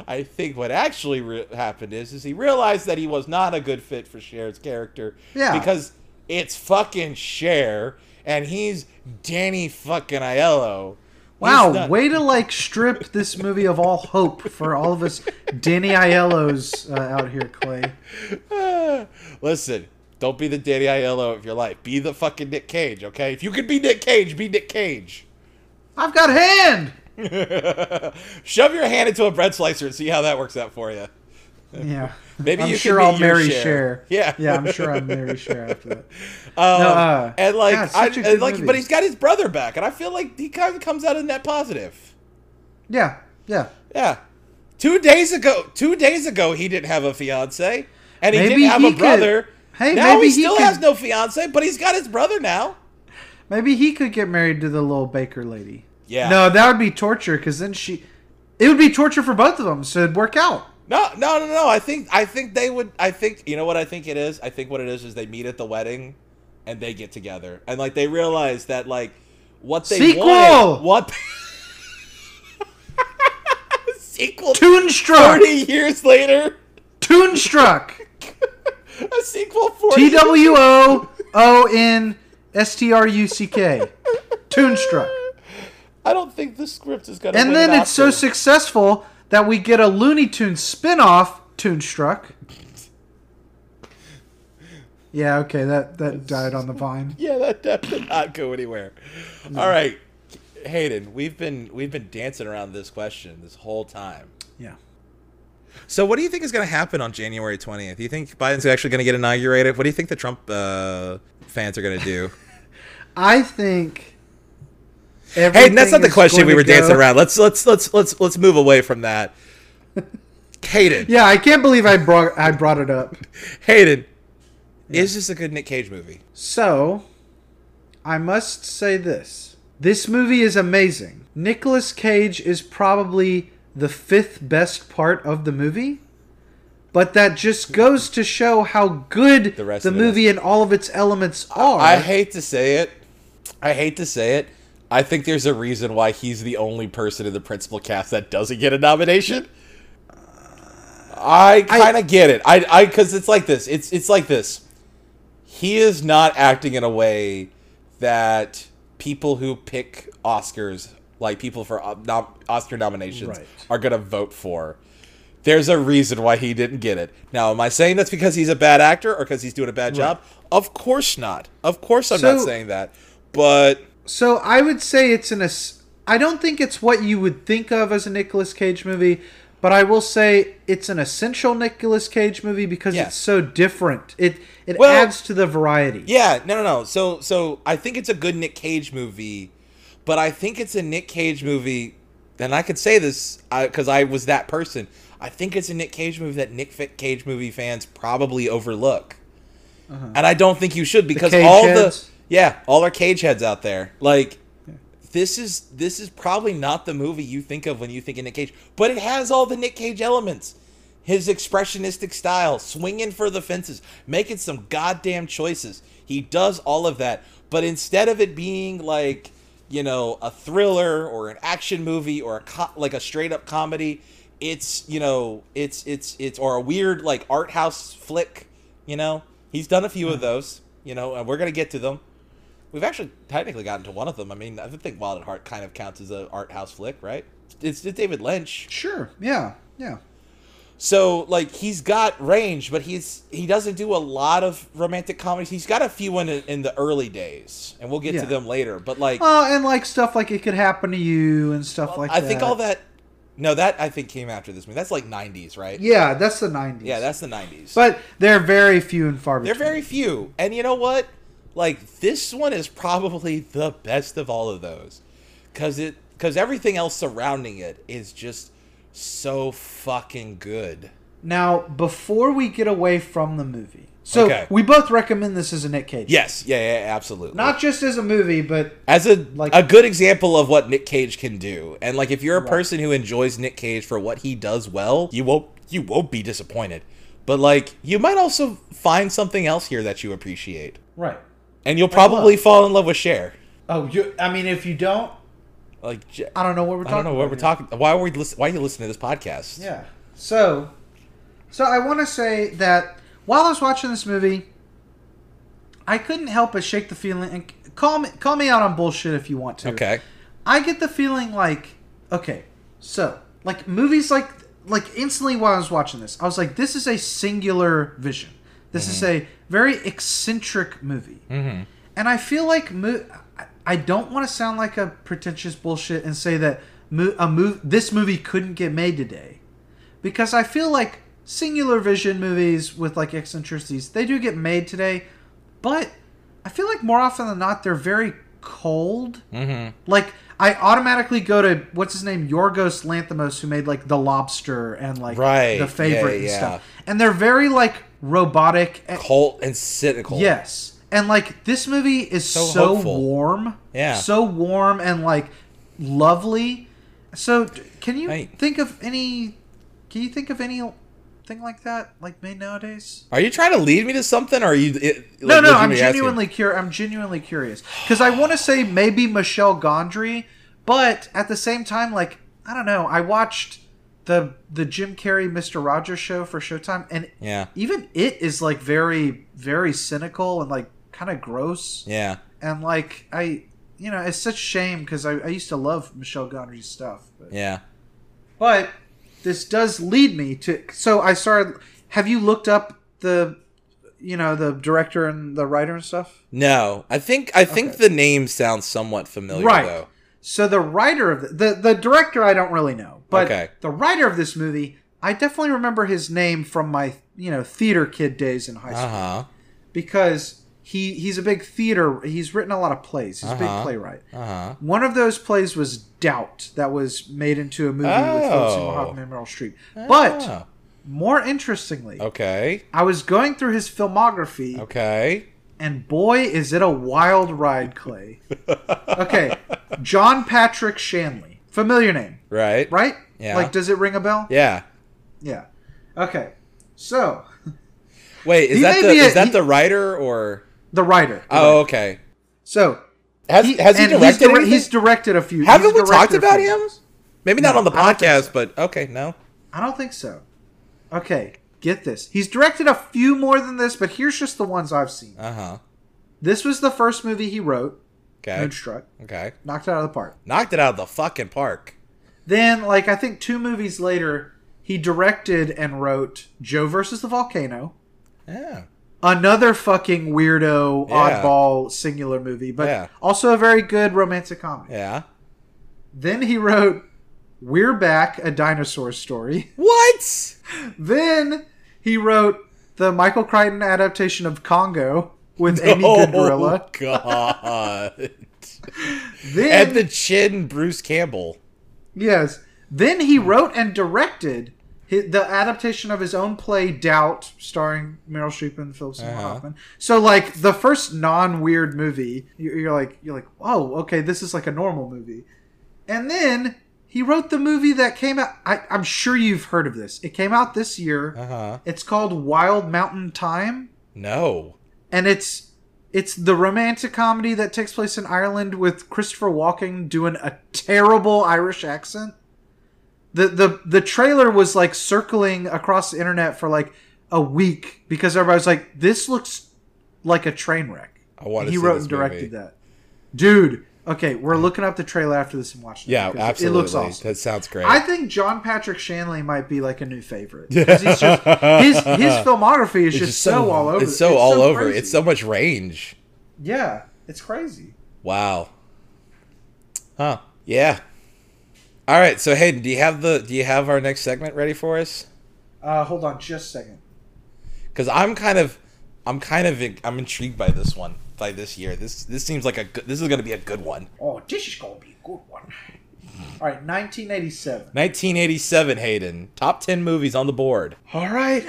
Speaker 2: I think what actually re- happened is is he realized that he was not a good fit for Cher's character.
Speaker 1: Yeah.
Speaker 2: Because it's fucking Cher, and he's Danny fucking Aiello.
Speaker 1: Wow,
Speaker 2: He's not-
Speaker 1: way to like strip this movie of all hope for all of us Danny Aiellos uh, out here, Clay.
Speaker 2: Ah. Listen, don't be the Danny Aiello of your life. Be the fucking Nick Cage, okay? If you could be Nick Cage, be Nick Cage.
Speaker 1: I've got hand.
Speaker 2: Shove your hand into a bread slicer and see how that works out for you.
Speaker 1: Yeah.
Speaker 2: Maybe
Speaker 1: I'm
Speaker 2: you
Speaker 1: sure
Speaker 2: could be
Speaker 1: I'll
Speaker 2: your
Speaker 1: marry
Speaker 2: Cher.
Speaker 1: Cher.
Speaker 2: Yeah.
Speaker 1: Yeah, I'm sure I'll marry Cher after that.
Speaker 2: Um,
Speaker 1: No, uh,
Speaker 2: and like,
Speaker 1: God,
Speaker 2: I,
Speaker 1: such a
Speaker 2: and
Speaker 1: good
Speaker 2: like,
Speaker 1: movie.
Speaker 2: but he's got his brother back, and I feel like he kind of comes out a net positive.
Speaker 1: Yeah, yeah.
Speaker 2: Yeah. Two days ago, two days ago, he didn't have a fiance, and he
Speaker 1: Maybe
Speaker 2: didn't have
Speaker 1: he
Speaker 2: a
Speaker 1: could-
Speaker 2: brother.
Speaker 1: Hey,
Speaker 2: now
Speaker 1: maybe
Speaker 2: he
Speaker 1: he
Speaker 2: still
Speaker 1: could-
Speaker 2: has no fiance, but he's got his brother now.
Speaker 1: Maybe he could get married to the little baker lady.
Speaker 2: Yeah.
Speaker 1: No, that would be torture because then she. It would be torture for both of them, so it'd work out.
Speaker 2: No, no, no, no. I think, I think they would. I think you know what I think it is. I think what it is is they meet at the wedding, and they get together, and like they realize that like what they
Speaker 1: Sequel!
Speaker 2: wanted, what sequel
Speaker 1: Toonstruck!
Speaker 2: thirty years later,
Speaker 1: Toonstruck!
Speaker 2: a sequel for
Speaker 1: T W O O N S T R U C K. Toonstruck.
Speaker 2: I don't think the script is gonna.
Speaker 1: And
Speaker 2: win
Speaker 1: then
Speaker 2: an
Speaker 1: it's so
Speaker 2: Oscar.
Speaker 1: successful that we get a Looney Tunes spin off, Toonstruck. Yeah, okay, that, that died on the vine.
Speaker 2: Yeah, that, that did not go anywhere. All right, Hayden, we've been we've been dancing around this question this whole time.
Speaker 1: Yeah.
Speaker 2: So, what do you think is going to happen on January twentieth? Do you think Biden's actually going to get inaugurated? What do you think the Trump uh, fans are going to do?
Speaker 1: I think.
Speaker 2: hey, that's not
Speaker 1: everything
Speaker 2: the
Speaker 1: is
Speaker 2: question
Speaker 1: going
Speaker 2: we
Speaker 1: to
Speaker 2: were dancing
Speaker 1: go-
Speaker 2: around. Let's let's let's let's let's move away from that.
Speaker 4: Hayden.
Speaker 1: Yeah, I can't believe I brought I brought it up.
Speaker 4: Hayden. Is this a good Nick Cage movie?
Speaker 1: So, I must say this. This movie is amazing. Nicolas Cage is probably the fifth best part of the movie, but that just goes to show how good the,
Speaker 2: rest of it
Speaker 1: movie and all of its elements are.
Speaker 2: I hate to say it. I hate to say it. I think there's a reason why he's the only person in the principal cast that doesn't get a nomination. I kind of get it. I I cuz it's like this. It's it's like this. He is not acting in a way that people who pick Oscars, like people for o- nom- Oscar nominations
Speaker 1: Right.
Speaker 2: are going to vote for. There's a reason why he didn't get it. Now, am I saying that's because he's a bad actor or because he's doing a bad job? Of course not. Of course I'm not
Speaker 1: So-
Speaker 2: saying that. But
Speaker 1: So I would say it's an. ass- I don't think it's what you would think of as a Nicolas Cage movie, but I will say it's an essential Nicolas Cage movie because
Speaker 2: Yeah.
Speaker 1: it's so different. It it
Speaker 2: Well-
Speaker 1: adds to the variety.
Speaker 2: yeah, no, no, no. So, so I think it's a good Nick Cage movie, but I think it's a Nick Cage movie. And I could say this because I was that person. I think it's a Nick Cage movie that Nick Fi- Cage movie fans probably overlook, and I don't think you should because
Speaker 1: Uh-huh. cage
Speaker 2: all
Speaker 1: heads?
Speaker 2: the yeah, all our cage heads out there, like this is this is probably not the movie you think of when you think of Nick Cage, but it has all the Nick Cage elements. His expressionistic style, swinging for the fences, making some goddamn choices. He does all of that, but instead of it being like, you know, a thriller or an action movie or a co- like a straight up comedy, it's, you know, it's it's it's or a weird like art house flick, you know. He's done a few of those, you know, and we're going to get to them. We've actually technically gotten to one of them. I mean, I think Wild at Heart kind of counts as a art house flick, right? It's, it's David Lynch.
Speaker 1: Sure. Yeah. Yeah.
Speaker 2: So like he's got range, but he's he doesn't do a lot of romantic comedies. He's got a few in in the early days, and we'll get
Speaker 1: Yeah.
Speaker 2: to them later. But like
Speaker 1: Well, and like stuff like it could happen to you and stuff like
Speaker 2: I
Speaker 1: that.
Speaker 2: think all that no, that I think came after this movie. That's like 90s, right?
Speaker 1: Yeah, that's the nineties.
Speaker 2: Yeah, that's the 90s.
Speaker 1: But they're very few and far
Speaker 2: They're
Speaker 1: between.
Speaker 2: very few. And you know what? Like this one is probably the best of all of those. Cuz it cuz everything else surrounding it is just so fucking good.
Speaker 1: Now, before we get away from the movie, so
Speaker 2: Okay.
Speaker 1: we both recommend this as a Nick Cage.
Speaker 2: Yes, yeah, yeah, absolutely.
Speaker 1: Not just as a movie, but
Speaker 2: as a
Speaker 1: like-
Speaker 2: a good example of what Nick Cage can do. And like if you're a person who enjoys Nick Cage for what he does well, you won't you won't be disappointed. But like you might also find something else here that you appreciate.
Speaker 1: right.
Speaker 2: And you'll probably fall in love with Cher.
Speaker 1: Oh, you. I mean, if you don't,
Speaker 2: Like J-
Speaker 1: I don't know what we're
Speaker 2: I
Speaker 1: talking.
Speaker 2: don't know what
Speaker 1: about
Speaker 2: we're
Speaker 1: here.
Speaker 2: talking. Why are we? Listen, why are you listening to this podcast?
Speaker 1: Yeah. So, so I want to say that while I was watching this movie, I couldn't help but shake the feeling. And call me, call me out on bullshit if you want to.
Speaker 2: Okay.
Speaker 1: I get the feeling like, okay, so like movies like like instantly while I was watching this, I was like, this is a singular vision. This is a very eccentric movie, mm-hmm. and I feel like mo- I- I don't want to sound like a pretentious bullshit and say that mo- a move this movie couldn't get made today, because I feel like singular vision movies with like eccentricities they do get made today, but I feel like more often than not they're very cold.
Speaker 2: Mm-hmm.
Speaker 1: Like I automatically go to what's his name Yorgos Lanthimos, who made like The Lobster and like
Speaker 2: Right.
Speaker 1: the favorite
Speaker 2: Yeah,
Speaker 1: and
Speaker 2: yeah.
Speaker 1: stuff, and they're very like robotic. and-
Speaker 2: Cold and cynical.
Speaker 1: yes, and like this movie is so,
Speaker 2: hopeful.
Speaker 1: warm,
Speaker 2: Yeah.
Speaker 1: so warm and like lovely. So d- can you
Speaker 2: Right.
Speaker 1: think of any? Can you think of any? Thing like that, like made nowadays.
Speaker 2: Are you trying to lead me to something, or are you? It,
Speaker 1: No,
Speaker 2: like,
Speaker 1: no, I'm
Speaker 2: legitimately
Speaker 1: genuinely
Speaker 2: asking?
Speaker 1: curious. I'm genuinely curious because I want to say maybe Michelle Gondry, but at the same time, like I don't know. I watched the the Jim Carrey Mister Rogers show for Showtime, and
Speaker 2: Yeah.
Speaker 1: even it is like very very cynical and like kind of gross,
Speaker 2: Yeah.
Speaker 1: and like I you know it's such a shame because I, I used to love Michelle Gondry's stuff, but,
Speaker 2: Yeah.
Speaker 1: but this does lead me to so I started. Have you looked up the you know the director and the writer and stuff?
Speaker 2: No, I think I think the name sounds somewhat familiar.
Speaker 1: Right.
Speaker 2: Though.
Speaker 1: So the writer of the, the the director, I don't really know, but
Speaker 2: Okay.
Speaker 1: the writer of this movie, I definitely remember his name from my you know theater kid days in high school
Speaker 2: Uh huh.
Speaker 1: because he he's a big theater. He's written a lot of plays. He's a big playwright.
Speaker 2: Uh huh.
Speaker 1: One of those plays was Doubt, that was made into a movie with Philip Seymour
Speaker 2: Oh. Ah.
Speaker 1: Hoffman and Meryl Streep. But More interestingly,
Speaker 2: Okay.
Speaker 1: I was going through his filmography,
Speaker 2: Okay.
Speaker 1: and boy, is it a wild ride, Clay. okay, John Patrick Shanley. Familiar name,
Speaker 2: Right.
Speaker 1: right?
Speaker 2: Yeah.
Speaker 1: Like, does it ring a bell?
Speaker 2: Yeah.
Speaker 1: Yeah. Okay, so
Speaker 2: Wait, is
Speaker 1: He
Speaker 2: that
Speaker 1: may
Speaker 2: the
Speaker 1: be a-
Speaker 2: is that
Speaker 1: he-
Speaker 2: the writer or?
Speaker 1: the writer. the
Speaker 2: Oh,
Speaker 1: writer.
Speaker 2: okay.
Speaker 1: So
Speaker 2: Has he, has he
Speaker 1: and he's
Speaker 2: directed?
Speaker 1: dir-
Speaker 2: anything?
Speaker 1: He's directed a few. he's
Speaker 2: Haven't we talked
Speaker 1: directed a
Speaker 2: about
Speaker 1: few.
Speaker 2: him? Maybe not
Speaker 1: No,
Speaker 2: on the
Speaker 1: I don't think
Speaker 2: podcast,
Speaker 1: so.
Speaker 2: but okay, no.
Speaker 1: I don't think so. Okay, get this. He's directed a few more than this, but here's just the ones I've seen.
Speaker 2: Uh huh.
Speaker 1: This was the first movie he wrote,
Speaker 2: Okay.
Speaker 1: Moonstruck.
Speaker 2: Okay.
Speaker 1: Knocked it out of the park.
Speaker 2: Knocked it out of the fucking park.
Speaker 1: Then, like, I think two movies later, he directed and wrote Joe versus the Volcano.
Speaker 2: Yeah.
Speaker 1: Another fucking weirdo,
Speaker 2: Yeah.
Speaker 1: oddball, singular movie, but
Speaker 2: Yeah.
Speaker 1: also a very good romantic comedy.
Speaker 2: Yeah.
Speaker 1: Then he wrote We're Back, a Dinosaur Story.
Speaker 2: What?
Speaker 1: Then he wrote the Michael Crichton adaptation of Congo with Amy Goodrilla.
Speaker 2: Oh, God.
Speaker 1: Then
Speaker 2: and the chin, Bruce Campbell.
Speaker 1: yes, then he wrote and directed hi the adaptation of his own play Doubt, starring Meryl Streep and Philip Seymour
Speaker 2: Uh-huh.
Speaker 1: Hoffman. So like the first non-weird movie, you- you're like you're like, oh, okay, this is like a normal movie. And then he wrote the movie that came out. I, I'm sure you've heard of this. It came out this year.
Speaker 2: Uh huh.
Speaker 1: It's called Wild Mountain Time.
Speaker 2: No.
Speaker 1: and it's it's the romantic comedy that takes place in Ireland with Christopher Walken doing a terrible Irish accent. The the the trailer was like circling across the internet for like a week because everybody was like, "This looks like a train wreck."
Speaker 2: I want to
Speaker 1: He
Speaker 2: see
Speaker 1: wrote
Speaker 2: this
Speaker 1: and directed
Speaker 2: movie.
Speaker 1: that, dude. Okay, we're looking up the trailer after this and watching. it
Speaker 2: Yeah,
Speaker 1: because
Speaker 2: absolutely.
Speaker 1: It looks awesome.
Speaker 2: That sounds great.
Speaker 1: I think John Patrick Shanley might be like a new favorite. 'Cause he's just- his his filmography is just, so, all over.
Speaker 2: It's so all over.
Speaker 1: crazy.
Speaker 2: It's so much range.
Speaker 1: yeah, it's crazy.
Speaker 2: Wow. Huh. Yeah. All right. So Hayden, do you have the do you have our next segment ready for us?
Speaker 1: Uh, hold on just a second.
Speaker 2: Because I'm kind of I'm kind of in- I'm intrigued by this one by this year. This this seems like a good, this is going to be a good one.
Speaker 1: Oh, this is going to be a good one. All right, 1987.
Speaker 2: 1987, Hayden. Top 10 movies on the board.
Speaker 1: All right.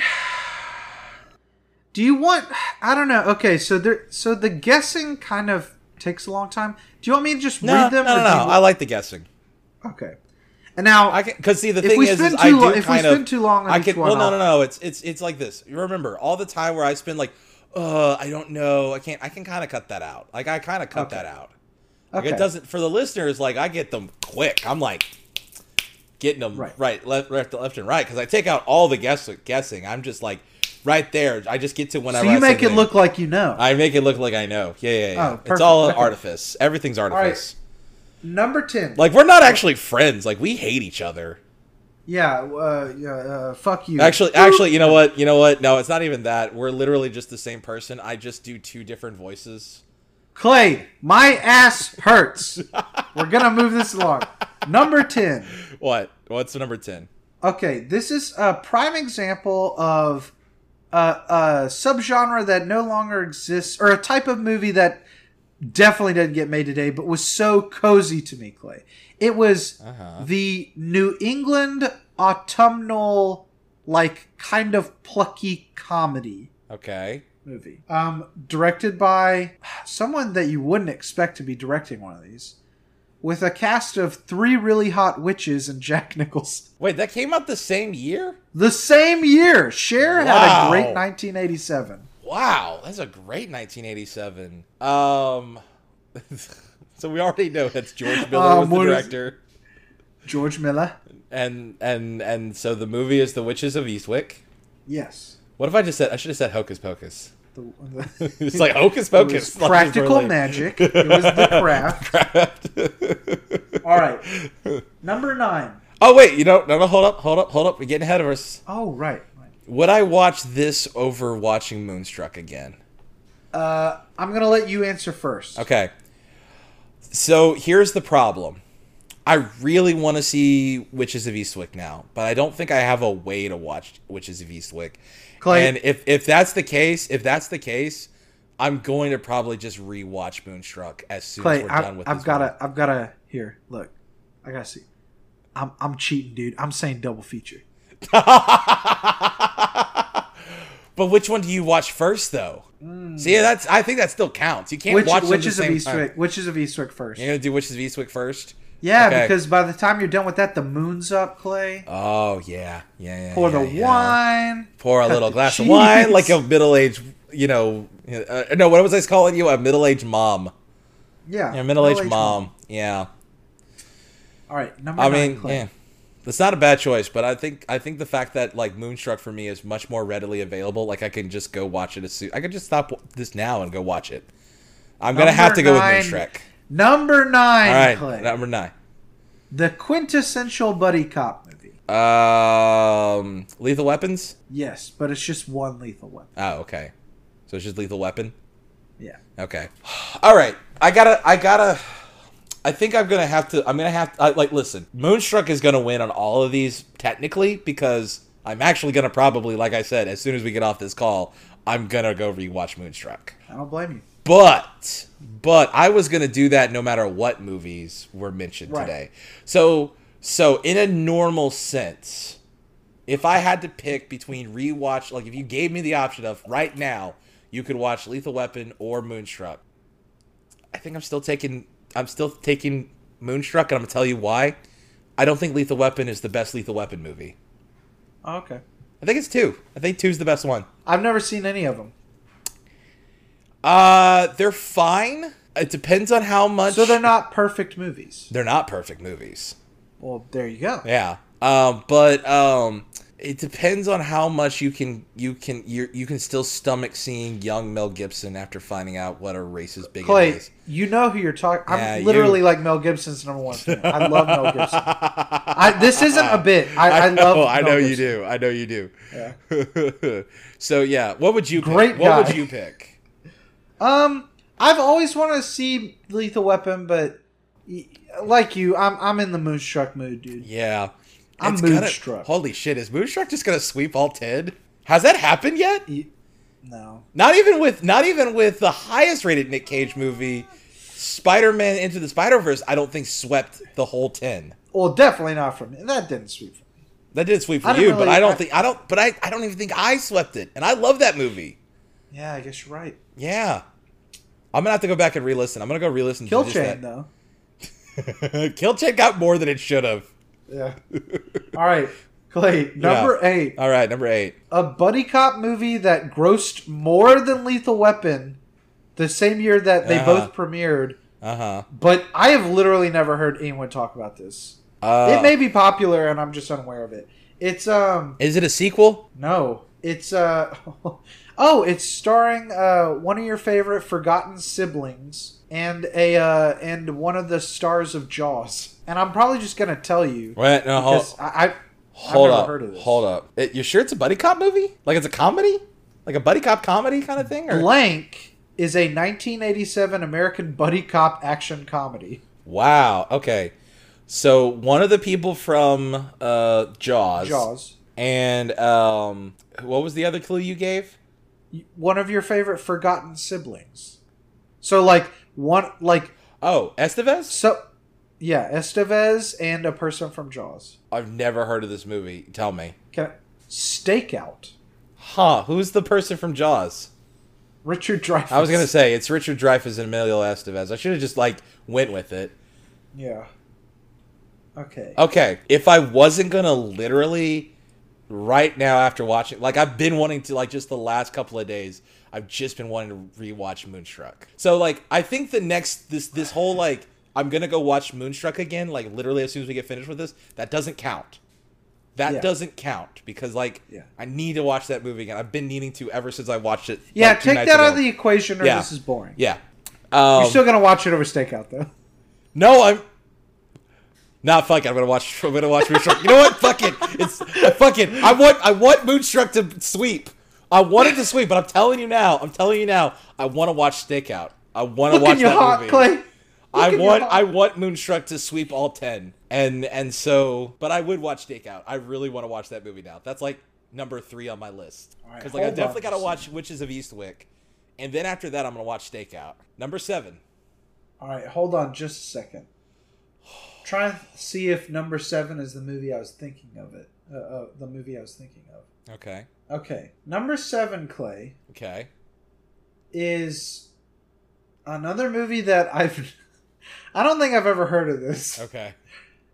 Speaker 1: Do you want? I don't know. Okay, so there. So the guessing kind of takes a long time. Do you want me to just
Speaker 2: No,
Speaker 1: read them?
Speaker 2: no,
Speaker 1: or
Speaker 2: no,
Speaker 1: do you
Speaker 2: no. I like the guessing.
Speaker 1: want- okay. And now,
Speaker 2: I can because see the
Speaker 1: If
Speaker 2: thing
Speaker 1: we
Speaker 2: is,
Speaker 1: spend
Speaker 2: is I
Speaker 1: too
Speaker 2: do
Speaker 1: lo- if we
Speaker 2: kind
Speaker 1: spend
Speaker 2: of,
Speaker 1: too long on
Speaker 2: I can.
Speaker 1: each one,
Speaker 2: well, no,
Speaker 1: I'll-
Speaker 2: no, no. It's it's it's like this. You remember all the time where I spend like, uh, I don't know. I can't. I can kind of cut that out. Like I kind of cut that out. Like
Speaker 1: Okay.
Speaker 2: it doesn't for the listeners. Like I get them quick. I'm like getting them
Speaker 1: Right.
Speaker 2: right, left, left, left, and right because I take out all the guess guessing. I'm just like right there. I just get to
Speaker 1: so
Speaker 2: whenever. I
Speaker 1: you
Speaker 2: say
Speaker 1: make it
Speaker 2: things.
Speaker 1: look like you know.
Speaker 2: I make it look like I know. Yeah, yeah,
Speaker 1: Oh,
Speaker 2: yeah. it's
Speaker 1: perfect.
Speaker 2: all an
Speaker 1: Okay.
Speaker 2: artifice. Everything's artifice.
Speaker 1: Number ten.
Speaker 2: Like we're not actually friends. Like we hate each other.
Speaker 1: yeah. Uh, yeah. Uh, fuck you.
Speaker 2: Actually, actually, you know what? You know what? No, it's not even that. We're literally just the same person. I just do two different voices.
Speaker 1: Clay, my ass hurts. We're gonna move this along. Number ten.
Speaker 2: What? What's the number ten?
Speaker 1: Okay, this is a prime example of a, a subgenre that no longer exists, or a type of movie that definitely didn't get made today, but was so cozy to me, Clay. It was
Speaker 2: Uh-huh.
Speaker 1: the New England autumnal, like kind of plucky comedy
Speaker 2: Okay.
Speaker 1: movie, um, directed by someone that you wouldn't expect to be directing one of these, with a cast of three really hot witches and Jack Nicholson.
Speaker 2: Wait, that came out the same year?
Speaker 1: The same year, Cher had a
Speaker 2: Wow.
Speaker 1: great 1987.
Speaker 2: Wow, that's a great 1987. Um, so we already know that's George Miller
Speaker 1: Um,
Speaker 2: was the
Speaker 1: what is-
Speaker 2: director,
Speaker 1: George Miller.
Speaker 2: and and and so the movie is The Witches of Eastwick.
Speaker 1: Yes.
Speaker 2: What if I just said I should have said Hocus Pocus?
Speaker 1: The, the,
Speaker 2: It's like Hocus
Speaker 1: it was
Speaker 2: Pocus.
Speaker 1: practical magic. It was the craft.
Speaker 2: Craft.
Speaker 1: All right. Number nine.
Speaker 2: Oh wait, you know, no, no, hold up, hold up, hold up. We're getting ahead of us.
Speaker 1: Oh, right. right.
Speaker 2: Would I watch this over watching Moonstruck again?
Speaker 1: Uh, I'm going to let you answer first.
Speaker 2: Okay. So here's the problem. I really want to see Witches of Eastwick now, but I don't think I have a way to watch Witches of Eastwick.
Speaker 1: Clay-
Speaker 2: and if if that's the case, if that's the case, I'm going to probably just rewatch Moonstruck as soon as
Speaker 1: Clay,
Speaker 2: we're
Speaker 1: I,
Speaker 2: done with
Speaker 1: I've
Speaker 2: this
Speaker 1: got
Speaker 2: one.
Speaker 1: to, I've got to, here, look. I got to see. I'm, I'm cheating, dude. I'm saying double feature.
Speaker 2: But which one do you watch first, though? See, that's I think that still counts. You can't
Speaker 1: Hmm. Which
Speaker 2: watch
Speaker 1: which
Speaker 2: them
Speaker 1: is
Speaker 2: the
Speaker 1: of
Speaker 2: same
Speaker 1: Eastwick? Which is of Eastwick first?
Speaker 2: You're
Speaker 1: Yeah,
Speaker 2: gonna do Witches of Eastwick first. Okay.
Speaker 1: because by the time you're done with that, the moon's up. Clay,
Speaker 2: Oh yeah, yeah, yeah.
Speaker 1: pour the
Speaker 2: yeah, yeah.
Speaker 1: wine.
Speaker 2: Pour a
Speaker 1: cut
Speaker 2: little
Speaker 1: the
Speaker 2: glass of
Speaker 1: cheese.
Speaker 2: wine, like a middle-aged, you know, uh, no, what was I calling you? A middle-aged mom.
Speaker 1: Yeah,
Speaker 2: Yeah, middle-aged,
Speaker 1: middle-aged
Speaker 2: mom. Yeah.
Speaker 1: All right, number
Speaker 2: I
Speaker 1: nine,
Speaker 2: mean,
Speaker 1: Clay.
Speaker 4: yeah.
Speaker 2: It's not a bad choice, but I think I think the fact that like Moonstruck for me is much more readily available. Like I can just go watch it as soon. I can just stop this now and go watch it. I'm gonna have to
Speaker 1: Number
Speaker 2: go with
Speaker 1: nine,
Speaker 2: Moonstruck.
Speaker 1: Number nine,
Speaker 2: All right,
Speaker 1: Clay.
Speaker 2: number nine.
Speaker 1: the quintessential buddy cop movie.
Speaker 2: Um, Lethal Weapons.
Speaker 1: Yes, but it's just one lethal weapon.
Speaker 2: Oh, okay. So it's just Lethal Weapon.
Speaker 1: Yeah.
Speaker 2: Okay. All right. I gotta. I gotta. I think I'm gonna have to. I'm gonna have to. I, like, listen. Moonstruck is gonna win on all of these technically because I'm actually gonna probably, like I said, as soon as we get off this call, I'm gonna go rewatch Moonstruck.
Speaker 1: I don't blame you.
Speaker 2: But but I was gonna do that no matter what movies were mentioned
Speaker 1: Right.
Speaker 2: today. So so in a normal sense, if I had to pick between rewatch, like if you gave me the option of right now, you could watch Lethal Weapon or Moonstruck. I think I'm still taking I'm still taking Moonstruck, and I'm gonna tell you why. I don't think Lethal Weapon is the best Lethal Weapon movie.
Speaker 1: Oh, okay.
Speaker 2: I think it's two. I think two's the best one.
Speaker 1: I've never seen any of them.
Speaker 2: Uh, they're fine. It depends on how much.
Speaker 1: So they're not perfect movies.
Speaker 2: they're not perfect movies.
Speaker 1: Well, there you go.
Speaker 2: Yeah. Um, but um, it depends on how much you can you can you you can still stomach seeing young Mel Gibson after finding out what a racist bigot
Speaker 1: Clay,
Speaker 2: is.
Speaker 1: you know who you're talking. I'm
Speaker 2: Yeah,
Speaker 1: literally
Speaker 2: you-
Speaker 1: like Mel Gibson's number one fan. I love Mel Gibson. I, this isn't a bit. I, I, love.
Speaker 2: I
Speaker 1: Mel
Speaker 2: know you
Speaker 1: Gibson.
Speaker 2: do. I know you do. so yeah, what would you
Speaker 1: Great
Speaker 2: pick? What
Speaker 1: guy.
Speaker 2: would you pick?
Speaker 1: Um, I've always wanted to see Lethal Weapon, but y- like you, I'm I'm in the Moonstruck mood, dude.
Speaker 2: Yeah.
Speaker 1: I'm
Speaker 2: gonna-
Speaker 1: Moonstruck.
Speaker 2: holy shit, is Moonstruck just gonna sweep all ten? Has that happened yet?
Speaker 1: Y- No,
Speaker 2: Not even with not even with the highest rated Nick Cage movie, Spider Man Into the Spider Verse. I don't think swept the whole ten.
Speaker 1: well, definitely not for me. That didn't sweep. For me.
Speaker 2: That did sweep for
Speaker 1: I don't
Speaker 2: you, but
Speaker 1: really-
Speaker 2: I don't
Speaker 1: I-
Speaker 2: think I don't. But I I don't even think I swept it, and I love that movie.
Speaker 1: Yeah, I guess you're right.
Speaker 2: Yeah, I'm gonna have to go back and re-listen. I'm gonna go re-listen.
Speaker 1: Kill
Speaker 2: to
Speaker 1: Chain though.
Speaker 2: though. Kill Chain got more than it should have.
Speaker 1: Yeah. All right, Clay. Number
Speaker 2: Yeah.
Speaker 1: eight,
Speaker 2: All right, number eight.
Speaker 1: a buddy cop movie that grossed more than Lethal Weapon, the same year that they
Speaker 2: Uh-huh.
Speaker 1: both premiered.
Speaker 2: Uh huh.
Speaker 1: But I have literally never heard anyone talk about this.
Speaker 2: Uh,
Speaker 1: it may be popular, and I'm just unaware of it. It's um
Speaker 2: Is it a sequel?
Speaker 1: no, it's uh oh, it's starring uh one of your favorite forgotten siblings and a uh and one of the stars of Jaws. And I'm probably just gonna tell you
Speaker 2: Wait, no, hold,
Speaker 1: because I, I I've
Speaker 2: hold
Speaker 1: never
Speaker 2: up,
Speaker 1: heard of this.
Speaker 2: hold up. It, you sure it's a buddy cop movie? Like it's a comedy, like a buddy cop comedy kind of thing? Or
Speaker 1: Blank is a 1987 American buddy cop action comedy.
Speaker 2: Wow. Okay. So one of the people from uh, Jaws.
Speaker 1: Jaws.
Speaker 2: And um, what was the other clue you gave?
Speaker 1: One of your favorite forgotten siblings. So like one like
Speaker 2: Oh, Estevez.
Speaker 1: so yeah, Estevez and a person from Jaws.
Speaker 2: I've never heard of this movie. Tell me.
Speaker 1: Can Stakeout.
Speaker 2: Huh? Who's the person from Jaws?
Speaker 1: Richard Dreyfuss.
Speaker 2: I was gonna say it's Richard Dreyfuss and Emilio Estevez. I should have just like went with it.
Speaker 1: Yeah. Okay.
Speaker 2: Okay, if I wasn't gonna literally right now after watching, like I've been wanting to, like just the last couple of days, I've just been wanting to rewatch Moonstruck. So like, I think the next this this whole like I'm gonna go watch Moonstruck again, like literally as soon as we get finished with this, that doesn't count. That
Speaker 1: Yeah.
Speaker 2: doesn't count because like
Speaker 1: Yeah.
Speaker 2: I need to watch that movie again. I've been needing to ever since I watched it.
Speaker 1: yeah,
Speaker 2: like, two
Speaker 1: take that
Speaker 2: nights
Speaker 1: out of
Speaker 2: ago.
Speaker 1: the equation or
Speaker 2: Yeah.
Speaker 1: this is boring.
Speaker 2: yeah. Um,
Speaker 1: You're still gonna watch it over Stakeout though.
Speaker 2: No, I'm. Nah, fuck it. I'm gonna watch. I'm gonna watch Moonstruck. You know what? Fuck it. It's fuck it. I want. I want Moonstruck to sweep. I want it to sweep, but I'm telling you now. I'm telling you now. I want to watch Stakeout. I want to
Speaker 1: Look
Speaker 2: watch
Speaker 1: in your
Speaker 2: that
Speaker 1: heart,
Speaker 2: movie.
Speaker 1: Clay. Look
Speaker 2: I
Speaker 1: in your
Speaker 2: want.
Speaker 1: heart.
Speaker 2: I want Moonstruck to sweep all ten. And and so, but I would watch Stakeout. I really want to watch that movie now. That's like number three on my list.
Speaker 1: All right,
Speaker 2: Because like I
Speaker 1: hold on
Speaker 2: definitely gotta
Speaker 1: just a
Speaker 2: watch Witches of Eastwick, and then after that I'm gonna watch Stakeout. Number seven.
Speaker 1: All right, hold on just a second. Try and see if number seven is the movie I was thinking of it. uh, uh, the movie I was thinking of.
Speaker 2: Okay.
Speaker 1: Okay, number seven, Clay
Speaker 2: Okay.
Speaker 1: is another movie that I've. I don't think I've ever heard of this.
Speaker 2: Okay.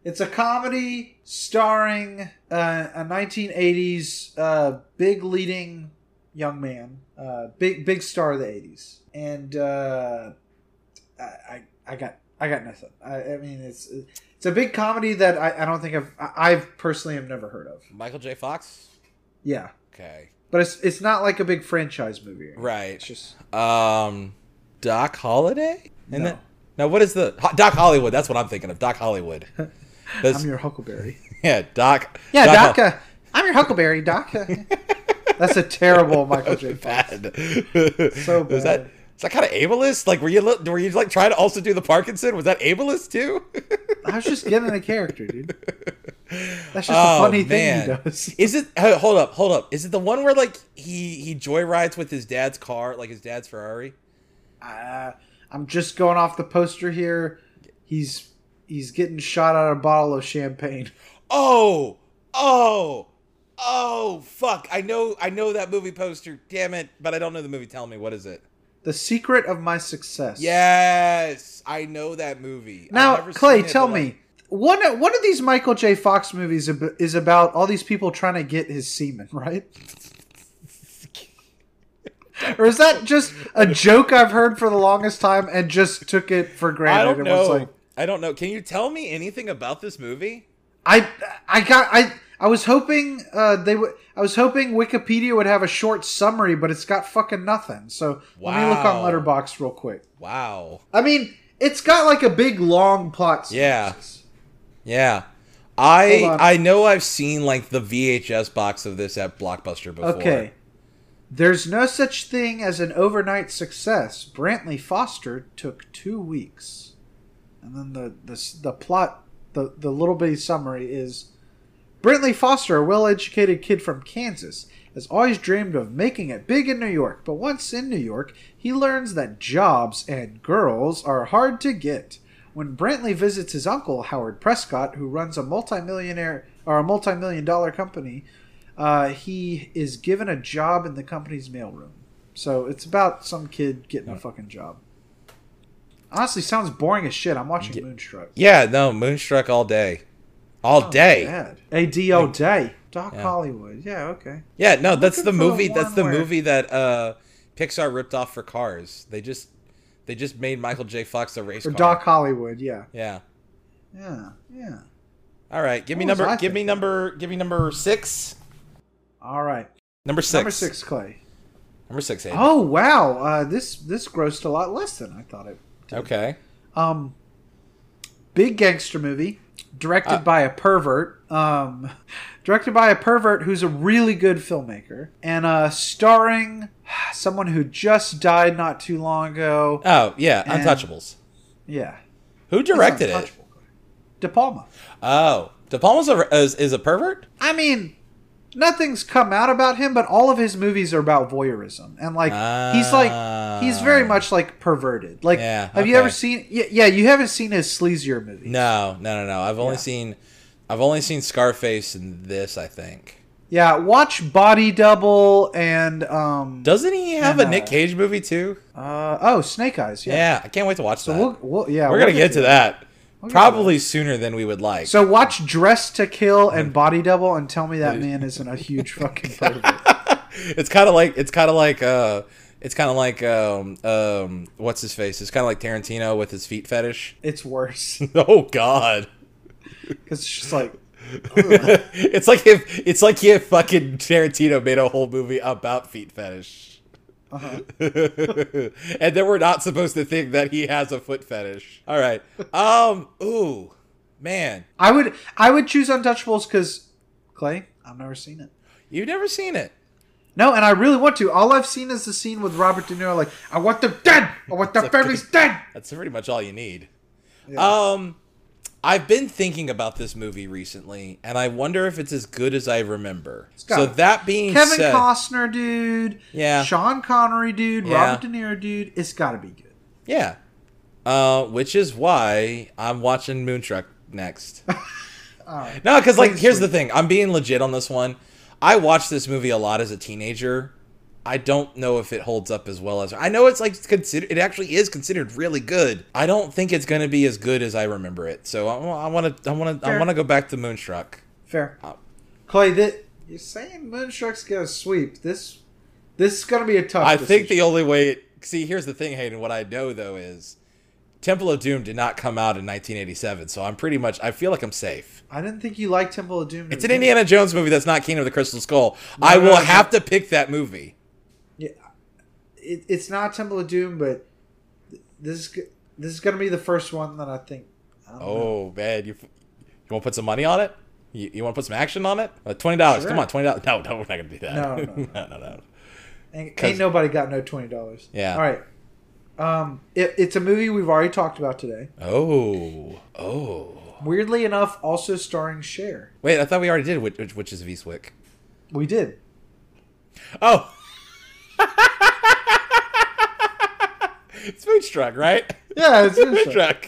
Speaker 1: It's a comedy starring uh, a 1980s uh, big leading young man, uh, big big star of the 80s, and uh, I, I I got I got nothing. I, I mean it's it's a big comedy that I, I don't think I've I- I've personally have never heard of.
Speaker 2: Michael J. Fox.
Speaker 1: Yeah,
Speaker 2: Okay.
Speaker 1: but it's it's not like a big franchise movie. or anything. It's
Speaker 2: Right.
Speaker 1: just
Speaker 2: Um, Doc Holliday. And
Speaker 1: No.
Speaker 2: then now what is the Ho- Doc Hollywood? That's what I'm thinking of. Doc Hollywood. That's,
Speaker 1: I'm your Huckleberry.
Speaker 2: yeah, Doc.
Speaker 1: Yeah,
Speaker 2: Doc
Speaker 1: Doc. uh, I'm your Huckleberry, Doc. Uh, That's a terrible Michael J. Fox.
Speaker 2: bad.
Speaker 1: So
Speaker 2: Was that
Speaker 1: bad.
Speaker 2: is that kind of ableist? Like, were you li- were you like trying to also do the Parkinson? Was that ableist too?
Speaker 1: I was just getting a character, dude. That's just
Speaker 2: Oh,
Speaker 1: a funny thing
Speaker 2: man.
Speaker 1: he does.
Speaker 2: is it? oh, Hold up, hold up. Is it the one where like he he joyrides with his dad's car, like his dad's Ferrari?
Speaker 1: Uh, I'm just going off the poster here. He's he's getting shot out of a bottle of champagne.
Speaker 2: Oh, oh, oh! Fuck! I know, I know that movie poster. Damn it! But I don't know the movie. Tell me, what is it?
Speaker 1: The secret of my success.
Speaker 2: Yes, I know that movie. I've
Speaker 1: Now,
Speaker 2: never
Speaker 1: Clay,
Speaker 2: seen it,
Speaker 1: tell
Speaker 2: but,
Speaker 1: me.
Speaker 2: like,
Speaker 1: one, one of these Michael J. Fox movies ab- is about all these people trying to get his semen, right? or is that just a joke I've heard for the longest time and just took it for granted?
Speaker 2: I don't
Speaker 1: and was
Speaker 2: know.
Speaker 1: like,
Speaker 2: I don't know. Can you tell me anything about this movie?
Speaker 1: I I got I I was hoping uh they would I was hoping Wikipedia would have a short summary, but it's got fucking nothing. So let me look
Speaker 2: Wow.
Speaker 1: on Letterbox real quick.
Speaker 2: Wow.
Speaker 1: I mean, it's got like a big long plot.
Speaker 2: Yeah.
Speaker 1: synopsis.
Speaker 2: Yeah. I
Speaker 1: Hold on.
Speaker 2: I know I've seen like the VHS box of this at Blockbuster before.
Speaker 1: Okay. There's no such thing as an overnight success. Brantley Foster took two weeks, and then the the s- the plot the the little bitty summary is. Brentley Foster, a well educated kid from Kansas, has always dreamed of making it big in New York, but once in New York, he learns that jobs and girls are hard to get. When Brantley visits his uncle, Howard Prescott, who runs a multimillionaire or a multimillion dollar company, uh, he is given a job in the company's mailroom. So it's about some kid getting a fucking job. Honestly, sounds boring as shit. I'm watching Moonstruck.
Speaker 2: Yeah, no, Moonstruck all day.
Speaker 1: Oh,
Speaker 2: All day. Yeah.
Speaker 1: Bad. AD all day. Doc
Speaker 2: Yeah.
Speaker 1: Hollywood. Yeah, okay.
Speaker 2: no,
Speaker 1: looking
Speaker 2: that's the
Speaker 1: for the
Speaker 2: movie that's
Speaker 1: one
Speaker 2: the
Speaker 1: where-
Speaker 2: movie that uh Pixar ripped off for Cars. They just they just made Michael J. Fox a race
Speaker 1: Or
Speaker 2: car.
Speaker 1: Doc Hollywood, yeah.
Speaker 2: Yeah.
Speaker 1: Yeah, yeah.
Speaker 2: All right, give me
Speaker 1: What was
Speaker 2: number
Speaker 1: I
Speaker 2: give me
Speaker 1: thinking?
Speaker 2: number give me number 6.
Speaker 1: All right.
Speaker 2: Number 6.
Speaker 1: Number six, Clay.
Speaker 2: Number 6. Aiden.
Speaker 1: Oh wow, uh, this this grossed a lot less than I thought it.
Speaker 2: Okay.
Speaker 1: Um, big gangster movie directed
Speaker 2: Uh,
Speaker 1: by a pervert. Um, directed by a pervert who's a really good filmmaker and uh, starring someone who just died not too long ago.
Speaker 2: Oh, yeah,
Speaker 1: And-
Speaker 2: Untouchables.
Speaker 1: Yeah,
Speaker 2: Who directed it?
Speaker 1: De Palma.
Speaker 2: Oh, De Palma's a, is, is a pervert?
Speaker 1: I mean, nothing's come out about him, but all of his movies are about voyeurism, and like he's
Speaker 2: Ah.
Speaker 1: like he's very much like perverted. Like,
Speaker 2: Yeah,
Speaker 1: have you
Speaker 2: okay.
Speaker 1: ever seen? Yeah, yeah, you haven't seen his sleazier movie.
Speaker 2: No, no, no, no. I've only
Speaker 1: Yeah.
Speaker 2: seen, I've only seen Scarface and this. I think.
Speaker 1: Yeah, watch Body Double and um.
Speaker 2: Doesn't he have
Speaker 1: And,
Speaker 2: a
Speaker 1: uh,
Speaker 2: Nick Cage movie too?
Speaker 1: uh, oh, Snake Eyes.
Speaker 2: Yeah,
Speaker 1: Yeah.
Speaker 2: I can't wait to watch that.
Speaker 1: We'll, we'll- yeah,
Speaker 2: We're
Speaker 1: we'll
Speaker 2: gonna get to that
Speaker 1: get to
Speaker 2: probably sooner than we would like.
Speaker 1: So watch Dress to Kill and Body Double, and tell me that man isn't a huge fucking pervert.
Speaker 2: it's kind of like it's kind of like uh, it's kind of like um, um, what's his face? It's kind of like Tarantino with his feet fetish.
Speaker 1: It's worse
Speaker 2: Oh God.
Speaker 1: because it's just like
Speaker 2: it's like if it's like if fucking Tarantino made a whole movie about feet fetish. and then we're not supposed to think that he has a foot fetish. All right. Um. Ooh, man,
Speaker 1: I would I would choose Untouchables because Clay, I've never seen it.
Speaker 2: you've never seen it.
Speaker 1: No, and I really want to. All I've seen is the scene with Robert De Niro, like, I want them dead! I want their families dead!
Speaker 2: That's pretty much all you need.
Speaker 1: Yeah.
Speaker 2: Um, I've been thinking about this movie recently, and I wonder if it's as good as I remember. So
Speaker 1: gotta be.
Speaker 2: that being
Speaker 1: Kevin
Speaker 2: said,
Speaker 1: Costner, dude.
Speaker 2: Yeah.
Speaker 1: Sean Connery, dude.
Speaker 2: Yeah.
Speaker 1: Robert De Niro, dude. It's gotta be good.
Speaker 2: yeah. Uh, which is why I'm watching Moonstruck next.
Speaker 1: All right.
Speaker 2: No, because like
Speaker 1: Please
Speaker 2: here's
Speaker 1: read.
Speaker 2: the thing. I'm being legit on this one. I watched this movie a lot as a teenager. I don't know if it holds up as well as I know it's like considered. It actually is considered really good. I don't think it's going to be as good as I remember it. So I want to. I want to. I
Speaker 1: Fair.
Speaker 2: want to go back to Moonstruck.
Speaker 1: Fair.
Speaker 2: Oh.
Speaker 1: Clay, that you're saying Moonstruck's gonna sweep this. This is gonna be a tough.
Speaker 2: I think
Speaker 1: decision.
Speaker 2: the only way. It, see, here's the thing, Hayden. What I know though is Temple of Doom did not come out in 1987. So I'm pretty much. I feel like I'm safe.
Speaker 1: I didn't think you liked Temple of Doom. to
Speaker 2: It's an
Speaker 1: begin
Speaker 2: Indiana Jones movie that's not Kingdom of the Crystal Skull. I
Speaker 1: no,
Speaker 2: will
Speaker 1: no.
Speaker 2: have to pick that movie.
Speaker 1: with. It, it's not Temple of Doom, but th- this is g- this is gonna be the first one that I think. I don't know.
Speaker 2: Oh man, you you want to put some money on it? You, you want to put some action on it? Uh, twenty dollars. Come
Speaker 1: Sure.
Speaker 2: on, twenty dollars. No, no, we're not gonna do that.
Speaker 1: No, no,
Speaker 2: no, no, no.
Speaker 1: Ain't,
Speaker 2: 'cause-
Speaker 1: ain't nobody got no twenty dollars.
Speaker 2: Yeah.
Speaker 1: All right. Um, it, it's a movie we've already talked about today.
Speaker 2: Oh, oh.
Speaker 1: Weirdly enough, also starring Cher.
Speaker 2: Wait, I thought we already did which which, which is Vieswick.
Speaker 1: We did.
Speaker 2: Oh. it's Moonstruck, right?
Speaker 1: Yeah, it's Moonstruck.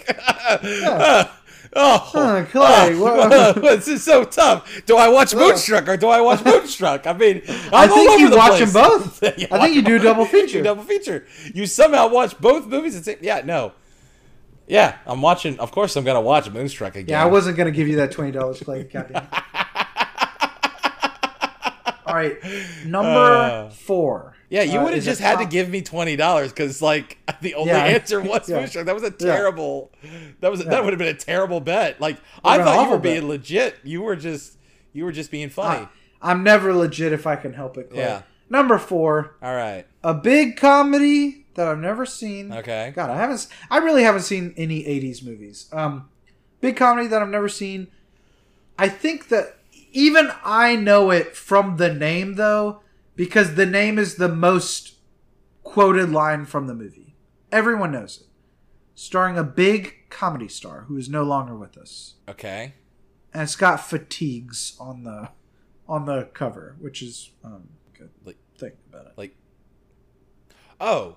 Speaker 2: Moonstruck. oh.
Speaker 1: Huh, Clay, what-
Speaker 2: this is so tough. Do I watch Moonstruck or do I watch Moonstruck? I mean,
Speaker 1: I
Speaker 2: I'm all
Speaker 1: think
Speaker 2: over
Speaker 1: you
Speaker 2: the
Speaker 1: watch
Speaker 2: place.
Speaker 1: them both.
Speaker 2: You
Speaker 1: I think you
Speaker 2: watch
Speaker 1: do a
Speaker 2: them
Speaker 1: double
Speaker 2: both. You do
Speaker 1: feature.
Speaker 2: double feature. You somehow watch both movies. It's yeah, no, yeah. I'm watching. Of course, I'm gonna watch Moonstruck again.
Speaker 1: Yeah, I wasn't gonna give you that twenty dollars, Clay. Goddamn. All right, number
Speaker 2: Uh,
Speaker 1: four.
Speaker 2: Yeah, you
Speaker 1: uh,
Speaker 2: would have
Speaker 1: is a
Speaker 2: just had to
Speaker 1: top-
Speaker 2: give me twenty dollars because like the only
Speaker 1: Yeah.
Speaker 2: answer was
Speaker 1: Yeah.
Speaker 2: Moonstruck. That was a terrible. That was that would have been a terrible bet. Like I
Speaker 1: an
Speaker 2: thought you
Speaker 1: awful
Speaker 2: were being
Speaker 1: bet.
Speaker 2: legit. You were just you were just being funny.
Speaker 1: I, I'm never legit if I can help it. Clay.
Speaker 2: Yeah.
Speaker 1: Number four,
Speaker 2: All right.
Speaker 1: a big comedy that I've never seen.
Speaker 2: Okay.
Speaker 1: God, I haven't. s- I really haven't seen any '80s movies. Um, big comedy that I've never seen. I think that even I know it from the name, though, because the name is the most quoted line from the movie. Everyone knows it. Starring a big comedy star who is no longer with us,
Speaker 2: Okay.
Speaker 1: and it's got fatigues on the on the cover, which is um, good
Speaker 2: Like-
Speaker 1: thing about it.
Speaker 2: Like. Oh,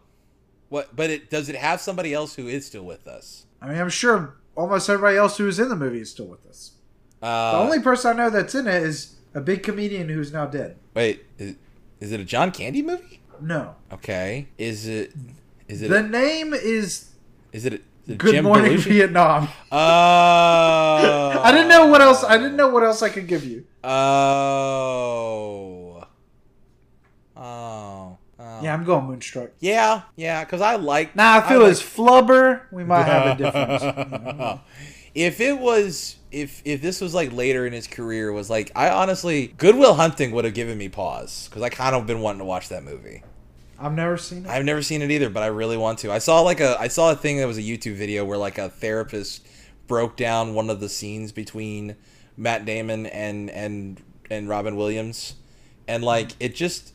Speaker 2: what? But it does it have somebody else who is still with us?
Speaker 1: I mean, I'm sure almost everybody else who is in the movie is still with us.
Speaker 2: Uh,
Speaker 1: The only person I know that's in it is a big comedian who's now dead.
Speaker 2: wait. Is, is it a John Candy movie?
Speaker 1: No.
Speaker 2: Okay. Is it? Is it?
Speaker 1: The
Speaker 2: a-
Speaker 1: name is
Speaker 2: is it? A, is it
Speaker 1: Good
Speaker 2: Jim
Speaker 1: Morning
Speaker 2: Belushi?
Speaker 1: Vietnam.
Speaker 2: Oh.
Speaker 1: I didn't know what else I didn't know what else I could give you.
Speaker 2: Oh. Oh. Oh.
Speaker 1: Yeah, I'm going Moonstruck.
Speaker 2: Yeah. Yeah. Because I like.
Speaker 1: Nah, if
Speaker 2: I
Speaker 1: it
Speaker 2: like-
Speaker 1: was Flubber, we might have a difference. You know?
Speaker 2: if it was, if if this was like later in his career, was like I honestly, Goodwill Hunting would have given me pause because I kind of been wanting to watch that movie.
Speaker 1: I've never seen it.
Speaker 2: I've never seen it either, but I really want to. I saw like a I saw a thing that was a YouTube video where like a therapist broke down one of the scenes between Matt Damon and and and Robin Williams, and like it just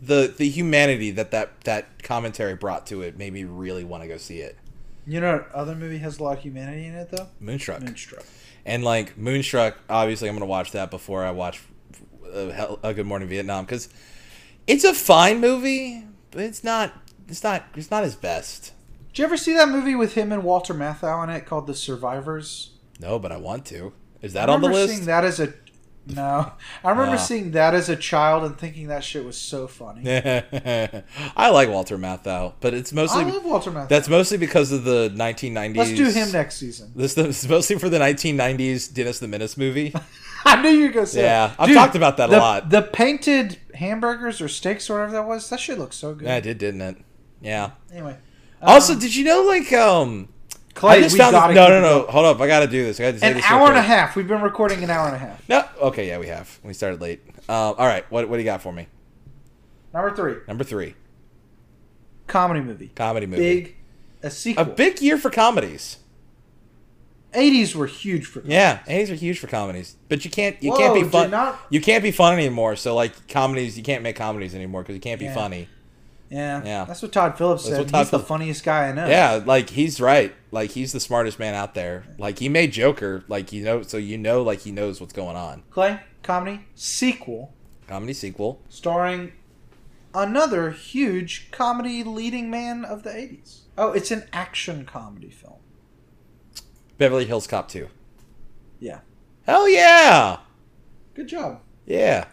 Speaker 2: the the humanity that that that commentary brought to it made me really want to go see it.
Speaker 1: You know what other movie has a lot of humanity in it though?
Speaker 2: Moonstruck.
Speaker 1: Moonstruck.
Speaker 2: And like Moonstruck, obviously, I'm gonna watch that before I watch uh, Hell- uh, Good Morning Vietnam because it's a fine movie, but it's not. It's not. It's not his best.
Speaker 1: Did you ever see that movie with him and Walter Matthau in it called The Survivors?
Speaker 2: No, but I want to. Is
Speaker 1: I
Speaker 2: that on the
Speaker 1: remember
Speaker 2: list?
Speaker 1: seeing that as a no. I remember
Speaker 2: Ah.
Speaker 1: seeing that as a child and thinking that shit was so funny.
Speaker 2: I like Walter Matthau, but it's mostly
Speaker 1: I love Walter Matthau.
Speaker 2: that's mostly because of the 1990s.
Speaker 1: Let's do him next season.
Speaker 2: This this is mostly for the 1990s Dennis the Menace movie.
Speaker 1: I knew you were gonna say.
Speaker 2: Yeah,
Speaker 1: that.
Speaker 2: I've talked about that a
Speaker 1: the-
Speaker 2: lot.
Speaker 1: The painted hamburgers or steaks or whatever that was. That shit looks so good.
Speaker 2: yeah, it did, didn't it?
Speaker 1: Um,
Speaker 2: Yeah.
Speaker 1: Anyway,
Speaker 2: also, did you know like um
Speaker 1: Clay,
Speaker 2: I just
Speaker 1: we
Speaker 2: found
Speaker 1: gotta
Speaker 2: this, no
Speaker 1: keep
Speaker 2: no
Speaker 1: it
Speaker 2: no hold up I gotta do this I gotta say
Speaker 1: An
Speaker 2: this real
Speaker 1: hour and a
Speaker 2: quick.
Speaker 1: half. We've been recording an hour and a half.
Speaker 2: No. Okay. Yeah, we have. We started late. Um, all right. What What do you got for me?
Speaker 1: Number three,
Speaker 2: Number three,
Speaker 1: comedy movie.
Speaker 2: comedy movie.
Speaker 1: Big, a
Speaker 2: A
Speaker 1: sequel.
Speaker 2: big year for comedies.
Speaker 1: Eighties were huge for.
Speaker 2: Yeah, eighties are huge for comedies, but you can't you
Speaker 1: Whoa,
Speaker 2: can't be
Speaker 1: did
Speaker 2: fun.
Speaker 1: not-
Speaker 2: You can't be fun anymore. So like comedies, you can't make comedies anymore because you can't be
Speaker 1: Yeah.
Speaker 2: funny.
Speaker 1: yeah.
Speaker 2: Yeah.
Speaker 1: That's what Todd Phillips
Speaker 2: That's
Speaker 1: said.
Speaker 2: what Todd
Speaker 1: He's the
Speaker 2: Phillips-
Speaker 1: funniest guy I know.
Speaker 2: Yeah, like he's right. Like he's the smartest man out there. Like he made Joker. Like you know, so you know, like he knows what's going on.
Speaker 1: Clay, comedy sequel
Speaker 2: Comedy sequel.
Speaker 1: starring another huge comedy leading man of the eighties. Oh, it's an action comedy film.
Speaker 2: Beverly Hills Cop two.
Speaker 1: Yeah.
Speaker 2: Hell yeah.
Speaker 1: Good job.
Speaker 2: Yeah.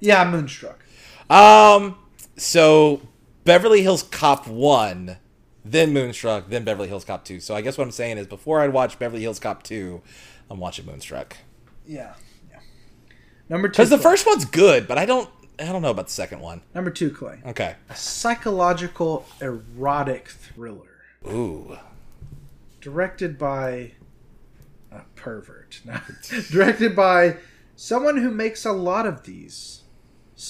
Speaker 1: Yeah, Moonstruck.
Speaker 2: Um, so Beverly Hills Cop 1, then Moonstruck, then Beverly Hills Cop 2. So I guess what I'm saying is before I watch Beverly Hills Cop 2, I'm watching Moonstruck.
Speaker 1: Yeah. yeah. Number two.
Speaker 2: Cuz the
Speaker 1: Clay.
Speaker 2: first one's good, but I don't I don't know about the second one.
Speaker 1: Number two, Clay.
Speaker 2: Okay.
Speaker 1: A psychological erotic thriller
Speaker 2: Ooh.
Speaker 1: directed by a pervert. No. directed by someone who makes a lot of these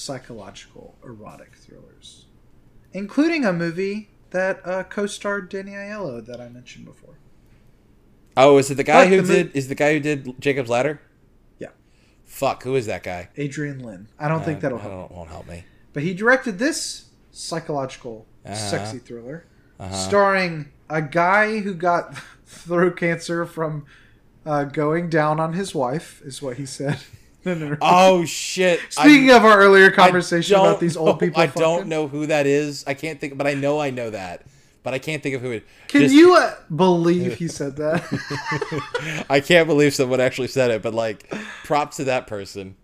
Speaker 1: psychological erotic thrillers, including a movie that uh, co-starred Danny Aiello that I mentioned before.
Speaker 2: Oh, is it the guy
Speaker 1: Fuck
Speaker 2: who
Speaker 1: the
Speaker 2: did is the guy who did Jacob's Ladder?
Speaker 1: Yeah.
Speaker 2: Fuck, who is that guy?
Speaker 1: Adrian Lynn. I don't think that'll
Speaker 2: I
Speaker 1: help.
Speaker 2: don't- won't help me.
Speaker 1: But he directed this psychological
Speaker 2: Uh-huh.
Speaker 1: sexy thriller starring a guy who got throat cancer from uh, going down on his wife, is what he said. No, no, no.
Speaker 2: Oh shit. I-
Speaker 1: Speaking of our earlier
Speaker 2: I
Speaker 1: conversation
Speaker 2: don't
Speaker 1: about these old
Speaker 2: know-
Speaker 1: people,
Speaker 2: I
Speaker 1: fucking,
Speaker 2: don't know who that is. I can't think but I know I know that. But I can't think of who it
Speaker 1: Can
Speaker 2: just-
Speaker 1: you uh, believe he said that?
Speaker 2: I can't believe someone actually said it, but like, props to that person.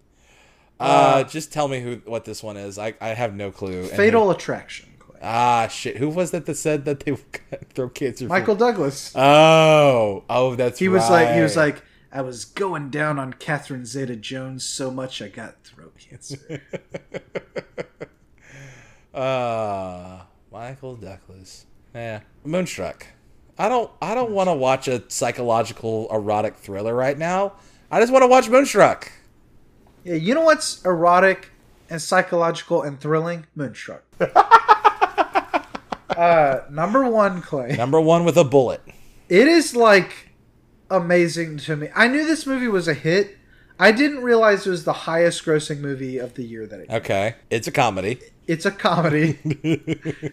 Speaker 2: Uh, just tell me who what this one is. I, I have no clue. And
Speaker 1: Fatal Attraction. Clay.
Speaker 2: then- ah shit. Who was that that said that they got throat cancer? from-
Speaker 1: Michael Douglas.
Speaker 2: Oh, oh, that's
Speaker 1: He was like, he was
Speaker 2: right.
Speaker 1: like, I was going down on Catherine Zeta-Jones so much I got throat cancer.
Speaker 2: uh, Michael Douglas. Yeah, Moonstruck. I don't I don't want to watch a psychological erotic thriller right now. I just want to watch Moonstruck.
Speaker 1: yeah, you know what's erotic and psychological and thrilling? Moonstruck. uh, number one, Clay.
Speaker 2: Number one with a bullet.
Speaker 1: It is like amazing to me. I knew this movie was a hit. I didn't realize it was the highest grossing movie of the year that it.
Speaker 2: Okay, it's a comedy.
Speaker 1: It's a comedy.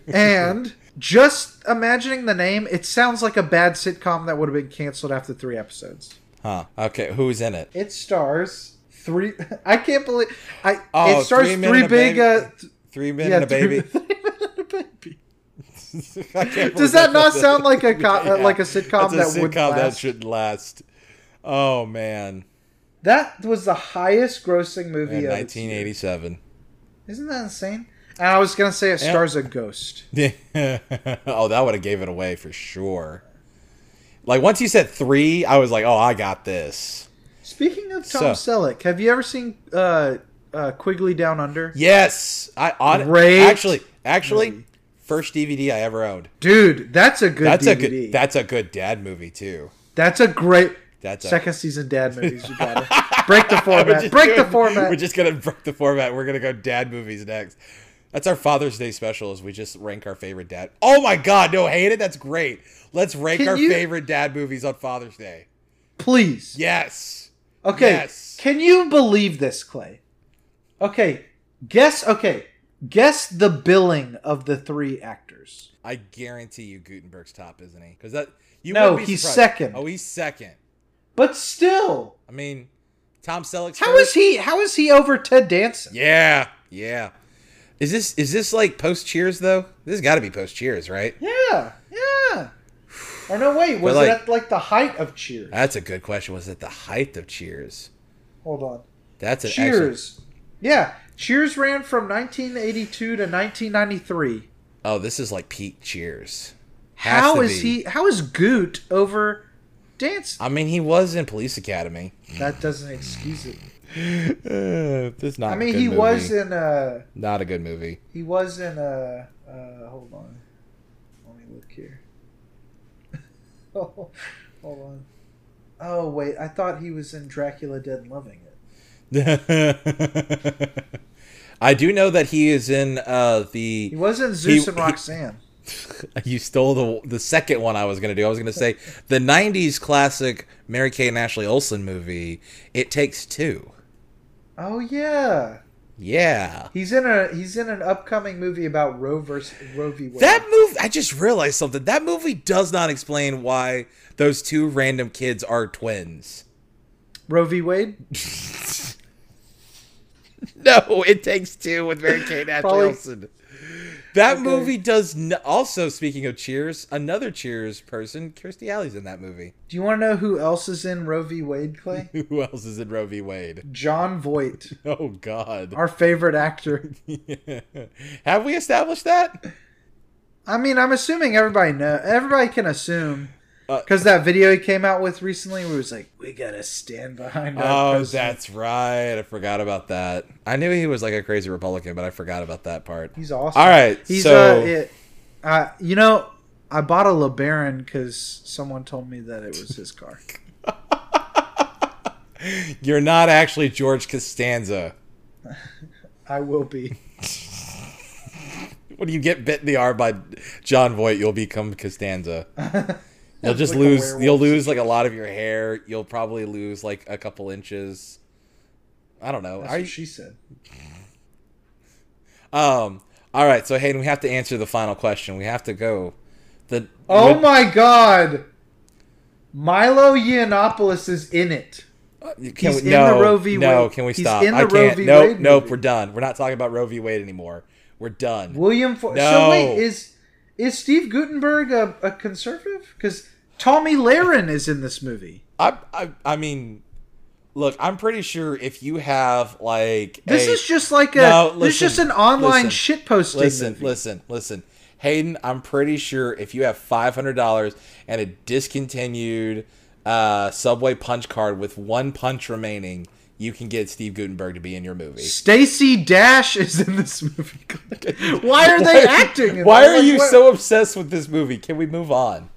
Speaker 1: and just imagining the name, it sounds like a bad sitcom that would have been canceled after 3 episodes.
Speaker 2: Huh. Okay, who's in it?
Speaker 1: It stars three I can't believe I
Speaker 2: Oh,
Speaker 1: it stars three,
Speaker 2: Three Men and a
Speaker 1: big
Speaker 2: Baby.
Speaker 1: uh th-
Speaker 2: Three men
Speaker 1: yeah,
Speaker 2: and a baby.
Speaker 1: Three, Men and a baby.
Speaker 2: I can't believe
Speaker 1: Does that not
Speaker 2: that's
Speaker 1: sound like a co-
Speaker 2: Yeah.
Speaker 1: like a sitcom
Speaker 2: That's
Speaker 1: that would
Speaker 2: sitcom that
Speaker 1: last?
Speaker 2: shouldn't last. Oh man,
Speaker 1: That was the highest grossing movie
Speaker 2: in
Speaker 1: of its year.
Speaker 2: 1987.
Speaker 1: Isn't that insane? And I was gonna say it stars a ghost.
Speaker 2: oh, that would have gave it away for sure. Like once you said three, I was like, oh, I got this.
Speaker 1: Speaking of
Speaker 2: So-
Speaker 1: Tom Selleck, have you ever seen uh, uh, Quigley Down Under?
Speaker 2: Yes, I on
Speaker 1: Great
Speaker 2: actually actually first DVD I ever owned.
Speaker 1: Dude, that's a good
Speaker 2: That's
Speaker 1: DVD.
Speaker 2: a good that's a good dad movie too.
Speaker 1: that's a great
Speaker 2: That's a-
Speaker 1: second season dad movies. You got it. Break the
Speaker 2: We're
Speaker 1: format.
Speaker 2: just
Speaker 1: Break the
Speaker 2: doing- We're
Speaker 1: format.
Speaker 2: just gonna break the format. We're gonna go dad movies next. That's our Father's Day special. Is we just rank our favorite dad. Oh my God, no, hate it. That's great. Let's rank
Speaker 1: Can
Speaker 2: our
Speaker 1: you-
Speaker 2: favorite dad movies on Father's Day.
Speaker 1: Please.
Speaker 2: Yes.
Speaker 1: Okay.
Speaker 2: Yes.
Speaker 1: Can you believe this, Clay? Okay. Guess. Okay. Guess the billing of the three actors.
Speaker 2: I guarantee you, Gutenberg's top, isn't he? Because that you
Speaker 1: No,
Speaker 2: wouldn't be
Speaker 1: he's
Speaker 2: surprised.
Speaker 1: second.
Speaker 2: Oh, he's second.
Speaker 1: But still,
Speaker 2: I mean, Tom Selleck's
Speaker 1: how
Speaker 2: first.
Speaker 1: is he? How is he over Ted Danson?
Speaker 2: Yeah, yeah. Is this is this like post Cheers though? This has got to be post Cheers, right?
Speaker 1: Yeah, yeah. Or no, wait, was
Speaker 2: like-
Speaker 1: it at like the height of Cheers?
Speaker 2: That's a good question. Was it the height of Cheers?
Speaker 1: Hold on,
Speaker 2: That's an excellent-
Speaker 1: Cheers. Yeah, Cheers ran from 1982 to 1993.
Speaker 2: Oh, this is like peak Cheers. Has
Speaker 1: How
Speaker 2: to
Speaker 1: is
Speaker 2: be.
Speaker 1: he? How is Goot over Dance?
Speaker 2: I mean, he was in Police Academy.
Speaker 1: That doesn't excuse it.
Speaker 2: Uh, this is not.
Speaker 1: I
Speaker 2: a
Speaker 1: mean,
Speaker 2: good
Speaker 1: he
Speaker 2: movie.
Speaker 1: was in uh
Speaker 2: not a good movie.
Speaker 1: he was in uh uh hold on, let me look here. oh, hold on. Oh wait, I thought he was in Dracula Dead and Loving It.
Speaker 2: I do know that he is in uh, the.
Speaker 1: He was in Zeus
Speaker 2: He-
Speaker 1: and
Speaker 2: he-
Speaker 1: Roxanne.
Speaker 2: You stole the the second one I was gonna do. I was gonna say the '90s classic Mary Kay and Ashley Olsen movie. It takes two.
Speaker 1: Oh yeah,
Speaker 2: Yeah,
Speaker 1: he's in a he's in an upcoming movie about Roe versus Roe v. Wade.
Speaker 2: that movie. I just realized something. That movie does not explain why those two random kids are twins.
Speaker 1: Roe v. Wade
Speaker 2: No, it takes two with Mary Kay and Ashley
Speaker 1: Probably-
Speaker 2: Olsen. That movie does n- also. Speaking of Cheers, another Cheers person, Kirstie Alley's in that movie.
Speaker 1: Do you want to know who else is in Roe v. Wade, Clay?
Speaker 2: Who else is in Roe v. Wade?
Speaker 1: John Voight,
Speaker 2: Oh God!
Speaker 1: our favorite actor.
Speaker 2: Have we established that?
Speaker 1: I mean, I'm assuming everybody know. Everybody can assume
Speaker 2: Uh,
Speaker 1: because that video he came out with recently, where he was like, "We gotta stand behind." Our
Speaker 2: Oh,
Speaker 1: president."
Speaker 2: that's right. I forgot about that. I knew he was like a crazy Republican, but I forgot about that part.
Speaker 1: He's awesome.
Speaker 2: All right,
Speaker 1: He's
Speaker 2: so-
Speaker 1: uh, it, uh, you know, I bought a LeBaron because someone told me that it was his car.
Speaker 2: You're not actually George Costanza.
Speaker 1: I will be.
Speaker 2: When you get bit in the arm by John Voight, you'll become Costanza. You'll just
Speaker 1: Like a
Speaker 2: lose.
Speaker 1: werewolf.
Speaker 2: You'll lose like a lot of your hair. You'll probably lose like a couple inches. I don't know.
Speaker 1: That's
Speaker 2: Are
Speaker 1: what
Speaker 2: you,
Speaker 1: she said.
Speaker 2: um. All right. So Hayden, we have to answer the final question. We have to go. The
Speaker 1: Oh
Speaker 2: would-
Speaker 1: my god, Milo Yiannopoulos is in it.
Speaker 2: Can
Speaker 1: He's
Speaker 2: we,
Speaker 1: in the
Speaker 2: no,
Speaker 1: Roe v.
Speaker 2: No,
Speaker 1: Wade.
Speaker 2: can we
Speaker 1: He's
Speaker 2: stop?
Speaker 1: in the
Speaker 2: I
Speaker 1: Roe
Speaker 2: can't.
Speaker 1: v.
Speaker 2: Nope,
Speaker 1: Wade
Speaker 2: nope,
Speaker 1: movie.
Speaker 2: we're done. We're not talking about Roe v. Wade anymore. We're done.
Speaker 1: William Ford.
Speaker 2: No.
Speaker 1: So wait, is is Steve Gutenberg a, a conservative? Because Tommy Lahren is in this movie.
Speaker 2: I, I, I mean, look, I'm pretty sure if you have like
Speaker 1: This
Speaker 2: a-
Speaker 1: is just like a.
Speaker 2: No,
Speaker 1: this is just
Speaker 2: listen,
Speaker 1: an online
Speaker 2: listen,
Speaker 1: shitposting
Speaker 2: listen,
Speaker 1: movie.
Speaker 2: listen, listen, Hayden. I'm pretty sure if you have five hundred dollars and a discontinued uh, Subway punch card with one punch remaining, you can get Steve Gutenberg to be in your movie.
Speaker 1: Stacy Dash is in this movie. Why are they acting? in
Speaker 2: Why
Speaker 1: this?
Speaker 2: are
Speaker 1: Like,
Speaker 2: you
Speaker 1: what-
Speaker 2: so obsessed with this movie? Can we move on?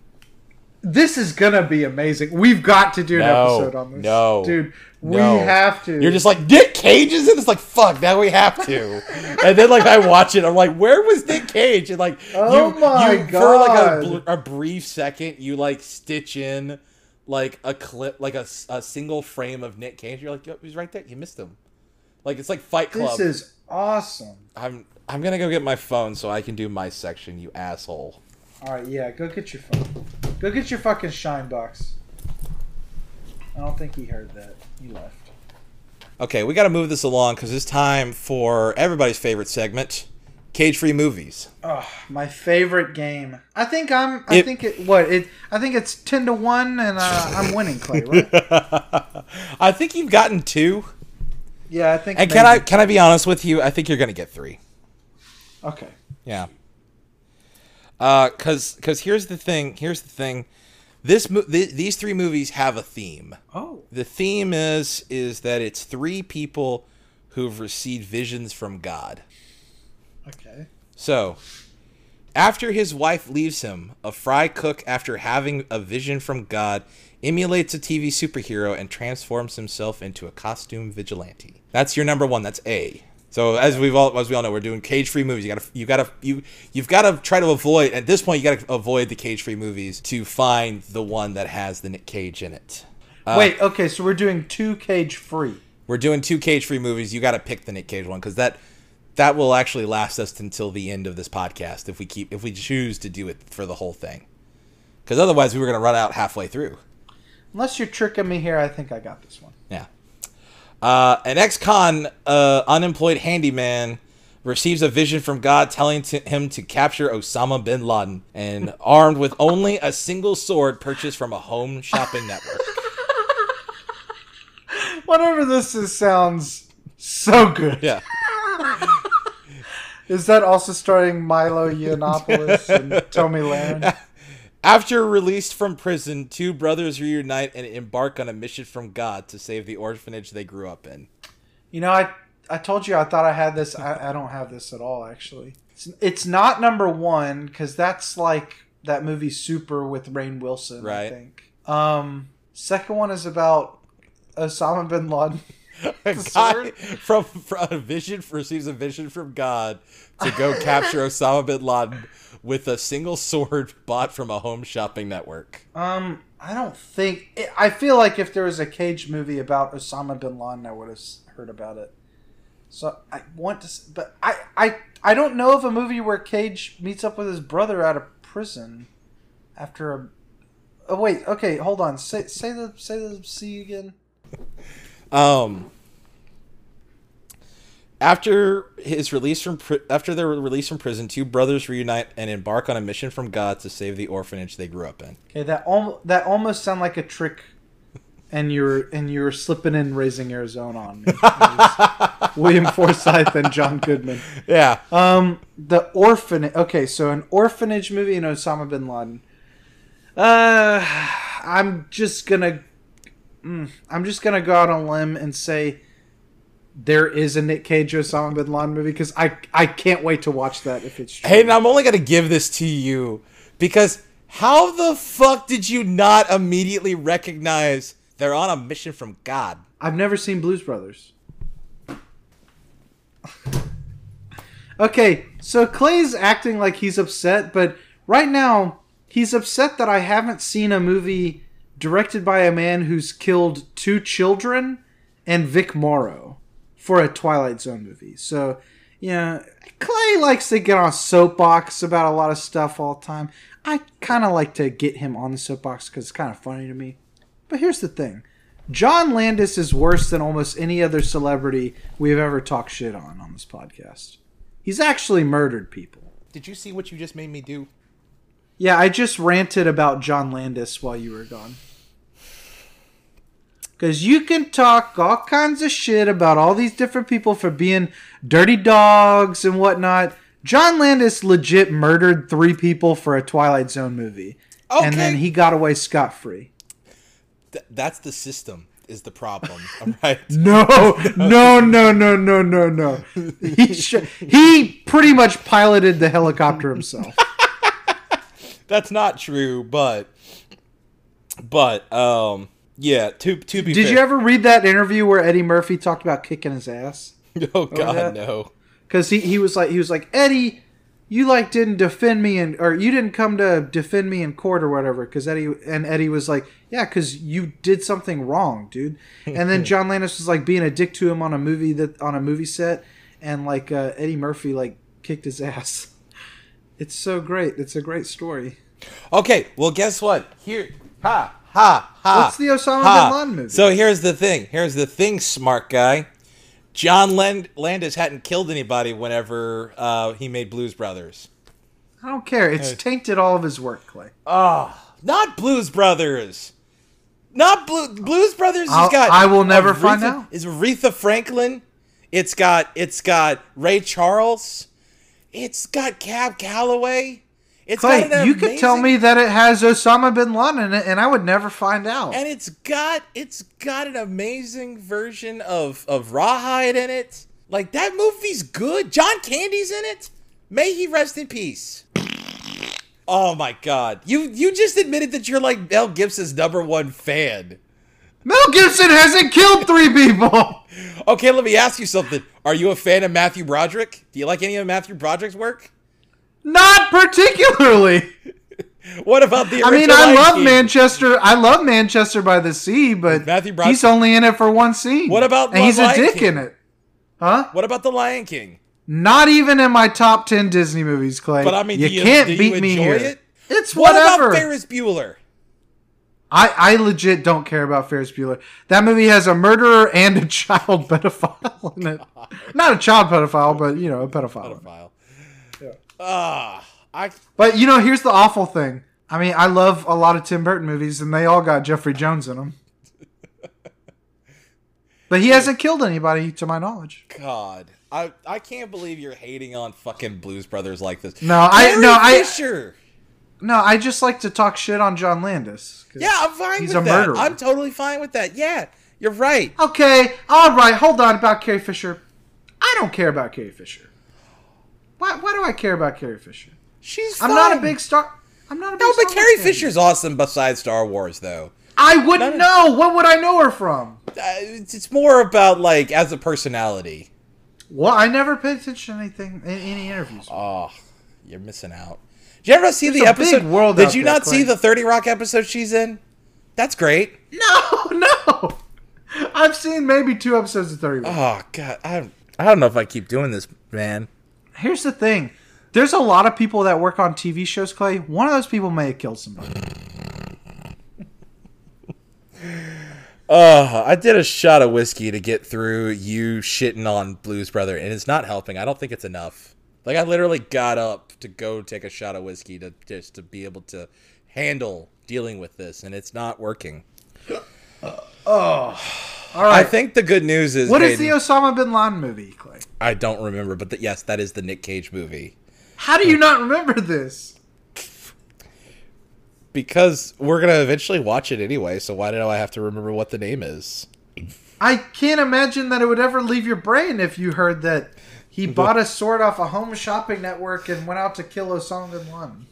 Speaker 1: This is gonna be amazing. We've got to do an
Speaker 2: No,
Speaker 1: episode on this.
Speaker 2: no,
Speaker 1: dude,
Speaker 2: No.
Speaker 1: we have to.
Speaker 2: You're just like Nick Cage is in. It's like fuck. Now we have to. and then like I watch it, I'm like, where was Nick Cage? And like,
Speaker 1: Oh
Speaker 2: you,
Speaker 1: my
Speaker 2: you, for like a,
Speaker 1: God.
Speaker 2: bl- a brief second, you like stitch in like a clip, like a, s- a single frame of Nick Cage. You're like, "Yo, he's right there. You missed him. Like it's like Fight Club.
Speaker 1: this is awesome.
Speaker 2: I'm I'm gonna go get my phone so I can do my section. You asshole.
Speaker 1: All right, yeah, go get your phone. Go get your fucking shine box. I don't think he heard that. He left.
Speaker 2: Okay, we got to move this along because it's time for everybody's favorite segment, Cage Free Movies.
Speaker 1: Oh, my favorite game. I think I'm. I
Speaker 2: It-
Speaker 1: think it. What it? I think it's ten to one, and uh, I'm winning, Clay. Right?
Speaker 2: I think you've gotten two.
Speaker 1: yeah, I think.
Speaker 2: And can I
Speaker 1: maybe-
Speaker 2: can I be honest with you? I think you're gonna get three.
Speaker 1: Okay.
Speaker 2: Yeah. Uh, cause 'cause here's the thing. Here's the thing. This mo- th- these three movies have a theme.
Speaker 1: Oh.
Speaker 2: The theme is is that it's three people who've received visions from God.
Speaker 1: Okay.
Speaker 2: So, after his wife leaves him, a fry cook, after having a vision from God, emulates a TV superhero and transforms himself into a costume vigilante. That's your number one. That's A. So as we've all as we all know, we're doing cage free movies. You gotta you gotta you you've gotta try to avoid at this point you gotta avoid the cage free movies to find the one that has the Nick Cage in it.
Speaker 1: Wait. Okay. So we're doing two cage free.
Speaker 2: We're doing two cage free movies. You got to pick the Nick Cage one because that that will actually last us until the end of this podcast if we keep if we choose to do it for the whole thing. Because otherwise, we were going to run out halfway through.
Speaker 1: Unless you're tricking me here, I think I got this one.
Speaker 2: Yeah. Uh, an ex-con uh, unemployed handyman receives a vision from God telling to him to capture Osama bin Laden, and armed with only a single sword purchased from a home shopping network.
Speaker 1: Whatever this is, sounds so good.
Speaker 2: Yeah.
Speaker 1: Is that also starring Milo Yiannopoulos and Tommy Lahren?
Speaker 2: After released from prison, two brothers reunite and embark on a mission from God to save the orphanage they grew up in.
Speaker 1: You know, I I told you I thought I had this. I, I don't have this at all, actually. It's, it's not number one because that's like that movie Super with Rain Wilson.
Speaker 2: Right.
Speaker 1: I think. Um, second one is about Osama bin Laden.
Speaker 2: A guy from, from a vision receives a vision from God to go capture Osama bin Laden with a single sword bought from a home shopping network.
Speaker 1: Um, I don't think. It, I feel like if there was a Cage movie about Osama bin Laden, I would have s- heard about it. So I want to, s- but I I I don't know of a movie where Cage meets up with his brother out of prison after a. Oh wait, okay, hold on. Say say the say the C again.
Speaker 2: Um, After his release from pri- after their release from prison, two brothers reunite and embark on a mission from God to save the orphanage they grew up in.
Speaker 1: Okay, that al- that almost sound like a trick, and you're and you're slipping in raising Arizona on me. It was William Forsythe and John Goodman.
Speaker 2: Yeah,
Speaker 1: Um, the orphanage. Okay, so an orphanage movie and Osama bin Laden. Uh, I'm just gonna, mm, I'm just gonna go out on a limb and say there is a Nick Cage Osama bin Laden movie because I I can't wait to watch that if it's true.
Speaker 2: Hey, and I'm only gonna give this to you because how the fuck did you not immediately recognize they're on a mission from God?
Speaker 1: I've never seen Blues Brothers. okay, so Clay's acting like he's upset, but right now he's upset that I haven't seen a movie directed by a man who's killed two children and Vic Morrow for a Twilight Zone movie. So, you know, Clay likes to get on a soapbox about a lot of stuff all the time. I kind of like to get him on the soapbox because it's kind of funny to me. But here's the thing. John Landis is worse than almost any other celebrity we've ever talked shit on on this podcast. He's actually murdered people.
Speaker 4: Did you see what you just made me do?
Speaker 1: Yeah, I just ranted about John Landis while you were gone. Because you can talk all kinds of shit about all these different people for being dirty dogs and whatnot. John Landis legit murdered three people for a Twilight Zone movie. And then
Speaker 2: Okay.
Speaker 1: he got away scot free.
Speaker 4: Th- that's the system is the problem.
Speaker 2: All right.
Speaker 1: No, no, no, no, no, no, no. He sh- he pretty much piloted the helicopter himself.
Speaker 2: That's not true, but but um yeah, to to be
Speaker 1: Did
Speaker 2: fair.
Speaker 1: you ever read that interview where Eddie Murphy talked about kicking his ass?
Speaker 2: Oh god,
Speaker 1: that?
Speaker 2: no.
Speaker 1: Because he, he was like he was like Eddie, you like didn't defend me and or you didn't come to defend me in court or whatever. Because Eddie and Eddie was like, yeah, because you did something wrong, dude. And then John Landis was like being a dick to him on a movie that on a movie set, and like uh, Eddie Murphy like kicked his ass. It's so great. It's a great story.
Speaker 2: Okay, well guess what? Here ha ha ha.
Speaker 1: What's the Osama
Speaker 2: Ah. ha.
Speaker 1: bin Laden movie?
Speaker 2: So here's the thing. Here's the thing, smart guy. John Land- Landis hadn't killed anybody whenever uh, he made Blues Brothers.
Speaker 1: I don't care. It's tainted all of his work, Clay. Ah.
Speaker 2: Not Blues Brothers. Not Blue- Blues Brothers.
Speaker 1: I'll-
Speaker 2: has got
Speaker 1: I will never find
Speaker 2: Aretha-
Speaker 1: out.
Speaker 2: Is Aretha Franklin? It's got it's got Ray Charles. It's got Cab Calloway. It's
Speaker 1: Clay,
Speaker 2: got an
Speaker 1: you could tell
Speaker 2: amazing-
Speaker 1: me that it has Osama bin Laden in it, and I would never find out.
Speaker 2: and it's got it's got an amazing version of of Rawhide in it. Like that movie's good. John Candy's in it. May he rest in peace. Oh my god. You you just admitted that you're like Mel Gibson's number one fan.
Speaker 1: Mel Gibson hasn't killed three people.
Speaker 2: Okay, let me ask you something. Are you a fan of Matthew Broderick? Do you like any of Matthew Broderick's work?
Speaker 1: Not particularly.
Speaker 2: What about the
Speaker 1: I mean,
Speaker 2: original
Speaker 1: I
Speaker 2: Lion
Speaker 1: love
Speaker 2: King?
Speaker 1: Manchester. I love Manchester by the Sea, but
Speaker 2: Matthew Broderick-
Speaker 1: he's only in it for one scene.
Speaker 2: What about
Speaker 1: and he's a
Speaker 2: Lion
Speaker 1: dick
Speaker 2: King?
Speaker 1: in it, huh?
Speaker 2: What about the Lion King?
Speaker 1: Not even in my top ten Disney movies, Clay.
Speaker 2: But I mean,
Speaker 1: you
Speaker 2: do you-
Speaker 1: can't
Speaker 2: do you
Speaker 1: beat me
Speaker 2: enjoy
Speaker 1: here.
Speaker 2: it?
Speaker 1: It's
Speaker 2: What
Speaker 1: whatever.
Speaker 2: about Ferris Bueller?
Speaker 1: I, I legit don't care about Ferris Bueller. That movie has a murderer and a child pedophile in it. Not a child pedophile, but you know, a pedophile.
Speaker 2: File. Ah, I
Speaker 1: But you know, here's the awful thing. I mean, I love a lot of Tim Burton movies, and they all got Jeffrey Jones in them. But he hasn't killed anybody, to my knowledge.
Speaker 2: God, I I can't believe you're hating on fucking Blues Brothers like this.
Speaker 1: No, I-
Speaker 2: Carrie
Speaker 1: no, I-
Speaker 2: Fisher.
Speaker 1: No, I just like to talk shit on John Landis. 'cause-
Speaker 2: Yeah, I'm fine
Speaker 1: He's
Speaker 2: with
Speaker 1: a
Speaker 2: that.
Speaker 1: murderer.
Speaker 2: I'm totally fine with that. Yeah, you're right.
Speaker 1: Okay, all right, hold on about Carrie Fisher. I don't care about Carrie Fisher. Why, why do I care about Carrie Fisher?
Speaker 2: She's.
Speaker 1: I'm not a
Speaker 2: fine.
Speaker 1: big star. I'm not a big
Speaker 2: No,
Speaker 1: Star
Speaker 2: but
Speaker 1: Wars
Speaker 2: Carrie
Speaker 1: fan.
Speaker 2: Fisher's awesome. Besides Star Wars, though,
Speaker 1: I wouldn't know. What would I know her from?
Speaker 2: uh, it's, it's more about like as a personality.
Speaker 1: Well, I never paid attention to anything in any interviews.
Speaker 2: Oh, you're missing out. Did you ever see the
Speaker 1: a big
Speaker 2: episode?
Speaker 1: world
Speaker 2: Did
Speaker 1: out
Speaker 2: you
Speaker 1: there,
Speaker 2: not see
Speaker 1: Clay.
Speaker 2: the Thirty Rock episode she's in? That's great.
Speaker 1: No, no. I've seen maybe two episodes of 30. Rock.
Speaker 2: Oh God, I I don't know if I keep doing this, man.
Speaker 1: Here's the thing. There's a lot of people that work on TV shows, Clay. One of those people may have killed somebody.
Speaker 2: Uh, I did a shot of whiskey to get through you shitting on Blues Brother, and it's not helping. I don't think it's enough. Like I literally got up to go take a shot of whiskey to just to be able to handle dealing with this, and it's not working.
Speaker 1: All
Speaker 2: I
Speaker 1: right.
Speaker 2: think the good news is
Speaker 1: what is the
Speaker 2: Hayden-
Speaker 1: Osama bin Laden movie, Clay?
Speaker 2: I don't remember, but the, yes, that is the Nick Cage movie
Speaker 1: How do you not remember this?
Speaker 2: because we're gonna eventually watch it anyway. So why do I have to remember what the name is?
Speaker 1: I can't imagine that it would ever leave your brain if you heard that he bought a sword off a home shopping network and went out to kill Osama bin Laden.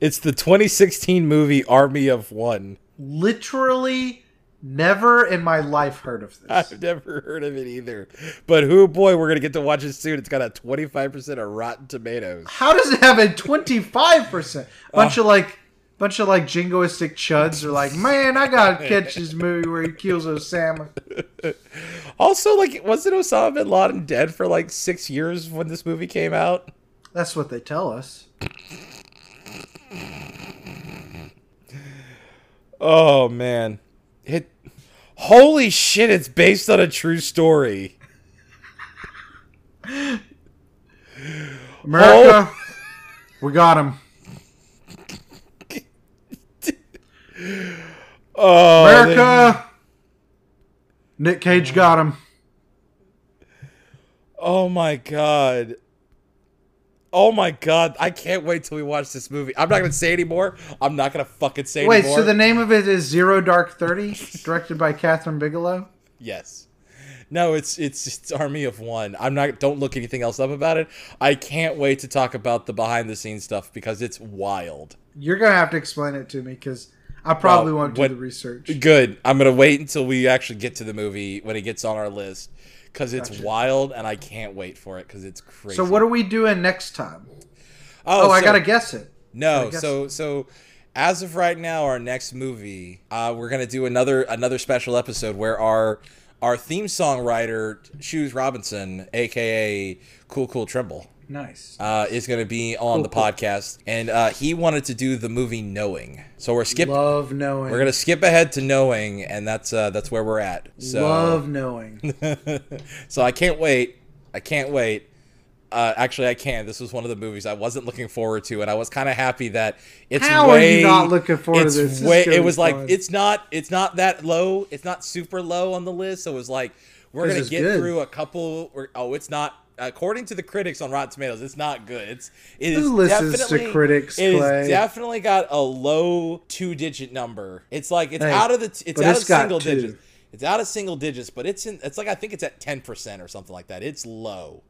Speaker 2: It's the 2016 movie Army of One.
Speaker 1: Literally never in my life heard of this.
Speaker 2: I've never heard of it either. But who boy, we're gonna get to watch it soon. It's got a twenty five percent of Rotten Tomatoes.
Speaker 1: How does it have a 25%?
Speaker 2: Uh.
Speaker 1: Bunch of like bunch of like jingoistic chuds are like, "Man, I got to catch this movie where he kills Osama."
Speaker 2: Also, like, wasn't Osama bin Laden dead for like six years when this movie came out?
Speaker 1: That's what they tell us.
Speaker 2: Oh man, it. Holy shit! It's based on a true story.
Speaker 1: America, we got him.
Speaker 2: Oh, they-
Speaker 1: America. Nick Cage got him.
Speaker 2: oh my god. Oh my god! I can't wait till we watch this movie. I'm not gonna say anymore. I'm not gonna fucking say
Speaker 1: Wait,
Speaker 2: anymore.
Speaker 1: so the name of it is Zero Dark Thirty, directed by Catherine Bigelow.
Speaker 2: Yes. No, it's it's it's Army of One. I'm not don't look anything else up about it. I can't wait to talk about the behind the scenes stuff because it's wild.
Speaker 1: You're gonna have to explain it to me because I probably
Speaker 2: Well,
Speaker 1: won't do
Speaker 2: what-
Speaker 1: the research.
Speaker 2: Good. I'm gonna wait until we actually get to the movie when it gets on our list because it's wild and I can't wait for it because it's crazy.
Speaker 1: So what are we doing next time?
Speaker 2: Oh,
Speaker 1: Oh, I
Speaker 2: so-
Speaker 1: gotta guess it.
Speaker 2: No,
Speaker 1: guess-
Speaker 2: so so as of right now, our next movie, uh, we're gonna do another another special episode where our our theme songwriter Shoes Robinson, aka Cool Cool Tremble.
Speaker 1: Nice.
Speaker 2: uh, is going to be on the podcast, and uh, he wanted to do the movie Knowing. So we're skip
Speaker 1: Love knowing.
Speaker 2: we're going to skip ahead to Knowing, and that's uh, that's where we're at. So
Speaker 1: Love knowing.
Speaker 2: so I can't wait. I can't wait. Uh, actually, I can. This was one of the movies I wasn't looking forward to, and I was kind of happy that it's
Speaker 1: How are you
Speaker 2: way.
Speaker 1: not looking forward to
Speaker 2: it's
Speaker 1: this? This is
Speaker 2: way-
Speaker 1: gonna
Speaker 2: it
Speaker 1: be
Speaker 2: was like
Speaker 1: fun.
Speaker 2: it's not. It's not that low. It's not super low on the list. So it was like we're
Speaker 1: This
Speaker 2: gonna
Speaker 1: is
Speaker 2: get
Speaker 1: good.
Speaker 2: through a couple. Or, oh, it's not. According to the critics on Rotten Tomatoes, it's not good. It's it
Speaker 1: Who
Speaker 2: is
Speaker 1: listens to
Speaker 2: definitely-
Speaker 1: critics,
Speaker 2: It has
Speaker 1: Clay?
Speaker 2: definitely got a low two digit number. It's like it's
Speaker 1: Hey,
Speaker 2: out of the. T- it's
Speaker 1: but
Speaker 2: out
Speaker 1: it's
Speaker 2: of
Speaker 1: got
Speaker 2: single
Speaker 1: two.
Speaker 2: digits. It's out of single digits, but it's in. It's like I think it's at ten percent or something like that. It's low.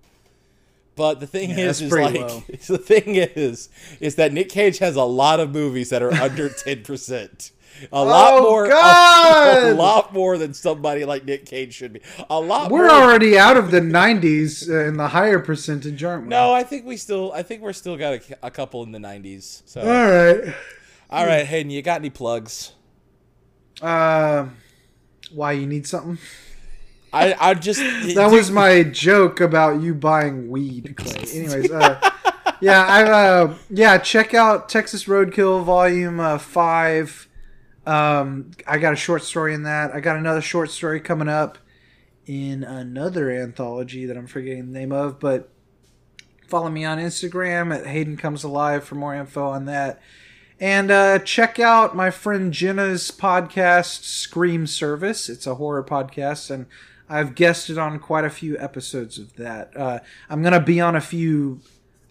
Speaker 2: But the thing is,
Speaker 1: that's
Speaker 2: is like
Speaker 1: pretty low.
Speaker 2: the thing is, is that Nick Cage has a lot of movies that are under ten percent. A lot
Speaker 1: Oh,
Speaker 2: more, a- A,
Speaker 1: God!
Speaker 2: lot more than somebody like Nick Cage should be. A lot
Speaker 1: We're
Speaker 2: more.
Speaker 1: already out of the '90s uh, in the higher percentage, aren't we?
Speaker 2: no, I think we still. I think we're still got a, a couple in the nineties. So,
Speaker 1: All right.
Speaker 2: all right, Hayden, you got any plugs?
Speaker 1: Uh, why you need something?
Speaker 2: I, I just
Speaker 1: that was my joke about you buying weed, Clay. Anyways, uh, yeah, I uh, yeah, check out Texas Roadkill Volume uh, Five. Um, I got a short story in that. I got another short story coming up in another anthology that I'm forgetting the name of, but follow me on Instagram at Hayden Comes Alive for more info on that. And uh, check out my friend Jenna's podcast, Scream Service. It's a horror podcast, and I've guested on quite a few episodes of that. Uh, I'm going to be on a few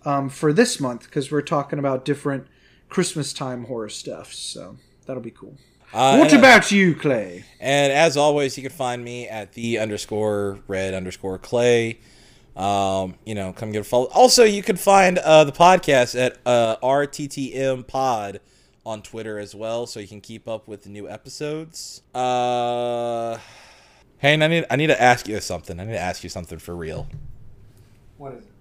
Speaker 1: um, for this month because we're talking about different Christmas time horror stuff. So that'll be cool.
Speaker 2: Uh,
Speaker 1: what
Speaker 2: and-
Speaker 1: about you, Clay?
Speaker 2: And as always, you can find me at the underscore red underscore clay. Um, you know, come get a follow. Also, you can find uh, the podcast at uh, RTTM Pod on Twitter as well, so you can keep up with the new episodes. Uh, hey, I need I need to ask you something. I need to ask you something for real.
Speaker 1: What is it?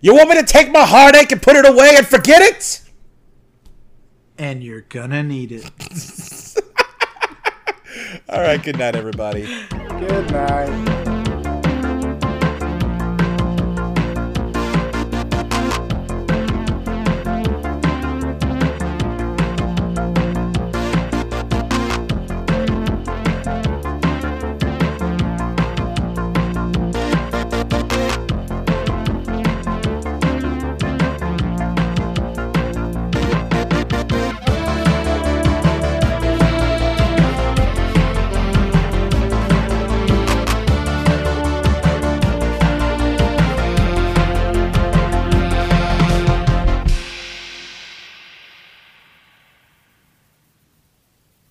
Speaker 2: You want me to take my heartache and put it away and forget it?
Speaker 1: And you're going to need it.
Speaker 2: All right. Good night, everybody.
Speaker 1: Good night.